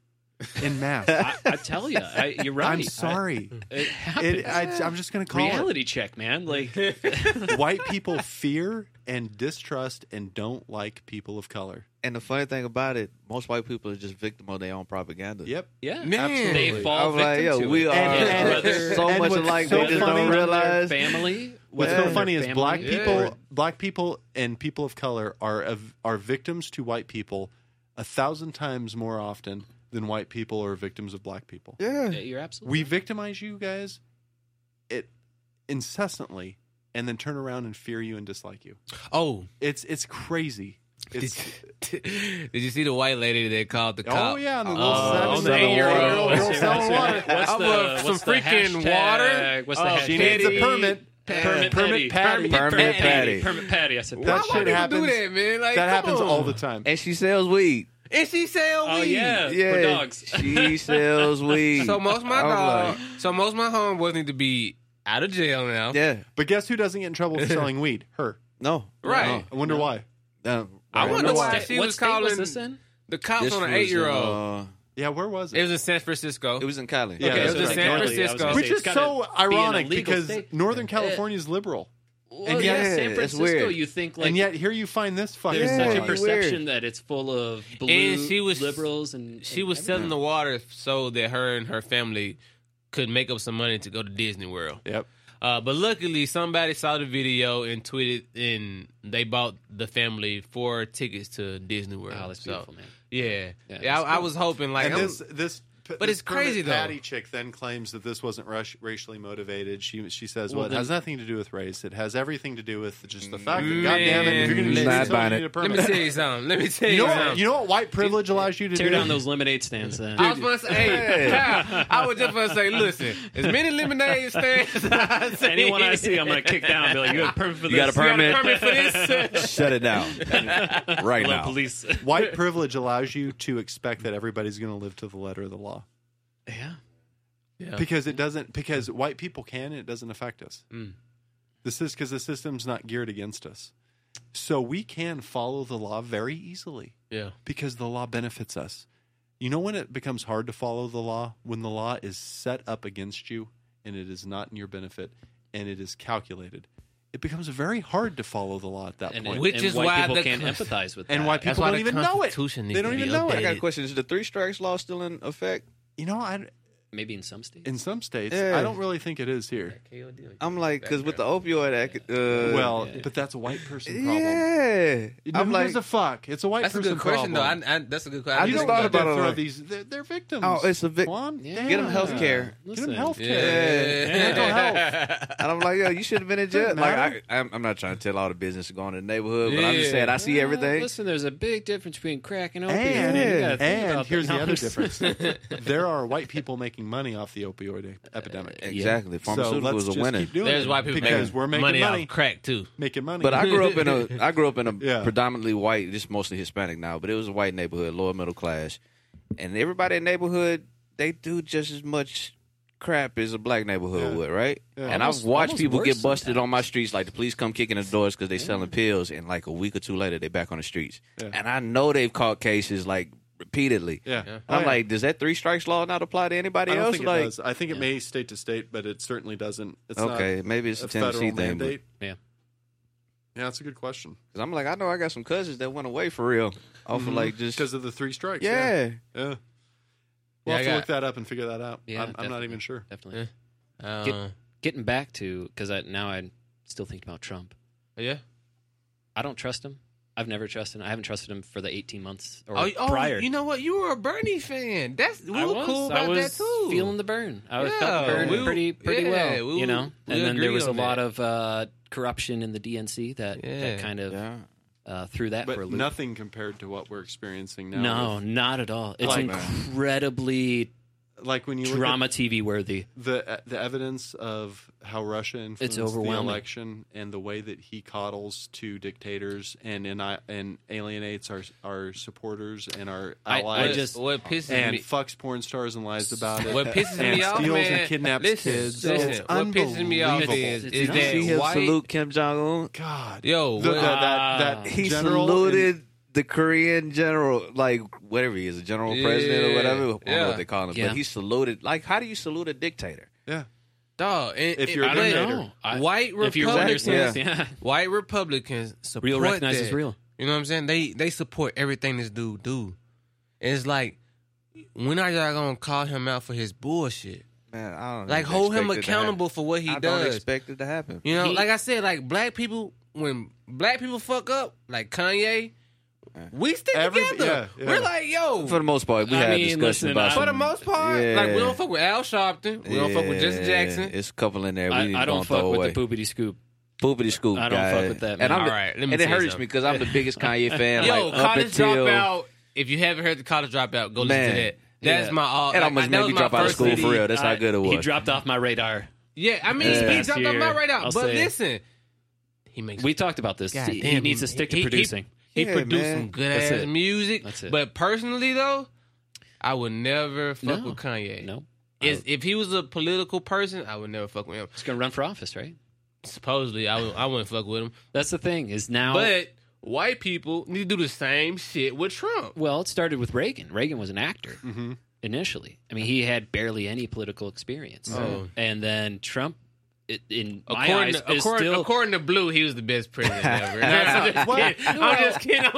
Speaker 3: in math.
Speaker 5: I, I tell you, I, you're right.
Speaker 3: I'm sorry.
Speaker 5: I, it happens.
Speaker 3: It, I, I'm just going to call
Speaker 5: Reality check, man. Like,
Speaker 3: it. White people fear and distrust and don't like people of color.
Speaker 4: And the funny thing about it, most white people are just victim of their own propaganda.
Speaker 3: Yep.
Speaker 5: yeah,
Speaker 2: Man.
Speaker 5: they
Speaker 4: I
Speaker 5: fall
Speaker 4: was
Speaker 5: victim
Speaker 4: like, yo,
Speaker 5: to
Speaker 4: we
Speaker 5: it.
Speaker 4: are
Speaker 3: And-
Speaker 5: And
Speaker 3: and-
Speaker 5: whether-
Speaker 4: so
Speaker 3: and
Speaker 4: much
Speaker 3: what's
Speaker 4: alike,
Speaker 3: so
Speaker 4: they just
Speaker 3: funny-
Speaker 4: don't
Speaker 5: their
Speaker 4: realize.
Speaker 5: family.
Speaker 3: What's
Speaker 5: whether
Speaker 3: so funny
Speaker 5: their
Speaker 3: is
Speaker 5: family-
Speaker 3: black
Speaker 5: Yeah.
Speaker 3: people, black people and people of color are of, are victims to white people a thousand times more often than white people are victims of black people.
Speaker 8: yeah,
Speaker 5: Yeah, You're absolutely.
Speaker 3: We victimize you guys it incessantly and then turn around and fear you and dislike you.
Speaker 2: Oh,
Speaker 3: It's it's crazy.
Speaker 2: did,
Speaker 3: It's
Speaker 2: did you see the white lady that called the cop?
Speaker 3: Oh yeah, the little
Speaker 2: Oh,
Speaker 3: seven,
Speaker 2: the
Speaker 3: eight year old
Speaker 2: eight-year-old.
Speaker 3: girl selling water.
Speaker 5: What's
Speaker 2: I
Speaker 5: the-
Speaker 2: want some
Speaker 5: what's the
Speaker 2: freaking water.
Speaker 5: hashtag? What's the
Speaker 2: Oh,
Speaker 5: hashtag?
Speaker 3: She needs a
Speaker 2: Petty.
Speaker 3: permit.
Speaker 5: Permit,
Speaker 3: Permit patty.
Speaker 5: patty.
Speaker 4: Permit patty.
Speaker 5: Permit patty. I said
Speaker 3: That
Speaker 2: Why white
Speaker 3: shit
Speaker 5: permit patty.
Speaker 2: people
Speaker 3: happens.
Speaker 2: do that, man? Like,
Speaker 3: That
Speaker 2: come
Speaker 3: happens
Speaker 2: on.
Speaker 3: all the time.
Speaker 4: And she sells weed.
Speaker 2: And she sell weed.
Speaker 5: Oh yeah, for
Speaker 4: Yeah,
Speaker 5: dogs.
Speaker 4: she sells weed.
Speaker 2: So most of my
Speaker 4: I'm
Speaker 2: dog,
Speaker 4: like-
Speaker 2: so most of my homeboys need to be out of jail now.
Speaker 4: Yeah,
Speaker 3: But guess who doesn't get in trouble for selling weed? Her.
Speaker 4: no,
Speaker 2: Right.
Speaker 3: I wonder why.
Speaker 4: Uh,
Speaker 2: I
Speaker 4: right.
Speaker 2: wonder
Speaker 4: No,
Speaker 2: why
Speaker 5: state-
Speaker 2: she
Speaker 5: what
Speaker 2: was
Speaker 5: state
Speaker 2: calling
Speaker 5: was this in?
Speaker 2: the cops
Speaker 4: this
Speaker 2: on an
Speaker 4: was,
Speaker 2: eight year old.
Speaker 4: uh,
Speaker 3: Yeah, where was
Speaker 2: It
Speaker 3: it?
Speaker 2: was in San Francisco.
Speaker 4: It was in college.
Speaker 3: Yeah,
Speaker 2: okay, it was in
Speaker 3: like
Speaker 2: San
Speaker 3: northern-
Speaker 2: Francisco.
Speaker 5: I was
Speaker 3: Which
Speaker 5: It's
Speaker 3: is so
Speaker 5: gotta be an
Speaker 3: ironic
Speaker 5: illegal
Speaker 3: because
Speaker 5: state.
Speaker 3: Northern California is liberal,
Speaker 5: Well,
Speaker 4: And
Speaker 5: yeah,
Speaker 4: yet-
Speaker 5: San
Speaker 4: it's
Speaker 5: Francisco.
Speaker 4: weird.
Speaker 5: You think like
Speaker 3: and yet here you find this fucking.
Speaker 5: there's
Speaker 4: Yeah,
Speaker 5: such
Speaker 3: law.
Speaker 5: a
Speaker 4: you're
Speaker 5: perception
Speaker 4: weird.
Speaker 5: that it's full of blue
Speaker 2: And she was-
Speaker 5: liberals and
Speaker 2: She
Speaker 5: and
Speaker 2: was selling the water so that her and her family could make up some money to go to Disney World.
Speaker 3: Yep.
Speaker 2: Uh, but luckily, somebody saw the video and tweeted, and they bought the family four tickets to Disney World.
Speaker 5: everything. Oh, that's
Speaker 2: So,
Speaker 5: beautiful, man.
Speaker 2: yeah,
Speaker 5: Yeah,
Speaker 2: yeah.
Speaker 5: that's
Speaker 2: I, I was hoping like
Speaker 3: and
Speaker 2: I'm-
Speaker 3: this this
Speaker 2: But
Speaker 3: this
Speaker 2: it's crazy,
Speaker 3: permit
Speaker 2: though.
Speaker 3: Patty chick then claims that this wasn't rush, racially motivated. She she says, "Well,
Speaker 5: Well,
Speaker 3: it
Speaker 5: then-
Speaker 3: has nothing to do with race. It has everything to do with just the fact that,
Speaker 2: Man,
Speaker 3: goddamn it, if you're going to
Speaker 2: let-
Speaker 3: do
Speaker 2: Not
Speaker 3: something,
Speaker 8: buying
Speaker 3: you
Speaker 8: it.
Speaker 3: need a
Speaker 2: let
Speaker 3: permit."
Speaker 2: me tell you something. Let me tell you,
Speaker 3: You know, what,
Speaker 2: something.
Speaker 3: you know what white privilege allows you to
Speaker 5: Tear
Speaker 3: do?
Speaker 5: down those lemonade stands, then.
Speaker 2: I was going to say, hey, Kyle, I was just going to say, listen, as many lemonade stands as I see,
Speaker 5: Anyone I see, I'm gonna kick down. and Be like, you got a permit for this?
Speaker 4: You got a permit?
Speaker 2: permit for this.
Speaker 8: shut it down right
Speaker 5: Hello,
Speaker 8: now.
Speaker 5: police.
Speaker 3: White privilege allows you to expect that everybody's going to live to the letter of the law
Speaker 5: Yeah.
Speaker 2: Yeah.
Speaker 3: because it doesn't. Because white people can, and it doesn't affect us.
Speaker 2: Mm.
Speaker 3: This is because the system's not geared against us. So we can follow the law very easily
Speaker 2: Yeah.
Speaker 3: because the law benefits us. You know when it becomes hard to follow the law? When the law is set up against you and it is not in your benefit and it is calculated. It becomes very hard to follow the law at that
Speaker 5: And,
Speaker 3: point.
Speaker 5: and,
Speaker 2: Which
Speaker 5: and
Speaker 2: is
Speaker 5: white
Speaker 2: why
Speaker 5: people
Speaker 2: the
Speaker 5: can't
Speaker 2: cons-
Speaker 5: empathize with
Speaker 3: and
Speaker 5: that.
Speaker 3: why
Speaker 2: That's
Speaker 3: people
Speaker 2: why
Speaker 3: don't
Speaker 2: the
Speaker 3: even know it.
Speaker 2: Constitution
Speaker 3: They
Speaker 2: needs
Speaker 3: don't
Speaker 2: to be
Speaker 3: even know it.
Speaker 4: I got a
Speaker 2: updated.
Speaker 4: question. Is the three strikes law still in effect?
Speaker 3: You know, I,
Speaker 5: Maybe in some states.
Speaker 3: in some states,
Speaker 4: Yeah.
Speaker 3: I don't really think it is here.
Speaker 4: I'm like, because with the opioid act, uh,
Speaker 3: well, but that's a white person problem.
Speaker 4: yeah,
Speaker 3: No,
Speaker 4: I'm
Speaker 3: who gives
Speaker 4: like,
Speaker 3: a fuck? It's a white
Speaker 2: That's a
Speaker 3: person
Speaker 2: good question,
Speaker 3: problem.
Speaker 2: though. I, I, that's a good
Speaker 4: I
Speaker 2: question.
Speaker 3: you
Speaker 4: just
Speaker 3: don't
Speaker 4: thought
Speaker 3: get
Speaker 4: about
Speaker 3: to
Speaker 4: it,
Speaker 3: throw
Speaker 4: like-
Speaker 3: these. They're, they're victims.
Speaker 4: Oh, it's a vic-
Speaker 3: Juan,
Speaker 4: get them
Speaker 3: damn.
Speaker 4: health care.
Speaker 3: Get them
Speaker 7: Listen.
Speaker 3: health care.
Speaker 4: Yeah.
Speaker 3: Mental health.
Speaker 4: And I'm like, yo, you should have been in jail.
Speaker 3: Doesn't
Speaker 4: Like, I,
Speaker 3: matter.
Speaker 4: I'm, I'm not trying to tell all the business to go on in the neighborhood, but I'm just
Speaker 2: Yeah.
Speaker 4: saying I see
Speaker 7: Well,
Speaker 4: everything.
Speaker 7: Listen, there's a big difference between crack and opioid.
Speaker 3: And,
Speaker 7: You gotta think
Speaker 3: and
Speaker 7: about
Speaker 3: here's
Speaker 7: that.
Speaker 3: the other difference: there are white people making money off the opioid e- epidemic.
Speaker 4: Exactly,
Speaker 3: so let's
Speaker 4: pharmaceuticals
Speaker 3: just
Speaker 4: are winning.
Speaker 3: keep doing
Speaker 2: There's
Speaker 3: it
Speaker 2: why people
Speaker 3: because
Speaker 2: making
Speaker 3: we're making
Speaker 2: money,
Speaker 3: money,
Speaker 2: off crack too.
Speaker 3: making money.
Speaker 4: But I grew up in a I grew up in a
Speaker 3: Yeah.
Speaker 4: predominantly white, just mostly Hispanic now, but it was a white neighborhood, lower middle class, and everybody in the neighborhood they do just as much crap as a black neighborhood
Speaker 3: Yeah.
Speaker 4: would, right?
Speaker 3: Yeah.
Speaker 4: And
Speaker 5: Almost-
Speaker 4: I've watched
Speaker 5: almost
Speaker 4: people
Speaker 5: worse
Speaker 4: get busted
Speaker 5: sometimes.
Speaker 4: on my streets, like the police come kicking the doors because they selling pills, and like a week or two later they back on the streets,
Speaker 3: Yeah.
Speaker 4: and I know they've caught cases like repeatedly.
Speaker 3: yeah,
Speaker 4: And I'm
Speaker 3: Oh, yeah.
Speaker 4: like, does that three strikes law not apply to anybody
Speaker 3: I don't
Speaker 4: else?
Speaker 3: think it
Speaker 4: like,
Speaker 3: does. I think it may state to state, but it certainly doesn't. It's not
Speaker 4: okay, maybe it's a,
Speaker 3: a federal
Speaker 4: Tennessee thing.
Speaker 3: mandate.
Speaker 5: Yeah.
Speaker 3: yeah, that's a good question.
Speaker 4: Because I'm like, I know I got some cousins that went away for real, off
Speaker 3: Mm-hmm.
Speaker 4: of like just
Speaker 3: Because of the three strikes.
Speaker 4: yeah.
Speaker 3: yeah. Yeah.
Speaker 2: Yeah,
Speaker 3: We'll
Speaker 2: I
Speaker 3: have to
Speaker 2: got-
Speaker 3: look that up and figure that out.
Speaker 5: Yeah,
Speaker 3: I'm, I'm not
Speaker 5: definitely.
Speaker 3: even sure.
Speaker 5: Definitely.
Speaker 2: Uh,
Speaker 5: Get- Getting back to, because I, now I'm still thinking about Trump.
Speaker 2: yeah.
Speaker 5: I don't trust him. I've never trusted him. I haven't trusted him for the 18 months or
Speaker 2: Oh, oh,
Speaker 5: prior.
Speaker 2: you know what? You were a Bernie fan. That's we
Speaker 5: I
Speaker 2: were
Speaker 5: was,
Speaker 2: cool
Speaker 5: I
Speaker 2: about
Speaker 5: was
Speaker 2: that too.
Speaker 5: feeling the burn. I was
Speaker 2: Yeah,
Speaker 5: felt the burn
Speaker 2: we-
Speaker 5: pretty pretty
Speaker 2: yeah,
Speaker 5: well,
Speaker 2: we-
Speaker 5: you know.
Speaker 2: we
Speaker 5: and then
Speaker 2: agree
Speaker 5: there was a
Speaker 2: on
Speaker 5: lot
Speaker 2: that.
Speaker 5: of uh, corruption in the DNC that,
Speaker 2: Yeah.
Speaker 5: that kind of
Speaker 4: Yeah.
Speaker 5: uh, threw that for a
Speaker 3: But
Speaker 5: loop.
Speaker 3: nothing compared to what we're experiencing now.
Speaker 5: no,
Speaker 3: with-
Speaker 5: not at all. It's
Speaker 3: Like-
Speaker 5: incredibly
Speaker 3: like when you look at
Speaker 5: drama TV worthy.
Speaker 3: the uh, the evidence of how Russia influenced the
Speaker 5: overwhelming.
Speaker 3: election and the way that he coddles to dictators and and, I, and alienates our our supporters and our
Speaker 5: I- I
Speaker 3: allies
Speaker 5: just-
Speaker 2: what pisses
Speaker 3: and
Speaker 2: me.
Speaker 3: fucks porn stars and lies about it.
Speaker 2: What pisses
Speaker 3: and
Speaker 2: me off,
Speaker 3: steals
Speaker 2: man.
Speaker 3: and kidnaps
Speaker 2: listen,
Speaker 3: kids.
Speaker 2: Listen,
Speaker 3: It's
Speaker 2: what pisses me off
Speaker 3: unbelievable.
Speaker 2: is,
Speaker 5: It's
Speaker 2: is
Speaker 5: not-
Speaker 4: See
Speaker 2: that
Speaker 4: him
Speaker 2: white
Speaker 4: salute Kim Jong Un.
Speaker 3: God,
Speaker 2: yo.
Speaker 3: The- the-
Speaker 2: what-
Speaker 3: that, that
Speaker 4: He
Speaker 3: general
Speaker 4: saluted the Korean general, like whatever he is, a general president or
Speaker 2: Yeah.
Speaker 4: whatever. I don't know
Speaker 2: Yeah.
Speaker 4: what they call him,
Speaker 5: Yeah.
Speaker 4: but he saluted. Like, how do you salute a dictator?
Speaker 3: in- yeah,
Speaker 2: dog, and-
Speaker 3: If
Speaker 2: and-
Speaker 3: you're a
Speaker 2: but
Speaker 3: dictator.
Speaker 5: No, I-
Speaker 2: white
Speaker 5: if you're one,
Speaker 2: Republicans,
Speaker 4: Yeah.
Speaker 5: yeah.
Speaker 2: white Republicans support
Speaker 5: Real recognizes
Speaker 2: that.
Speaker 5: real.
Speaker 2: You know what I'm saying? They they support everything this dude do. And it's like, when are y'all gonna call him out for his bullshit?
Speaker 4: Man, I don't
Speaker 2: Like
Speaker 4: even
Speaker 2: hold him
Speaker 4: expect it to happen.
Speaker 2: accountable for what he
Speaker 4: I
Speaker 2: does.
Speaker 4: don't expect it to happen.
Speaker 2: You know,
Speaker 5: He-
Speaker 2: like I said, like black people, when black people fuck up, like Kanye, we stick
Speaker 3: Every-
Speaker 2: together.
Speaker 3: yeah, yeah.
Speaker 2: We're like, yo,
Speaker 4: For
Speaker 2: for
Speaker 4: the most part, we
Speaker 5: I
Speaker 4: had
Speaker 5: mean,
Speaker 4: discussion
Speaker 5: listen,
Speaker 4: about
Speaker 5: I-
Speaker 2: the,
Speaker 4: some-
Speaker 2: most part,
Speaker 4: Yeah.
Speaker 2: like we don't fuck with Al Sharpton, we don't fuck with Jesse
Speaker 4: Yeah.
Speaker 2: Jackson.
Speaker 4: It's a couple in there. We
Speaker 5: I,
Speaker 4: need
Speaker 5: I
Speaker 4: to
Speaker 5: don't
Speaker 4: don't
Speaker 5: fuck
Speaker 4: throw
Speaker 5: with
Speaker 4: away.
Speaker 5: the poopity scoop.
Speaker 4: Poopity scoop.
Speaker 5: I don't
Speaker 4: guy.
Speaker 5: fuck with that, man.
Speaker 4: And, I'm
Speaker 2: All
Speaker 4: the-
Speaker 2: right, let me
Speaker 4: and it
Speaker 2: say
Speaker 4: hurts
Speaker 2: something.
Speaker 4: me because I'm the biggest Kanye fan.
Speaker 2: Yo,
Speaker 4: like, up
Speaker 2: college
Speaker 4: until,
Speaker 2: dropout. If you haven't heard the college dropout, go listen
Speaker 4: Man.
Speaker 2: to that. That's
Speaker 5: Yeah.
Speaker 2: my all.
Speaker 4: It
Speaker 2: like,
Speaker 4: almost
Speaker 2: that
Speaker 4: made
Speaker 2: was
Speaker 4: me
Speaker 2: my
Speaker 4: drop out of
Speaker 2: first
Speaker 4: school
Speaker 2: CD.
Speaker 4: for real. That's
Speaker 5: I-
Speaker 4: how good it was.
Speaker 5: He dropped off my radar.
Speaker 2: Yeah, I mean,
Speaker 4: Yeah.
Speaker 2: he dropped off my
Speaker 5: Last
Speaker 2: radar,
Speaker 5: year, I'll
Speaker 2: but
Speaker 5: say.
Speaker 2: listen, he makes
Speaker 5: We talked about this.
Speaker 2: God
Speaker 5: he, he
Speaker 2: damn,
Speaker 5: needs to stick to
Speaker 2: he- he-
Speaker 5: producing.
Speaker 2: He
Speaker 4: Yeah,
Speaker 2: produced
Speaker 4: man.
Speaker 2: some good
Speaker 5: That's
Speaker 2: ass
Speaker 5: it.
Speaker 2: music.
Speaker 5: That's it.
Speaker 2: But personally though, I would never fuck
Speaker 5: No.
Speaker 2: with Kanye.
Speaker 5: no,
Speaker 2: Is, if he was a political person, I would never fuck with him.
Speaker 5: he's gonna run for office, right?
Speaker 2: Supposedly, I would, I wouldn't fuck with him.
Speaker 5: That's the thing. Is now.
Speaker 2: But white people need to do the same shit with Trump.
Speaker 5: well, it started with Reagan. Reagan was an actor.
Speaker 2: Mm-hmm.
Speaker 3: Mhm.
Speaker 5: initially. I mean, he had barely any political experience,
Speaker 2: Oh.
Speaker 5: and then Trump, it, in my
Speaker 2: According,
Speaker 5: eyes,
Speaker 2: to,
Speaker 5: is
Speaker 2: according,
Speaker 5: still.
Speaker 2: according to Blue, he was the best president ever. No, I'm, just
Speaker 3: Well,
Speaker 2: kidding. I'm just kidding.
Speaker 5: Uh,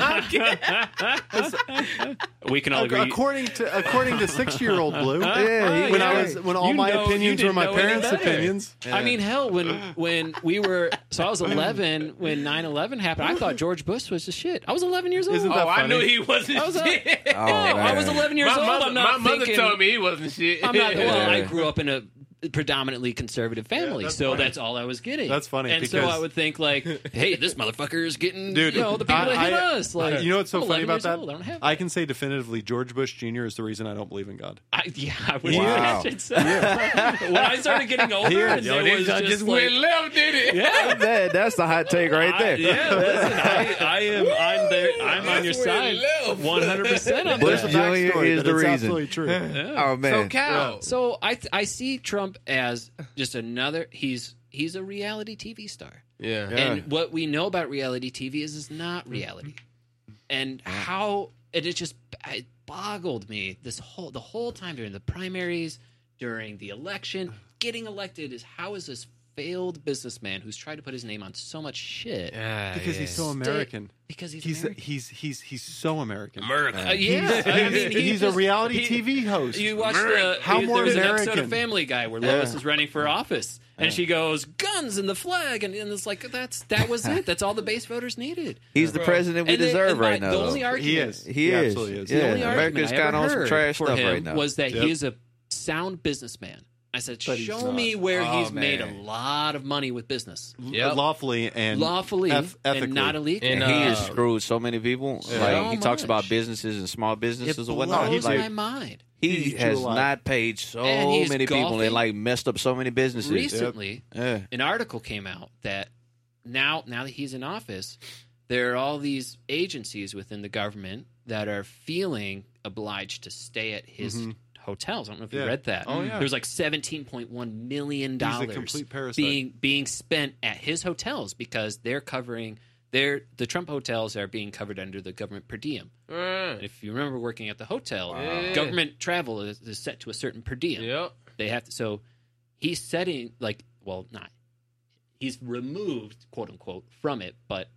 Speaker 2: I'm kidding. I'm kidding.
Speaker 5: we can all agree.
Speaker 3: according to according to six year old Blue.
Speaker 4: Yeah, he-
Speaker 3: when
Speaker 4: yeah.
Speaker 3: I was when all
Speaker 2: You
Speaker 3: my
Speaker 2: know- you
Speaker 3: opinions
Speaker 2: didn't
Speaker 3: were my
Speaker 2: know any
Speaker 3: parents'
Speaker 2: better.
Speaker 3: opinions.
Speaker 5: I mean, hell, when when we were so I was 11 when 9/11 happened. I thought George Bush was the shit. I was 11 years old.
Speaker 3: Isn't
Speaker 2: Oh,
Speaker 3: that
Speaker 2: I
Speaker 3: funny?
Speaker 2: knew he wasn't
Speaker 5: I was,
Speaker 2: shit.
Speaker 4: Oh,
Speaker 5: No, I
Speaker 4: man.
Speaker 5: was 11 years
Speaker 2: my
Speaker 5: old.
Speaker 2: mother,
Speaker 5: I'm not
Speaker 2: my
Speaker 5: thinking,
Speaker 2: mother told me he wasn't shit.
Speaker 5: I'm not. Well, I
Speaker 4: Yeah.
Speaker 5: grew up in a predominantly conservative family,
Speaker 3: that's
Speaker 5: so
Speaker 3: funny.
Speaker 5: that's all I was getting.
Speaker 3: That's funny,
Speaker 5: And so
Speaker 3: because-
Speaker 5: I would think like, hey, this motherfucker is getting
Speaker 3: Dude,
Speaker 5: you know the people
Speaker 3: I-
Speaker 5: that hit
Speaker 3: I-
Speaker 5: us. Like,
Speaker 3: you know what's so
Speaker 5: I'm
Speaker 3: funny
Speaker 5: 11
Speaker 3: about
Speaker 5: years
Speaker 3: that?
Speaker 5: old, I don't have
Speaker 3: I can say definitively George Bush Jr. is the reason I don't believe in God.
Speaker 5: I, yeah, I wish
Speaker 4: Wow.
Speaker 5: I should say. when I started getting older,
Speaker 3: Here,
Speaker 5: and
Speaker 3: yo,
Speaker 5: there
Speaker 2: It
Speaker 5: was
Speaker 2: just,
Speaker 5: just,
Speaker 2: just
Speaker 5: like,
Speaker 2: went left, did it?
Speaker 5: yeah,
Speaker 4: That- that's the hot take right
Speaker 5: I,
Speaker 4: there.
Speaker 5: yeah. Listen, I, I am, I'm there. I'm on your
Speaker 2: That's where
Speaker 5: side,
Speaker 2: it lives.
Speaker 5: one hundred percent on
Speaker 4: Bush
Speaker 5: that.
Speaker 3: There's a
Speaker 4: Junior
Speaker 3: backstory,
Speaker 4: is
Speaker 3: but
Speaker 4: the
Speaker 3: it's
Speaker 4: reason.
Speaker 3: absolutely true.
Speaker 4: Oh man.
Speaker 2: So Cal,
Speaker 5: So I, th- I see Trump as just another. He's he's a reality TV star.
Speaker 2: Yeah.
Speaker 4: Yeah.
Speaker 5: And what we know about reality TV is it's not reality. And how and it just it boggled me this whole the whole time during the primaries, during the election, getting elected is how is this failed businessman who's tried to put his name on so much shit
Speaker 3: because he's so American.
Speaker 5: because he's,
Speaker 3: He's
Speaker 5: American.
Speaker 3: he's he's he's so American.
Speaker 6: America.
Speaker 5: Uh, yeah,
Speaker 3: He's,
Speaker 5: I mean, he
Speaker 3: he's
Speaker 5: just-
Speaker 3: a reality
Speaker 5: he-
Speaker 3: TV host.
Speaker 5: You watch the
Speaker 3: How
Speaker 5: you-
Speaker 3: more
Speaker 5: there's an episode
Speaker 3: American?
Speaker 5: of Family Guy where
Speaker 3: Yeah.
Speaker 5: Lois is running for office, and she goes guns and the flag, and, and it's like that's that was it. That's all the base voters needed.
Speaker 4: He's the president we
Speaker 5: And then-
Speaker 4: deserve
Speaker 5: and my-
Speaker 4: right now.
Speaker 5: The
Speaker 4: though.
Speaker 5: only argument,
Speaker 3: he is.
Speaker 4: He
Speaker 3: He
Speaker 4: is.
Speaker 3: absolutely is.
Speaker 4: Yeah.
Speaker 5: the only
Speaker 4: America's
Speaker 5: argument I ever
Speaker 4: got on some
Speaker 5: heard
Speaker 4: trash
Speaker 5: for
Speaker 4: stuff
Speaker 5: him
Speaker 4: right now.
Speaker 5: was that
Speaker 3: Yep.
Speaker 5: he is a sound businessman. I said,
Speaker 3: But he's
Speaker 5: show
Speaker 3: not.
Speaker 5: me where
Speaker 4: Oh,
Speaker 5: he's made a
Speaker 4: man.
Speaker 5: lot of money with business,
Speaker 2: Yep.
Speaker 3: Lawfully and
Speaker 5: lawfully
Speaker 3: eth- ethically.
Speaker 5: and not illegally.
Speaker 4: And
Speaker 2: And,
Speaker 4: he
Speaker 2: uh,
Speaker 4: has screwed so many people.
Speaker 3: Yeah.
Speaker 4: Like
Speaker 5: So
Speaker 4: he talks
Speaker 5: much.
Speaker 4: about businesses and small
Speaker 5: it
Speaker 4: businesses
Speaker 5: blows
Speaker 4: and whatnot. He's
Speaker 5: my
Speaker 4: like
Speaker 5: mind.
Speaker 4: he
Speaker 3: He
Speaker 4: has
Speaker 3: drew a lot.
Speaker 4: not paid so
Speaker 5: And he's
Speaker 4: many people
Speaker 5: golfing.
Speaker 4: and like messed up so many businesses.
Speaker 5: Recently,
Speaker 4: Yeah.
Speaker 5: an article came out that now now that he's in office, there are all these agencies within the government that are feeling obliged to stay at his
Speaker 3: Mhm.
Speaker 5: hotels. I don't know if you
Speaker 3: Yeah.
Speaker 5: read that.
Speaker 3: Oh, yeah.
Speaker 5: There's like seventeen point one million
Speaker 3: He's a
Speaker 5: dollars
Speaker 3: complete parasite.
Speaker 5: being being spent at his hotels because they're covering their the Trump hotels are being covered under the government per diem. And if you remember working at the hotel,
Speaker 2: Yeah.
Speaker 5: government travel is, is set to a certain per diem
Speaker 2: Yep.
Speaker 5: they have to so he's setting like well not he's removed quote unquote from it but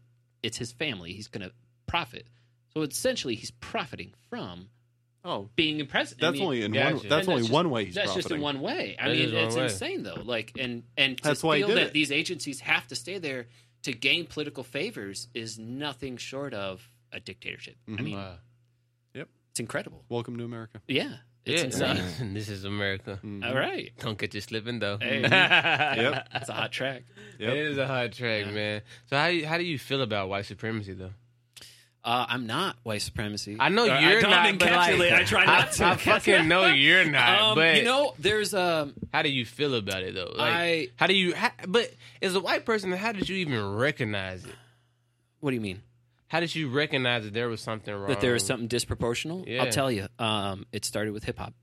Speaker 5: it's his family he's going to profit so essentially he's profiting from
Speaker 3: Oh,
Speaker 5: being in president I
Speaker 3: that's
Speaker 5: mean,
Speaker 3: only in
Speaker 2: gotcha.
Speaker 3: one.
Speaker 5: and
Speaker 3: That's only
Speaker 5: just-
Speaker 3: one way he's
Speaker 5: that's just in
Speaker 3: profiting.
Speaker 5: one way i
Speaker 2: That is
Speaker 5: mean
Speaker 2: one
Speaker 5: it's
Speaker 2: way.
Speaker 5: insane though like and and to
Speaker 3: That's
Speaker 5: feel
Speaker 3: why he did
Speaker 5: that
Speaker 3: it.
Speaker 5: these agencies have to stay there to gain political favors is nothing short of a dictatorship i
Speaker 3: Mhm.
Speaker 5: mean
Speaker 2: Wow.
Speaker 5: it's incredible
Speaker 3: Welcome to America. Mm.
Speaker 5: yeah it's
Speaker 2: yeah.
Speaker 5: insane
Speaker 2: no, this is America.
Speaker 5: all right
Speaker 2: Don't get you slipping though.
Speaker 5: Hey.
Speaker 3: Mm-hmm. Yep.
Speaker 5: that's a hot track
Speaker 3: Yep.
Speaker 2: It is a hot track,
Speaker 5: Yeah.
Speaker 2: man. So how you- how do you feel about white supremacy though?
Speaker 5: Uh, I'm not white supremacy.
Speaker 2: I know
Speaker 5: Or
Speaker 2: you're
Speaker 5: Uh, don't
Speaker 2: not, but, like,
Speaker 5: encapsulate. I try
Speaker 2: I,
Speaker 5: not to.
Speaker 2: I fucking know you're not.
Speaker 5: Um,
Speaker 2: but
Speaker 5: you know, there's um,
Speaker 2: how do you feel about it though? Like,
Speaker 5: I.
Speaker 2: how do you? How, but as a white person, how did you even recognize it?
Speaker 5: What do you mean?
Speaker 2: How did you recognize that there was something wrong?
Speaker 5: That there was something disproportional?
Speaker 2: Um, Yeah.
Speaker 5: I'll tell you. Um, it started with hip hop,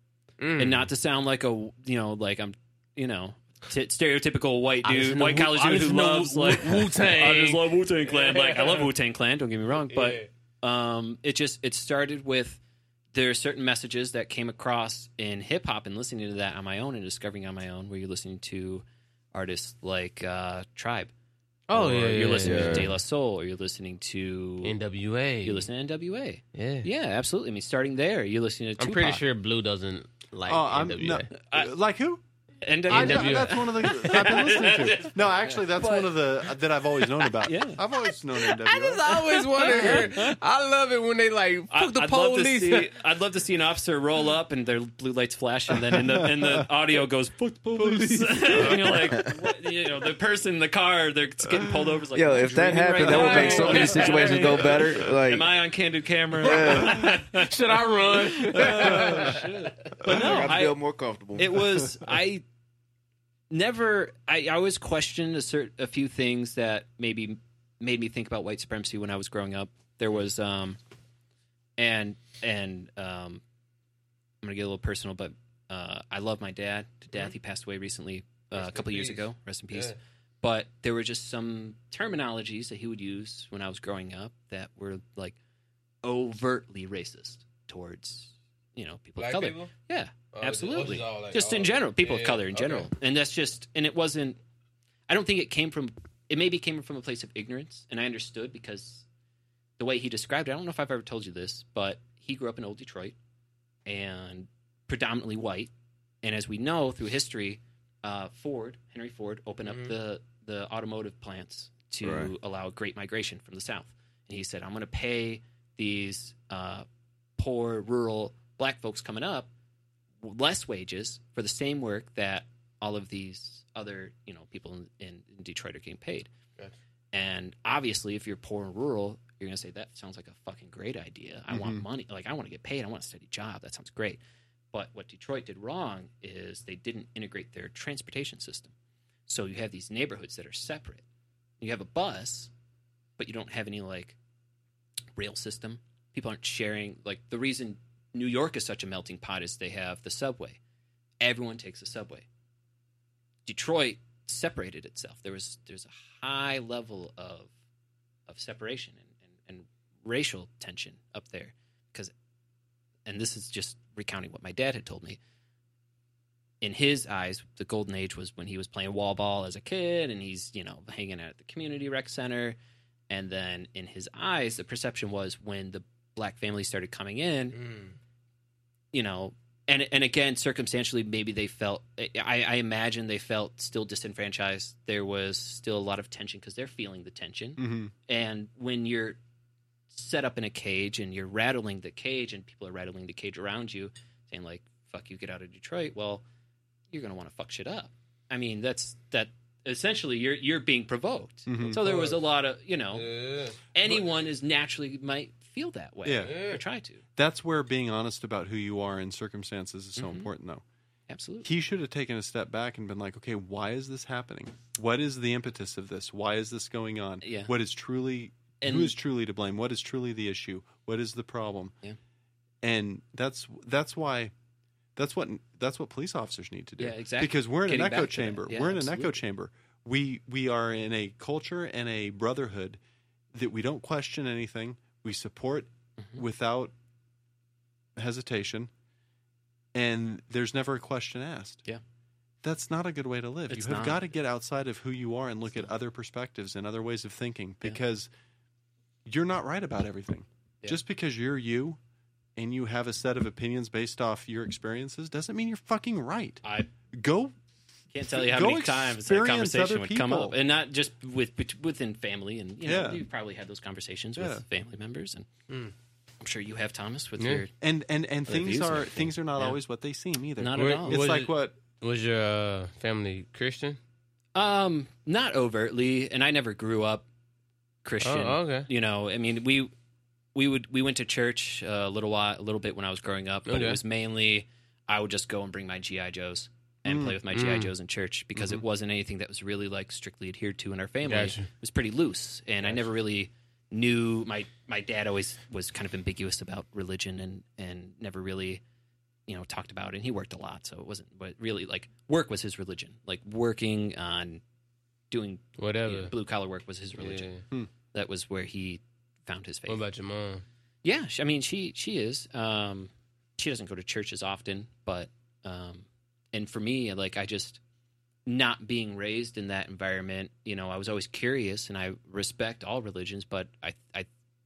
Speaker 2: Mm.
Speaker 5: and not to sound like a you know like I'm you know t- stereotypical white
Speaker 2: I listen
Speaker 5: dude,
Speaker 2: to
Speaker 5: white
Speaker 2: Wu-
Speaker 5: college
Speaker 2: I
Speaker 5: dude who
Speaker 2: listen to
Speaker 5: loves
Speaker 2: Wu-
Speaker 5: like
Speaker 2: Wu- Wu-Tang.
Speaker 5: I just love Wu Tang Clan. Like I love Wu Tang Clan. Don't get me wrong, but um, it just it started with there are certain messages that came across in hip hop and listening to that on my own and discovering on my own where you're listening to artists like uh, Tribe.
Speaker 2: Oh
Speaker 5: or
Speaker 2: yeah,
Speaker 5: you're
Speaker 2: yeah,
Speaker 5: listening
Speaker 2: yeah.
Speaker 5: to De La Soul, or you're listening to
Speaker 2: NWA.
Speaker 5: you're listening to NWA.
Speaker 2: Yeah.
Speaker 5: Yeah, absolutely. I mean, starting there, you're listening to
Speaker 2: I'm
Speaker 5: Tupac.
Speaker 2: pretty sure Blue doesn't like
Speaker 3: oh, I'm
Speaker 2: NWA.
Speaker 3: no, like who? I,
Speaker 5: NWA.
Speaker 2: NWA.
Speaker 3: that's one of the I've been listening to. No, actually, that's one of the that I've always known about. Yeah, I've always known NWA.
Speaker 2: I just always want to hear. I love it when they like
Speaker 5: I-
Speaker 2: fuck the
Speaker 5: I'd love to
Speaker 2: police.
Speaker 5: see- I'd love to see an officer roll up and their blue lights flash, and then in the in the audio goes "fuck the police." and you're like, what, you know, the person in the car they're getting pulled over is like,
Speaker 4: Yo,
Speaker 5: "Am I
Speaker 4: if that
Speaker 5: dreaming
Speaker 4: happened,
Speaker 5: right
Speaker 4: that would
Speaker 5: now?"
Speaker 4: make so many situations go better. Like,
Speaker 5: Am I on candid camera? Oh,
Speaker 2: Should I run?
Speaker 5: But no,
Speaker 4: I
Speaker 5: I-
Speaker 4: feel more comfortable.
Speaker 5: it was I never I, I always questioned a cert, a few things that maybe made me think about white supremacy when I was growing up. There was um and and um I'm gonna get a little personal, but uh I love my dad to death. He passed away recently uh,
Speaker 2: Mm-hmm. Rest
Speaker 5: a
Speaker 2: in
Speaker 5: couple years
Speaker 2: peace.
Speaker 5: ago. Rest in peace.
Speaker 2: Yeah.
Speaker 5: But there were just some terminologies that he would use when I was growing up that were like overtly racist towards you know people of color. Yeah,
Speaker 2: Oh,
Speaker 5: absolutely.
Speaker 2: just- oh, just all like-
Speaker 5: just in
Speaker 2: oh,
Speaker 5: general, people
Speaker 2: yeah,
Speaker 5: of color
Speaker 2: yeah,
Speaker 5: in general,
Speaker 2: okay.
Speaker 5: and that's just and it wasn't. I don't think it came from. It maybe came from a place of ignorance, and I understood because the way he described it. I don't know if I've ever told you this, but he grew up in old Detroit and predominantly white, and as we know through history, uh, Ford Henry Ford opened
Speaker 2: Mhm.
Speaker 5: up the the automotive plants to
Speaker 4: Right.
Speaker 5: allow great migration from the South, and he said, "I'm going to pay these uh, poor rural black folks coming up less wages for the same work that all of these other you know people in, in, in Detroit are getting paid.
Speaker 2: Gotcha.
Speaker 5: And obviously, if you're poor and rural, you're gonna say that sounds like a fucking great idea. I want money. Like I want to get paid. I want a steady job. That sounds great. But what Detroit did wrong is they didn't integrate their transportation system. So you have these neighborhoods that are separate. You have a bus, but you don't have any like rail system. People aren't sharing. Like the reason New York is such a melting pot is they have the subway. Everyone takes the subway. Detroit separated itself. There was there's a high level of of separation and, and, and racial tension up there because, and this is just recounting what my dad had told me. In his eyes, the golden age was when he was playing wall ball as a kid, and he's you know hanging out at the community rec center, and then in his eyes, the perception was when the black family started coming
Speaker 2: Mm-hmm.
Speaker 5: in,
Speaker 2: Mm.
Speaker 5: you know and and again circumstantially maybe they felt i i imagine they felt still disenfranchised there was still a lot of tension because they're feeling the tension
Speaker 3: Mm-hmm.
Speaker 5: and when you're set up in a cage and you're rattling the cage and people are rattling the cage around you saying like fuck you get out of detroit well you're going to want to fuck shit up i mean that's that essentially you're you're being provoked
Speaker 3: Mhm.
Speaker 5: so there was a lot of you know
Speaker 2: Yeah.
Speaker 5: anyone is naturally might feel that way
Speaker 3: Yeah.
Speaker 5: or try to
Speaker 3: That's where being honest about who you are in circumstances is so
Speaker 5: Mhm.
Speaker 3: important, though.
Speaker 5: absolutely
Speaker 3: He should have taken a step back and been like, okay, why is this happening? What is the impetus of this? Why is this going on?
Speaker 5: Yeah.
Speaker 3: What is truly who
Speaker 5: And-
Speaker 3: is truly to blame? What is truly the issue? What is the problem?
Speaker 5: Yeah.
Speaker 3: And that's that's why that's what that's what police officers need to do.
Speaker 5: Yeah, exactly.
Speaker 3: Because we're in
Speaker 5: Getting
Speaker 3: an
Speaker 5: back
Speaker 3: echo
Speaker 5: to that.
Speaker 3: chamber.
Speaker 5: Yeah,
Speaker 3: we're in an echo
Speaker 5: absolutely.
Speaker 3: chamber. We we are in a culture and a brotherhood that we don't question anything. We support
Speaker 5: Mm-hmm.
Speaker 3: without hesitation, and there's never a question asked.
Speaker 5: Yeah.
Speaker 3: That's not a good way to live.
Speaker 5: It's
Speaker 3: you have
Speaker 5: not.
Speaker 3: got to get outside of who you are and look at other perspectives and other ways of thinking because you're not right about everything.
Speaker 5: Yeah.
Speaker 3: Just because you're you and you have a set of opinions based off your experiences doesn't mean you're fucking right.
Speaker 5: i
Speaker 3: Go
Speaker 5: Can't tell you how
Speaker 3: Go
Speaker 5: many times that
Speaker 3: experience
Speaker 5: conversation
Speaker 3: other
Speaker 5: would come up,
Speaker 3: people.
Speaker 5: and not just with bet- within family, and you know,
Speaker 3: Yeah.
Speaker 5: you've probably had those conversations
Speaker 3: Yeah.
Speaker 5: with family members, and I'm sure you have Thomas with
Speaker 2: Hmm. Yeah.
Speaker 5: your
Speaker 3: and and and
Speaker 5: Other views
Speaker 3: things
Speaker 5: and
Speaker 3: are
Speaker 5: everything.
Speaker 3: things are not
Speaker 5: Yeah.
Speaker 3: always what they seem either.
Speaker 5: not
Speaker 2: Wait,
Speaker 5: at all.
Speaker 3: it's
Speaker 2: Was
Speaker 3: like
Speaker 2: it-
Speaker 3: what
Speaker 2: Was your uh, family Christian?
Speaker 5: Um, not overtly, and I never grew up Christian.
Speaker 2: Oh, okay.
Speaker 5: You know, I mean we we would we went to church uh, a little while, a little bit when I was growing up, but
Speaker 2: Okay.
Speaker 5: it was mainly I would just go and bring my GI Joes
Speaker 3: Hmm.
Speaker 5: and play with my
Speaker 2: Hmm.
Speaker 5: GI Joes in church because
Speaker 2: Mm-hmm.
Speaker 5: it wasn't anything that was really like strictly adhered to in our family.
Speaker 2: Gotcha.
Speaker 5: It was pretty loose, and I never really knew my my dad always was kind of ambiguous about religion and and never really you know talked about it. and he worked a lot so it wasn't but really like work was his religion like working on doing
Speaker 2: Whatever.
Speaker 5: blue collar work was his religion
Speaker 2: Oh, Yeah.
Speaker 5: that was where he found his faith
Speaker 2: What about your mom?
Speaker 5: yeah she, i mean she she is um she doesn't go to church as often but um and for me like i just not being raised in that environment you know i was always curious and i respect all religions but i i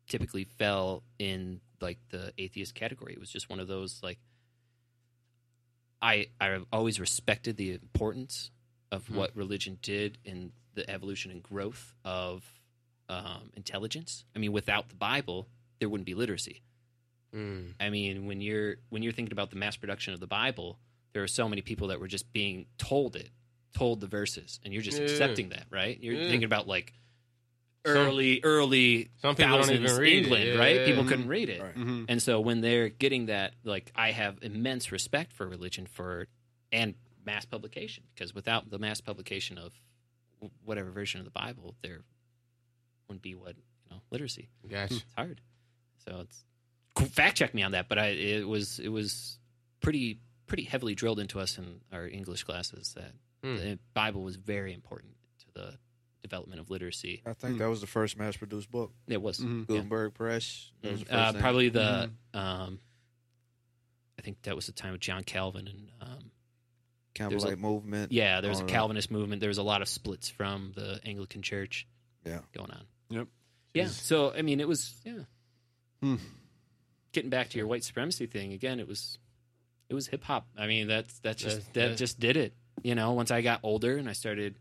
Speaker 5: typically fell in like the atheist category it was just one of those like i i have always respected the importance of what religion did in the evolution and growth of um, intelligence i mean without the bible there wouldn't be literacy
Speaker 2: Mm.
Speaker 5: I mean, when you're when you're thinking about the mass production of the Bible, there are so many people that were just being told it, told the verses, and you're just
Speaker 2: Yeah.
Speaker 5: accepting that, right? You're
Speaker 2: Yeah.
Speaker 5: thinking about like
Speaker 2: Some-
Speaker 5: early, early
Speaker 2: Some people don't even
Speaker 5: thousands
Speaker 2: read it.
Speaker 5: England,
Speaker 2: Yeah,
Speaker 5: right?
Speaker 2: yeah,
Speaker 5: people
Speaker 2: yeah.
Speaker 5: couldn't read it,
Speaker 4: Right.
Speaker 3: Mhm.
Speaker 5: and so when they're getting that, like I have immense respect for religion for and mass publication because without the mass publication of w- whatever version of the Bible, there wouldn't be what you know literacy
Speaker 2: Gotcha.
Speaker 5: it's hard. So it's qu- fact check me on that, but I it was it was pretty pretty heavily drilled into us in our English classes that
Speaker 2: Hmm.
Speaker 5: the Bible was very important to the development of literacy.
Speaker 4: I think that was the first mass-produced book.
Speaker 5: It was
Speaker 3: Mhm.
Speaker 5: yeah.
Speaker 4: Gutenberg Press. Mm-hmm. That was the first
Speaker 5: uh,
Speaker 4: thing. Mm-hmm.
Speaker 5: probably the um, I think that was the time of John Calvin and um, there's a-
Speaker 4: Campbellite movement.
Speaker 5: yeah, there was a
Speaker 4: All that.
Speaker 5: Calvinist movement. There was a lot of splits from the Anglican Church
Speaker 4: Yeah.
Speaker 5: going on.
Speaker 3: Yep.
Speaker 5: Yeah. So I mean, it was yeah.
Speaker 3: Hmm.
Speaker 5: Getting back to your white supremacy thing again, it was it was hip hop. I mean, that's that's just
Speaker 2: That's-
Speaker 5: that
Speaker 2: that's-
Speaker 5: just did it. You know, once I got older and I started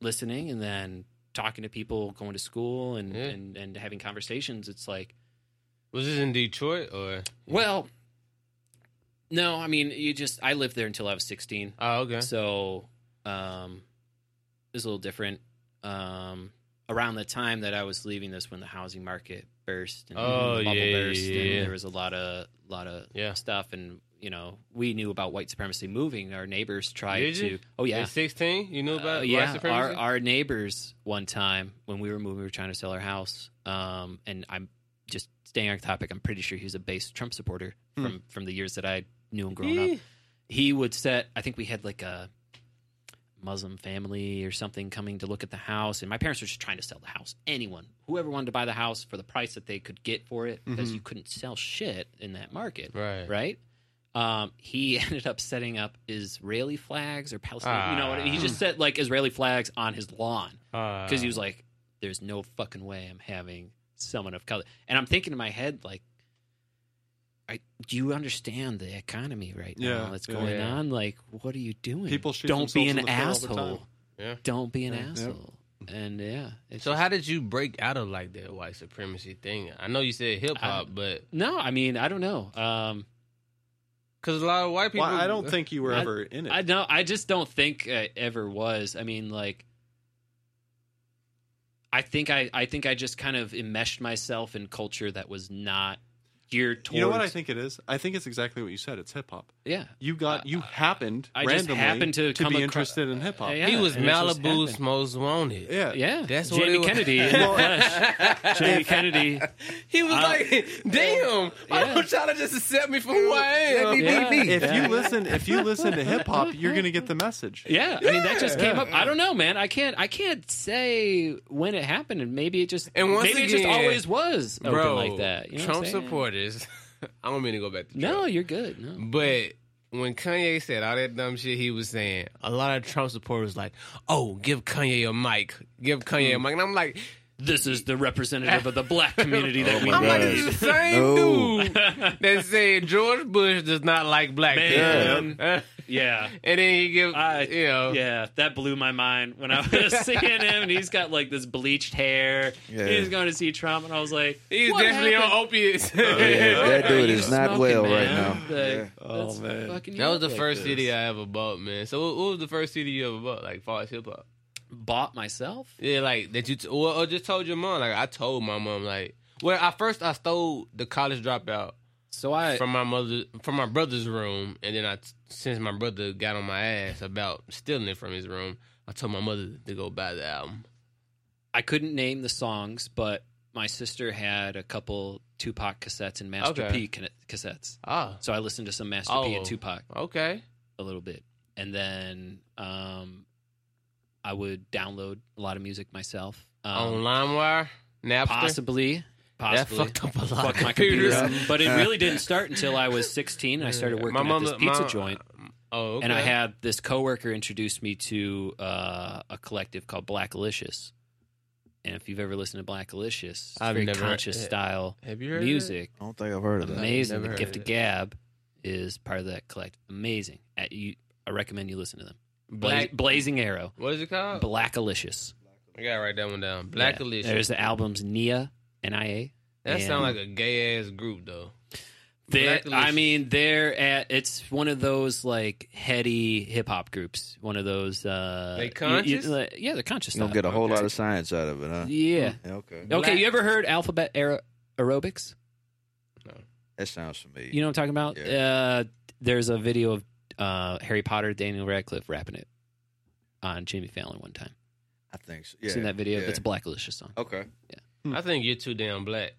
Speaker 5: listening and then talking to people, going to school and
Speaker 2: Yeah.
Speaker 5: and, and having conversations, it's like
Speaker 2: Was this in Detroit or?
Speaker 5: well. No, I mean, you just I lived there until I was 16.
Speaker 2: Oh, okay.
Speaker 5: So, um, it was a little different. Um, around the time that I was leaving this, when the housing market burst and
Speaker 2: Oh,
Speaker 5: the bubble
Speaker 2: yeah,
Speaker 5: burst,
Speaker 2: yeah, yeah.
Speaker 5: and there was a lot of lot of
Speaker 2: Yeah.
Speaker 5: stuff, and you know, we knew about white supremacy moving. Our neighbors tried
Speaker 2: Did
Speaker 5: to.
Speaker 2: you?
Speaker 5: Oh yeah,
Speaker 2: At 16, you knew
Speaker 5: uh,
Speaker 2: about white
Speaker 5: yeah, our
Speaker 2: supremacy?
Speaker 5: our neighbors one time when we were moving, we were trying to sell our house. Um, and I'm just staying on topic. I'm pretty sure he was a base Trump supporter
Speaker 2: Hmm.
Speaker 5: from from the years that I knew him growing up. He would set. I think we had like a Muslim family or something coming to look at the house. And my parents were just trying to sell the house. Anyone, whoever wanted to buy the house for the price that they could get for it, because you couldn't sell shit in that market.
Speaker 2: Right.
Speaker 5: Right. Um, he ended up setting up Israeli flags or Palestinian. you know, what I mean? he just set like Israeli flags on his lawn
Speaker 2: Uh,
Speaker 5: because he was
Speaker 2: Um,
Speaker 5: like, "There's no fucking way I'm having someone of color." And I'm thinking in my head like, "I do you understand the economy right now?
Speaker 3: Yeah,
Speaker 5: That's
Speaker 3: yeah.
Speaker 5: going
Speaker 2: Oh, Yeah.
Speaker 5: on? Like, what are you doing?
Speaker 3: People shoot
Speaker 5: don't be
Speaker 3: themselves
Speaker 5: an
Speaker 3: in the foot all the
Speaker 5: asshole.
Speaker 3: time.
Speaker 2: Yeah.
Speaker 5: Don't be an
Speaker 3: Yeah. Yep.
Speaker 5: asshole." And yeah, it's
Speaker 2: So
Speaker 5: just-
Speaker 2: how did you break out of like that white supremacy thing? I know you said hip hop, but
Speaker 5: no, I mean I don't know. Um,
Speaker 2: because a lot of white people,
Speaker 3: Well, I don't think you were
Speaker 5: I-
Speaker 3: ever in it.
Speaker 5: I don't. I just don't think I ever was. I mean, like, I think I, I think I just kind of enmeshed myself in culture that was not geared towards.
Speaker 3: you know what I think it is? I think it's exactly what you said. It's hip hop.
Speaker 5: Yeah,
Speaker 3: You got you
Speaker 5: I-
Speaker 3: happened
Speaker 5: Uh, I just
Speaker 3: randomly
Speaker 5: happened to come
Speaker 3: be
Speaker 5: acro-
Speaker 3: interested in hip hop.
Speaker 5: Uh,
Speaker 3: Yeah.
Speaker 2: he
Speaker 5: yeah.
Speaker 2: was
Speaker 5: and it just
Speaker 2: Malibu's
Speaker 5: happened.
Speaker 2: most wanted.
Speaker 5: yeah.
Speaker 2: Uh, That's what
Speaker 5: Jamie
Speaker 2: it was.
Speaker 5: Kennedy. in the flesh. Jamie Kennedy.
Speaker 2: He was
Speaker 5: I-
Speaker 2: like, "Damn, why
Speaker 5: Yeah.
Speaker 2: don't y'all just accept me for who I am?"
Speaker 5: Yeah.
Speaker 3: If
Speaker 5: Yeah.
Speaker 3: you listen, if you listen to hip hop, you're gonna get the message.
Speaker 5: Yeah, I mean that just came up. I don't know, man. I can't. I can't say when it happened, and maybe it just.
Speaker 2: And once
Speaker 5: maybe it just
Speaker 2: again,
Speaker 5: always was open
Speaker 2: Bro,
Speaker 5: like that. You know what I'm
Speaker 2: Trump
Speaker 5: saying?
Speaker 2: supporters. I don't mean to go back to Trump.
Speaker 5: No, you're good. No.
Speaker 2: But when Kanye said all that dumb shit he was saying, a lot of Trump supporters like, "Oh, give Kanye a mic, give Kanye a mic," and I'm like,
Speaker 5: This is the representative of the black community that we
Speaker 2: "I'm like,
Speaker 4: God.
Speaker 2: this is the same
Speaker 4: No.
Speaker 2: dude that said George Bush does not like black
Speaker 5: Man.
Speaker 2: people." and
Speaker 5: Yeah.
Speaker 2: then he give,
Speaker 5: I-
Speaker 2: you know,
Speaker 5: Yeah, that blew my mind when I was seeing him. And he's got like this bleached hair.
Speaker 4: Yeah.
Speaker 5: He's going to see Trump, and I was like,
Speaker 2: he's
Speaker 5: what
Speaker 2: definitely
Speaker 5: happened?
Speaker 2: on opiates.
Speaker 5: Oh,
Speaker 4: Yeah, that
Speaker 5: Are
Speaker 4: dude
Speaker 5: you
Speaker 4: is not
Speaker 5: smoking,
Speaker 4: well
Speaker 5: man?
Speaker 4: right now.
Speaker 5: Like,
Speaker 4: Yeah.
Speaker 3: Oh,
Speaker 5: that's
Speaker 3: man.
Speaker 5: fucking
Speaker 2: That was the
Speaker 5: like
Speaker 2: first
Speaker 5: this.
Speaker 2: CD I ever bought, man. So what, what was the first CD you ever bought, like far as hip hop?
Speaker 5: bought myself.
Speaker 2: Yeah, like that you t- or, or just told your mom. Like I told my mom, like well, I first I stole the college dropout
Speaker 5: So I
Speaker 2: from my mother from my brother's room, and then I t- since my brother got on my ass about stealing it from his room, I told my mother to go buy the album.
Speaker 5: I couldn't name the songs, but my sister had a couple Tupac cassettes and Master
Speaker 2: Okay.
Speaker 5: P can- cassettes.
Speaker 2: Ah,
Speaker 5: So I listened to some Master P
Speaker 2: Oh.
Speaker 5: and Tupac.
Speaker 2: okay,
Speaker 5: a little bit. And then um, I would download a lot of music myself.
Speaker 2: on
Speaker 5: Um,
Speaker 2: LimeWire, Napster.
Speaker 5: possibly.
Speaker 2: That
Speaker 5: Possibly.
Speaker 2: fucked up a lot
Speaker 5: Fuck
Speaker 2: of
Speaker 5: my computer.
Speaker 2: computers.
Speaker 5: up. But it really didn't start until I was 16 and I started working
Speaker 2: My
Speaker 5: at this
Speaker 2: mother-
Speaker 5: pizza
Speaker 2: my-
Speaker 5: joint.
Speaker 2: Oh, okay.
Speaker 5: And I had this coworker introduce me to uh, a collective called Blackalicious. And if you've ever listened to Blackalicious, it's
Speaker 2: I've
Speaker 5: very
Speaker 2: never-
Speaker 5: conscious
Speaker 2: eh,
Speaker 5: style
Speaker 2: Have you heard of it?
Speaker 5: music.
Speaker 4: I don't think I've heard of that.
Speaker 5: Amazing. The
Speaker 2: never
Speaker 5: Gift
Speaker 2: heard
Speaker 5: of
Speaker 2: it.
Speaker 5: Gab is part of that collect. Amazing. At you, I recommend you listen to them. Bla-
Speaker 2: Black.
Speaker 5: Blazing Arrow,
Speaker 2: What is it called?
Speaker 5: Blackalicious.
Speaker 2: I gotta write that one down. Blackalicious.
Speaker 5: Yeah. There's the albums Nia, N-I-A.
Speaker 2: that sounds
Speaker 5: and-
Speaker 2: like a gay ass group though.
Speaker 5: They're-
Speaker 2: Blackalicious.
Speaker 5: I mean, they're at. It's one of those like heady hip hop groups. One of those. Uh,
Speaker 2: They
Speaker 5: you- you-
Speaker 2: conscious?
Speaker 5: like, yeah, they're conscious.
Speaker 4: You don't
Speaker 5: style.
Speaker 4: get a whole lot of science out of it, huh?
Speaker 5: Yeah.
Speaker 4: Yeah, Okay.
Speaker 5: Okay.
Speaker 2: Black-
Speaker 5: You ever heard Alphabet Aero- Aerobics?
Speaker 4: That sounds familiar.
Speaker 5: You know what I'm talking about? Uh, there's a video of uh, Harry Potter, Daniel Radcliffe rapping it on Jimmy Fallon one time.
Speaker 4: I think so. Yeah.
Speaker 5: Seen that video?
Speaker 4: yeah.
Speaker 5: That's a Blackalicious song.
Speaker 4: Okay.
Speaker 2: I think you're too damn black.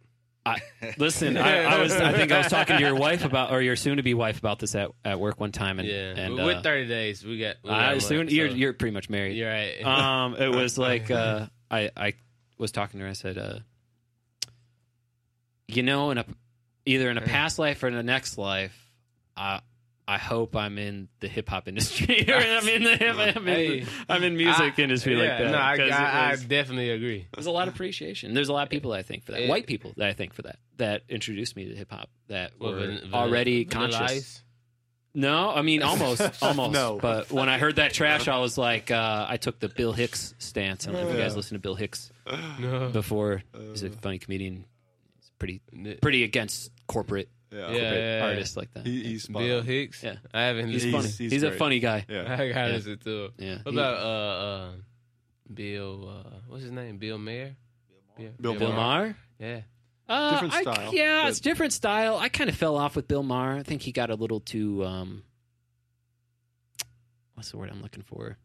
Speaker 5: Listen, I, I was. I think I was talking to your wife about, or your soon-to-be wife about this at, at work one time, and
Speaker 2: yeah,
Speaker 5: and
Speaker 2: But we're
Speaker 5: uh,
Speaker 2: 30 days. We got. We got
Speaker 5: I
Speaker 2: money,
Speaker 5: soon
Speaker 2: so
Speaker 5: you're you're pretty much married.
Speaker 2: you're right.
Speaker 5: Um, it was like uh, I I was talking to her. I said, uh, you know, in a either in a past life or in the next life, I I hope I'm in the hip hop industry. or I'm in the hip, I'm in,
Speaker 2: Hey.
Speaker 5: the, I'm in music
Speaker 2: I-
Speaker 5: industry
Speaker 2: yeah,
Speaker 5: like that.
Speaker 2: No, I,
Speaker 5: 'cause
Speaker 2: I,
Speaker 5: it
Speaker 2: I
Speaker 5: was-
Speaker 2: definitely agree.
Speaker 5: there's a lot of appreciation. There's a lot of people that I think for that.
Speaker 2: Yeah.
Speaker 5: White people that I think for that that introduced me to hip hop that
Speaker 2: Well,
Speaker 5: were
Speaker 2: van- vanilla-
Speaker 5: already
Speaker 2: vanilla
Speaker 5: conscious.
Speaker 2: ice.
Speaker 5: No, I mean almost, almost.
Speaker 3: No.
Speaker 5: But when I heard that trash, I was like, uh, I took the Bill Hicks stance. I don't know if you guys listen to Bill Hicks
Speaker 2: No.
Speaker 5: before. He's a funny comedian. He's pretty,
Speaker 2: The-
Speaker 5: pretty against corporate,
Speaker 3: Yeah,
Speaker 2: Yeah.
Speaker 5: corporate artists like that.
Speaker 3: He, he's spot
Speaker 2: Bill
Speaker 3: on.
Speaker 2: Hicks.
Speaker 5: Yeah.
Speaker 2: I haven't.
Speaker 5: he's,
Speaker 2: listened-
Speaker 5: funny.
Speaker 3: he's-
Speaker 5: He's,
Speaker 3: he's
Speaker 5: a
Speaker 3: great.
Speaker 5: funny guy.
Speaker 3: Yeah,
Speaker 2: I gotta
Speaker 5: Yeah.
Speaker 2: listen to him.
Speaker 5: Yeah.
Speaker 2: What about uh, uh Bill? Uh, what's his name? Bill Mayer. Yeah,
Speaker 3: Bill
Speaker 5: Bill Maher?
Speaker 2: Yeah.
Speaker 5: Uh,
Speaker 3: Different
Speaker 5: I-
Speaker 3: style,
Speaker 5: yeah,
Speaker 3: but-
Speaker 5: it's different style. I kind of fell off with Bill Maher. I think he got a little too. Um, what's the word I'm looking for? A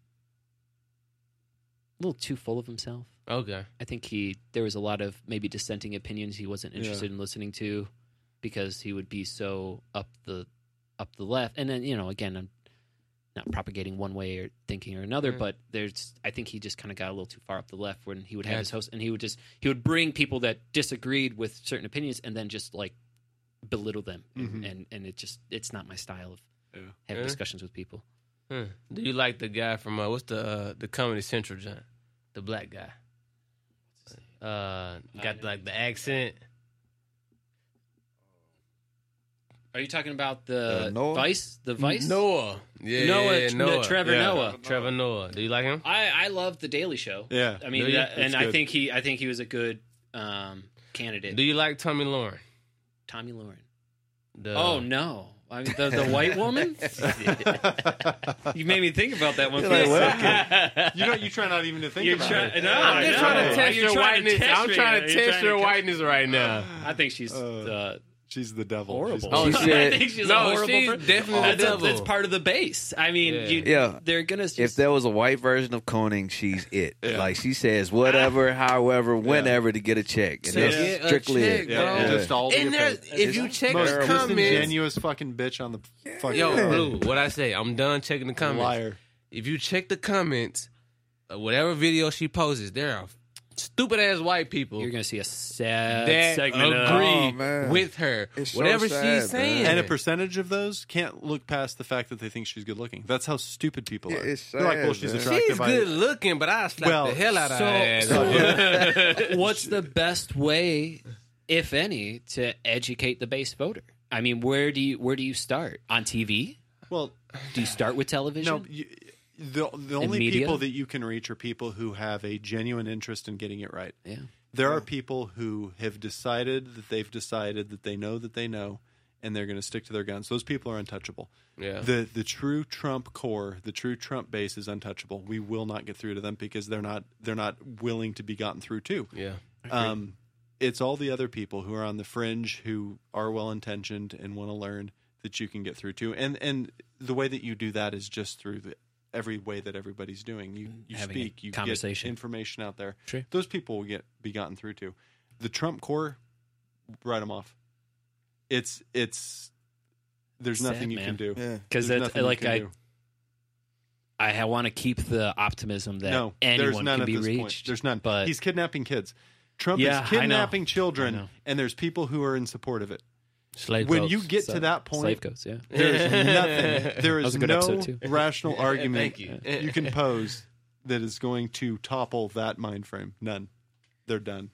Speaker 5: little too full of himself.
Speaker 2: Okay.
Speaker 5: I think he there was a lot of maybe dissenting opinions he wasn't interested in listening to because he would be so up the up the left. And then you know again I'm not propagating one way or thinking or another, but there's I think he just kind of got a little too far up the left when he would have his host and he would just he would bring people that disagreed with certain opinions and then just like belittle them and
Speaker 3: Mhm.
Speaker 5: and, and it just it's not my style of
Speaker 3: Yeah.
Speaker 5: having
Speaker 2: Mm-hmm. Yeah.
Speaker 5: discussions with people.
Speaker 2: Hmm. Do you like the guy from uh, what's the uh, the Comedy Central John, the black guy? Uh, got like the accent.
Speaker 5: Are you talking about the
Speaker 4: Uh, Noah?
Speaker 5: Vice? The Vice?
Speaker 2: Noah. Yeah,
Speaker 5: Noah,
Speaker 2: yeah,
Speaker 5: Tr-
Speaker 2: Noah.
Speaker 5: Trevor
Speaker 3: Yeah.
Speaker 5: Noah.
Speaker 2: Trevor Noah. Do you like him?
Speaker 5: I I love the Daily Show.
Speaker 3: Yeah.
Speaker 5: I mean,
Speaker 2: Do you?
Speaker 5: that, and
Speaker 3: It's
Speaker 5: I
Speaker 3: good.
Speaker 5: think he I think he was a good um, candidate.
Speaker 2: Do you like Tommy Lauren?
Speaker 5: Tommy Lauren.
Speaker 2: The,
Speaker 5: oh no, I mean the, the white woman. you made me think about that one. for a second.
Speaker 3: you know, you try not even to think
Speaker 5: You're
Speaker 3: about
Speaker 5: trying.
Speaker 3: it.
Speaker 5: No,
Speaker 2: I'm
Speaker 5: I
Speaker 2: just
Speaker 5: know.
Speaker 2: trying to test
Speaker 5: You're
Speaker 2: your
Speaker 5: trying to
Speaker 2: whiteness.
Speaker 5: test
Speaker 2: I'm
Speaker 5: me.
Speaker 2: trying to
Speaker 5: You're
Speaker 2: test
Speaker 5: trying
Speaker 2: your
Speaker 5: to-
Speaker 2: whiteness right now.
Speaker 5: I think she's uh,
Speaker 3: She's the devil.
Speaker 5: horrible.
Speaker 3: She's-
Speaker 2: Oh,
Speaker 5: I
Speaker 9: shit.
Speaker 5: think she's a
Speaker 2: No,
Speaker 5: horrible.
Speaker 2: she's
Speaker 5: per-
Speaker 2: definitely
Speaker 5: that's,
Speaker 2: the devil.
Speaker 5: that's part of the base. I mean,
Speaker 2: Yeah.
Speaker 5: You,
Speaker 9: Yeah.
Speaker 5: they're gonna.
Speaker 9: If
Speaker 5: Just,
Speaker 9: there was a white version of Coning, she's it.
Speaker 3: Yeah.
Speaker 9: Like she says, whatever, however, whenever to get a check, and
Speaker 2: To
Speaker 9: that's
Speaker 2: get a
Speaker 9: strictly
Speaker 2: check,
Speaker 9: it.
Speaker 3: Yeah,
Speaker 2: Yeah.
Speaker 3: just all the
Speaker 2: And there,
Speaker 3: opinions.
Speaker 2: if you check
Speaker 3: most
Speaker 2: the comments,
Speaker 3: disingenuous fucking bitch on the fucking
Speaker 2: yo,
Speaker 3: planet.
Speaker 2: Blue, what I say? I'm done checking the comments.
Speaker 3: liar.
Speaker 2: if you check the comments, uh, whatever video she poses, there are stupid ass white people
Speaker 5: you're gonna see a sad
Speaker 2: that
Speaker 5: segment. of-
Speaker 2: agree
Speaker 4: Oh, man.
Speaker 2: with her.
Speaker 4: It's so
Speaker 2: whatever
Speaker 4: sad,
Speaker 2: she's
Speaker 4: man.
Speaker 2: saying,
Speaker 3: And a percentage of those can't look past the fact that they think she's good looking. That's how stupid people are.
Speaker 4: Yeah, it's
Speaker 3: They're like,
Speaker 4: sad,
Speaker 3: well, she's
Speaker 4: man.
Speaker 3: attractive.
Speaker 2: she's
Speaker 3: I-
Speaker 2: good looking, but I slap
Speaker 3: Well,
Speaker 2: the hell out of her. ass.
Speaker 5: What's the best way, if any, to educate the base voter? I mean, where do you where do you start on TV?
Speaker 3: Well,
Speaker 5: Do you start with television?
Speaker 3: no, you, the the
Speaker 5: In
Speaker 3: only
Speaker 5: media?
Speaker 3: people that you can reach are people who have a genuine interest in getting it right.
Speaker 5: Yeah.
Speaker 3: There are people who have decided that they've decided that they know that they know, and they're going to stick to their guns. Those people are untouchable.
Speaker 2: yeah.
Speaker 3: The the true Trump core, the true Trump base is untouchable. We will not get through to them because they're not they're not willing to be gotten through to.
Speaker 2: yeah.
Speaker 3: Um, it's all the other people who are on the fringe who are well intentioned and want to learn that you can get through to. And and the way that you do that is just through the, every way that everybody's doing. You you
Speaker 5: Having a
Speaker 3: speak, you
Speaker 5: conversation.
Speaker 3: get information out there.
Speaker 5: True.
Speaker 3: Those people will get be gotten through to. The Trump core, write them off. It's it's there's
Speaker 5: Sad,
Speaker 3: nothing you
Speaker 5: man.
Speaker 3: can do.
Speaker 4: Yeah.
Speaker 5: Because
Speaker 3: There's
Speaker 5: that's
Speaker 3: nothing you
Speaker 5: like
Speaker 3: can
Speaker 5: I
Speaker 3: do.
Speaker 5: I want to keep the optimism that
Speaker 3: no, there's
Speaker 5: anyone
Speaker 3: none
Speaker 5: can
Speaker 3: at
Speaker 5: be
Speaker 3: this
Speaker 5: reached.
Speaker 3: point. There's none.
Speaker 5: but-
Speaker 3: he's kidnapping kids. Trump
Speaker 5: Yeah, I know.
Speaker 3: is kidnapping
Speaker 5: I
Speaker 3: children,
Speaker 5: know.
Speaker 3: and there's people who are in support of it.
Speaker 2: Slave
Speaker 3: when
Speaker 2: votes.
Speaker 3: you get to that
Speaker 5: slave
Speaker 3: point,
Speaker 5: goats, yeah.
Speaker 3: there is nothing. There
Speaker 5: was
Speaker 3: is
Speaker 5: a good
Speaker 3: no
Speaker 5: episode, too.
Speaker 3: rational argument
Speaker 2: Thank you.
Speaker 3: you can pose that is going to topple that mind frame. None. They're done.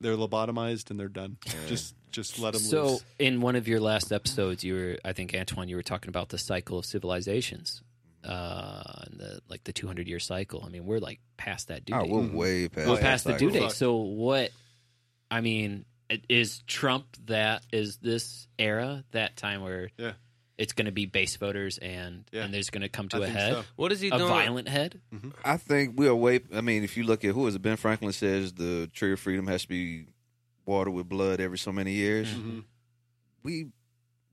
Speaker 3: They're lobotomized and they're done. Just, just let them
Speaker 5: So,
Speaker 3: loose.
Speaker 5: in one of your last episodes, you were, I think, Antoine, you were talking about the cycle of civilizations, uh, and the like the 200 year cycle. I mean, we're like past that due
Speaker 4: Oh,
Speaker 5: date. Mm-hmm.
Speaker 4: we're way past.
Speaker 5: we're
Speaker 4: that
Speaker 5: past the
Speaker 4: cycle.
Speaker 5: due date. So, what? I mean, it- is Trump that? Is this era that time where
Speaker 3: Yeah.
Speaker 5: it's going to be base voters and
Speaker 3: Yeah.
Speaker 5: and there's going to come
Speaker 3: I
Speaker 5: to a
Speaker 3: think
Speaker 5: head,
Speaker 3: so.
Speaker 2: what is he
Speaker 5: a
Speaker 2: doing?
Speaker 5: violent head?
Speaker 4: I think we are way. I mean, if you look at who is it, Ben Franklin says the tree of freedom has to be watered with blood every so many years.
Speaker 5: Mm-hmm.
Speaker 3: Mhm.
Speaker 4: We,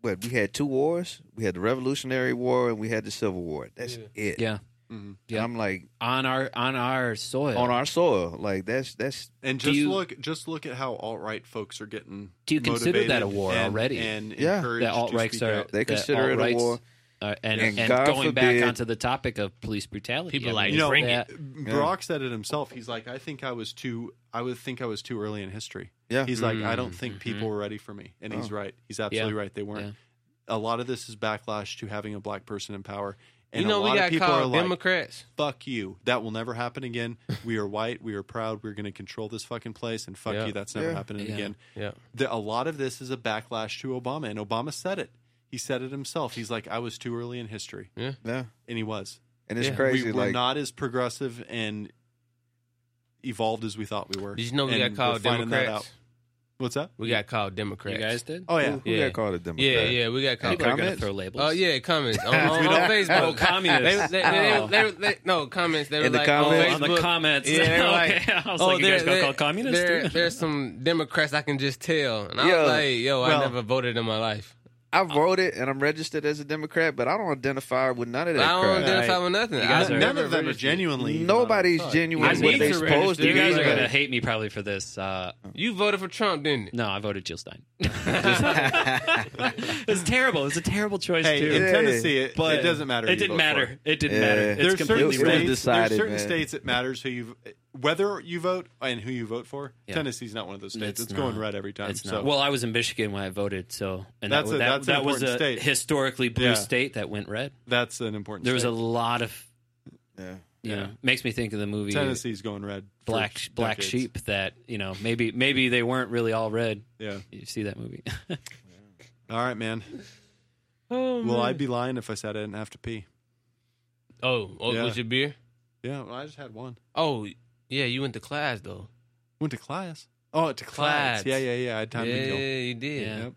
Speaker 4: what we had two wars. We had the Revolutionary War and we had the Civil War. That's it.
Speaker 5: Yeah,
Speaker 3: Mhm.
Speaker 4: And I'm like
Speaker 5: on our on our soil.
Speaker 4: on our soil. Like that's that's
Speaker 3: And
Speaker 5: Do
Speaker 3: just
Speaker 5: you-
Speaker 3: look, just look at how alt right folks are getting.
Speaker 5: Do you consider that a
Speaker 3: motivated
Speaker 5: war
Speaker 3: and-
Speaker 5: already?
Speaker 3: And
Speaker 4: Yeah.
Speaker 3: encouraged
Speaker 5: that alt
Speaker 3: to
Speaker 5: rights
Speaker 3: speak
Speaker 5: are
Speaker 3: out.
Speaker 4: They
Speaker 5: that
Speaker 4: consider it a
Speaker 5: alt-rights
Speaker 4: war.
Speaker 5: are- and
Speaker 4: And
Speaker 5: and
Speaker 4: God
Speaker 5: going back
Speaker 4: forbid-
Speaker 5: onto the topic of police brutality,
Speaker 2: People
Speaker 5: I mean,
Speaker 2: like
Speaker 3: You know,
Speaker 5: bring
Speaker 2: it.
Speaker 5: that,
Speaker 3: Brock said it himself. He's like, I think I was too. I would think I was too early in history.
Speaker 4: Yeah. Oh.
Speaker 3: He's like, I
Speaker 2: Mm-hmm.
Speaker 3: don't think people were ready for me, and he's right. He's absolutely
Speaker 5: Yeah.
Speaker 3: right. They weren't. A lot of this is backlash to having a black person in power, and
Speaker 2: You know
Speaker 3: a
Speaker 2: we
Speaker 3: lot of
Speaker 2: got
Speaker 3: people are
Speaker 2: called
Speaker 3: like,
Speaker 2: Democrats.
Speaker 3: "Fuck you! That will never happen again. We are white. We are proud. We're going to control this fucking place, and fuck
Speaker 2: Yeah.
Speaker 3: you! That's never
Speaker 4: Yeah.
Speaker 3: happening
Speaker 5: Yeah.
Speaker 3: again."
Speaker 2: Yeah.
Speaker 3: The, a lot of this is a backlash to Obama, and Obama said it. He said it himself. He's like, "I was too early in history,"
Speaker 4: yeah.
Speaker 3: and he was.
Speaker 4: And it's
Speaker 2: Yeah.
Speaker 4: crazy.
Speaker 3: We were
Speaker 4: like
Speaker 3: not as progressive and evolved as we thought we were.
Speaker 2: Did you know we
Speaker 3: And
Speaker 2: got
Speaker 3: we're
Speaker 2: called
Speaker 3: finding that
Speaker 2: Democrats?
Speaker 3: out. What's that?
Speaker 2: We got called Democrats.
Speaker 5: you guys did.
Speaker 3: Oh yeah.
Speaker 4: who, who
Speaker 2: Yeah.
Speaker 4: got called a Democrat?
Speaker 2: Yeah, yeah, we got called.
Speaker 5: People are going to
Speaker 4: comments?
Speaker 5: throw labels.
Speaker 2: Oh yeah, comments on, on,
Speaker 3: We
Speaker 2: on
Speaker 3: don't-
Speaker 2: Facebook.
Speaker 5: Oh, communists. Oh.
Speaker 2: They, they, they, they, they- no comments. They were
Speaker 4: In the
Speaker 2: like
Speaker 4: comments?
Speaker 2: on
Speaker 5: on
Speaker 2: Facebook.
Speaker 5: the comments.
Speaker 2: Yeah, they're
Speaker 5: okay.
Speaker 2: like,
Speaker 5: I was
Speaker 2: oh,
Speaker 5: like, you
Speaker 2: there-
Speaker 5: guys got
Speaker 2: there-
Speaker 5: called communists?
Speaker 2: there-
Speaker 5: too?
Speaker 2: there's some Democrats I can just tell, and I
Speaker 4: Yeah.
Speaker 2: was like, yo, I
Speaker 3: Well-
Speaker 2: never voted in my life.
Speaker 4: I voted and I'm registered as a Democrat, but I don't identify with none of that
Speaker 2: I don't
Speaker 4: crap.
Speaker 2: identify with nothing.
Speaker 5: You guys
Speaker 2: I-
Speaker 5: are-
Speaker 3: None of them are
Speaker 2: registered.
Speaker 3: genuinely. uh,
Speaker 4: Nobody's genuine
Speaker 5: I
Speaker 4: what
Speaker 5: need
Speaker 4: they
Speaker 5: to
Speaker 4: supposed to
Speaker 5: You
Speaker 4: be.
Speaker 5: guys are
Speaker 4: but-
Speaker 5: gonna hate me probably for this. Uh,
Speaker 2: You voted for Trump, didn't you?
Speaker 5: no, I voted Jill Stein. it's terrible. It's a terrible choice
Speaker 3: Hey,
Speaker 5: too.
Speaker 3: in
Speaker 4: Yeah.
Speaker 3: Tennessee, it,
Speaker 5: But
Speaker 3: it doesn't matter. who
Speaker 5: It
Speaker 3: you
Speaker 5: didn't
Speaker 3: vote for.
Speaker 5: matter. It didn't
Speaker 4: Yeah.
Speaker 5: matter. It's
Speaker 3: There's certain
Speaker 5: completely
Speaker 4: It was
Speaker 3: states.
Speaker 5: rigged.
Speaker 4: decided,
Speaker 3: there's certain
Speaker 4: man.
Speaker 3: states it matters who you, whether you vote and who you vote for.
Speaker 5: Yeah.
Speaker 3: Tennessee's not one of those states.
Speaker 5: It's
Speaker 3: It's, going
Speaker 5: not.
Speaker 3: red every time.
Speaker 5: It's
Speaker 3: so.
Speaker 5: not. Well, I was in Michigan when I voted, so and
Speaker 3: That's
Speaker 5: that,
Speaker 3: a-
Speaker 5: that,
Speaker 3: that's an
Speaker 5: that was
Speaker 3: important
Speaker 5: a
Speaker 3: state.
Speaker 5: historically blue
Speaker 3: Yeah.
Speaker 5: state that went red.
Speaker 3: that's an important.
Speaker 5: There was a
Speaker 3: state.
Speaker 5: lot of
Speaker 4: Yeah.
Speaker 5: you know makes me think of the movie
Speaker 3: Tennessee's going red. for
Speaker 5: Black Black
Speaker 3: decades.
Speaker 5: Sheep that you know maybe maybe they weren't really all red.
Speaker 3: Yeah.
Speaker 5: You see that movie?
Speaker 3: All right, man.
Speaker 2: Oh,
Speaker 3: Well, I'd be lying if I said I didn't have to pee.
Speaker 2: oh, oh
Speaker 3: Yeah.
Speaker 2: was your beer?
Speaker 3: Yeah, well, I just had one.
Speaker 2: Oh, yeah, you went to class though.
Speaker 3: Went to class. Oh, to class.
Speaker 2: Class.
Speaker 3: Yeah, yeah, yeah. I had time
Speaker 2: yeah,
Speaker 3: to deal.
Speaker 2: you did.
Speaker 5: Yeah.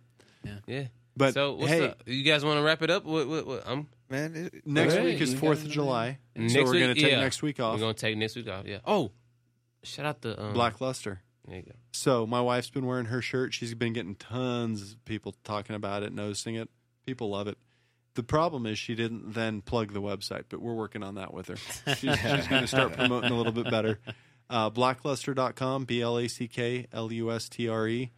Speaker 2: Yeah.
Speaker 3: Yep. But
Speaker 2: so what's
Speaker 3: hey,
Speaker 2: up? You guys want to wrap it up? What, what, what? I'm
Speaker 4: Man, it,
Speaker 3: next
Speaker 2: Hey,
Speaker 3: week is
Speaker 2: you got
Speaker 3: Fourth of
Speaker 2: another-
Speaker 3: July, and so
Speaker 2: Next
Speaker 3: we're
Speaker 2: week-
Speaker 3: gonna take
Speaker 2: yeah.
Speaker 3: next week off.
Speaker 2: We're gonna take next week off. Yeah. Oh, shout out the um,
Speaker 3: Blackluster.
Speaker 2: There you go.
Speaker 3: So my wife's been wearing her shirt. She's been getting tons of people talking about it, noticing it. People love it. The problem is she didn't then plug the website, but we're working on that with her. She's, she's going to start promoting a little bit better. Uh, blackluster.com, B L A C K L U S T R E.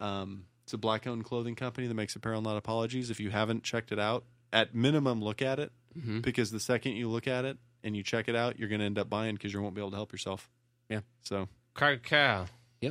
Speaker 3: Um, it's a black owned clothing company that makes apparel, not apologies. If you haven't checked it out, at minimum, look at it
Speaker 2: hmm
Speaker 3: because the second you look at it and you check it out, you're going to end up buying because you won't be able to help yourself.
Speaker 5: Yeah.
Speaker 3: So
Speaker 2: Cracker Cow.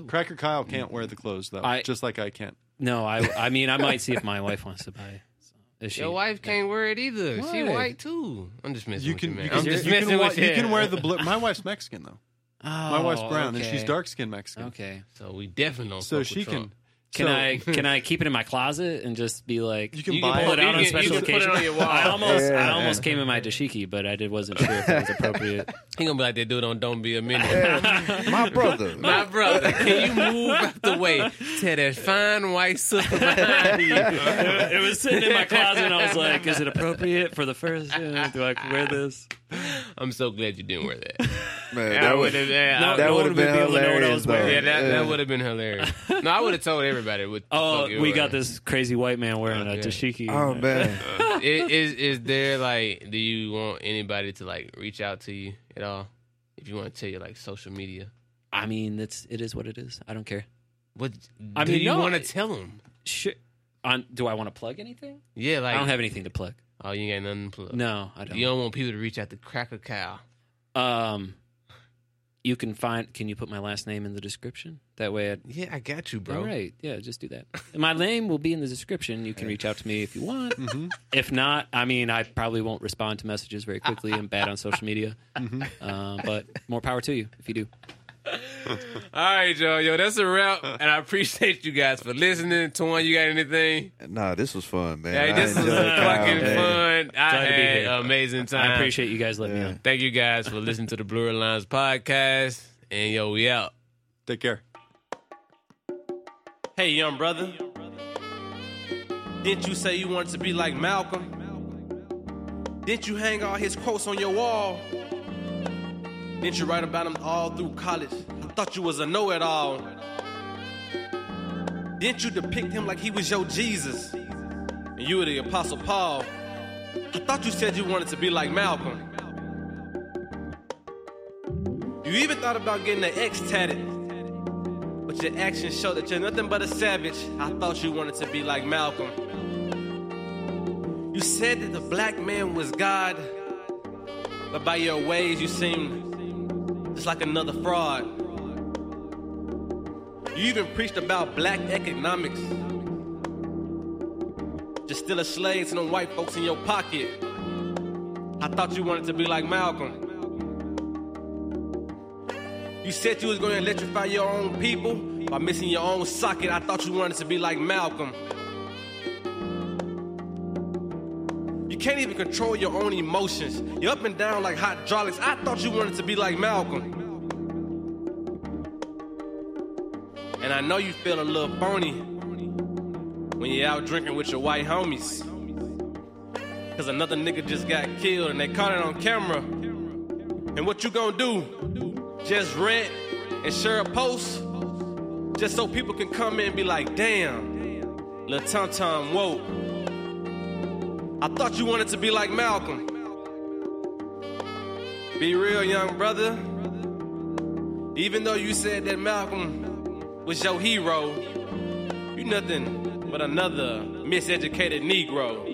Speaker 3: Cracker Kyle can't wear the clothes though,
Speaker 5: I-
Speaker 3: just like I can't.
Speaker 5: No, I I mean I might see if my wife wants to buy. So, is she?
Speaker 2: Your wife can't wear it either. She
Speaker 5: Why?
Speaker 2: white too. I'm just messing
Speaker 3: You
Speaker 2: with
Speaker 3: can,
Speaker 2: you, man.
Speaker 3: you
Speaker 2: I'm
Speaker 3: can, you
Speaker 2: just
Speaker 3: can,
Speaker 2: messing
Speaker 3: wa-
Speaker 2: with
Speaker 3: you can wear the blue. My wife's Mexican though. My
Speaker 5: Oh,
Speaker 3: wife's brown and she's
Speaker 5: okay.
Speaker 3: dark skinned Mexican,
Speaker 5: Okay.
Speaker 2: So we definitely don't.
Speaker 3: so
Speaker 2: fuck
Speaker 3: she
Speaker 2: with
Speaker 3: can.
Speaker 2: Trump.
Speaker 5: Can
Speaker 3: so
Speaker 5: I can I keep it in my closet and just be like
Speaker 3: You can
Speaker 2: you can
Speaker 3: buy
Speaker 5: pull it out
Speaker 2: You
Speaker 5: on
Speaker 2: can-
Speaker 5: special
Speaker 2: you can put it
Speaker 5: occasion?
Speaker 2: on your wall.
Speaker 5: I almost I
Speaker 4: Yeah.
Speaker 5: almost came in my dashiki, but I did wasn't sure if it was appropriate.
Speaker 2: He gonna be like that dude on Don't Be a Minute.
Speaker 4: my brother.
Speaker 2: My brother, can you move out the way? Tell that fine white sister behind you.
Speaker 5: it was sitting in my closet, and I was like, "Is it appropriate for the first? Uh, do I wear this?"
Speaker 2: I'm so glad you didn't wear that.
Speaker 4: man,
Speaker 2: I
Speaker 4: that
Speaker 2: would've-
Speaker 4: was,
Speaker 2: yeah, I
Speaker 5: No,
Speaker 2: would've-
Speaker 4: that would
Speaker 5: no one
Speaker 4: have been
Speaker 5: would be able to know what I
Speaker 4: hilarious.
Speaker 5: was
Speaker 4: Though.
Speaker 5: wearing.
Speaker 2: Yeah, that, that
Speaker 4: Yeah.
Speaker 2: would have been hilarious. No, I would have told everybody. What the
Speaker 5: Oh,
Speaker 2: fuck you
Speaker 5: we
Speaker 2: were.
Speaker 5: got this crazy white man wearing
Speaker 2: Okay.
Speaker 5: a dashiki.
Speaker 4: Oh man,
Speaker 2: I- Is, is there like, do you want anybody to like reach out to you at all? If you want to tell your like social media,
Speaker 5: I mean, it's it is what it is. I don't care.
Speaker 2: what
Speaker 5: I
Speaker 2: do
Speaker 5: mean,
Speaker 2: you
Speaker 5: no,
Speaker 2: want to
Speaker 5: I-
Speaker 2: tell them?
Speaker 5: Shit. On, do I want to plug anything?
Speaker 2: Yeah, like
Speaker 5: I don't have anything to plug.
Speaker 2: Oh, you ain't got nothing to plug.
Speaker 5: No, I
Speaker 2: you
Speaker 5: don't.
Speaker 2: don't want people to reach out to Cracker Cow.
Speaker 5: Um, you can find. Can you put my last name in the description? That way, I'd,
Speaker 2: Yeah, I got you, bro.
Speaker 5: All right. Yeah, just do that. My name will be in the description. You can reach out to me if you want. If not, I mean, I probably won't respond to messages very quickly. I'm bad on social media. Uh, but more power to you if you do.
Speaker 2: All right, y'all. Yo, that's a wrap. And I appreciate you guys for listening. Torn, you got anything?
Speaker 4: nah, this was fun, man.
Speaker 2: hey,
Speaker 4: I
Speaker 2: this was
Speaker 4: enjoyed Kyle,
Speaker 2: fucking
Speaker 4: man.
Speaker 2: fun. I
Speaker 5: Glad to be
Speaker 2: had
Speaker 5: here.
Speaker 2: an amazing time.
Speaker 5: I appreciate you guys letting me on.
Speaker 2: Thank you guys for listening to the Blue Lines podcast. And yo, we out.
Speaker 3: Take care.
Speaker 6: Hey, young brother. Didn't you say you wanted to be like Malcolm? Didn't you hang all his quotes on your wall? Didn't you write about him all through college? I thought you was a know it all. Didn't you depict him like he was your Jesus? And you were the Apostle Paul. I thought you said you wanted to be like Malcolm. You even thought about getting an X tatted. But your actions show that you're nothing but a savage. I thought you wanted to be like Malcolm. You said that the black man was God, but by your ways, you seem just like another fraud. You even preached about black economics. You're still a slave to them white folks in your pocket. I thought you wanted to be like Malcolm. You said you was gonna electrify your own people by missing your own socket. I thought you wanted to be like Malcolm. You can't even control your own emotions. You're up and down like hydraulics. I thought you wanted to be like Malcolm. And I know you feel a little phony when you're out drinking with your white homies. Cause another nigga just got killed and they caught it on camera. And what you gonna do? just rent and share a post just so people can come in and be like, damn, Lil Tom Tom woke. I thought you wanted to be like Malcolm. Be real, young brother. Even though you said that Malcolm was your hero, you nothing but another miseducated Negro.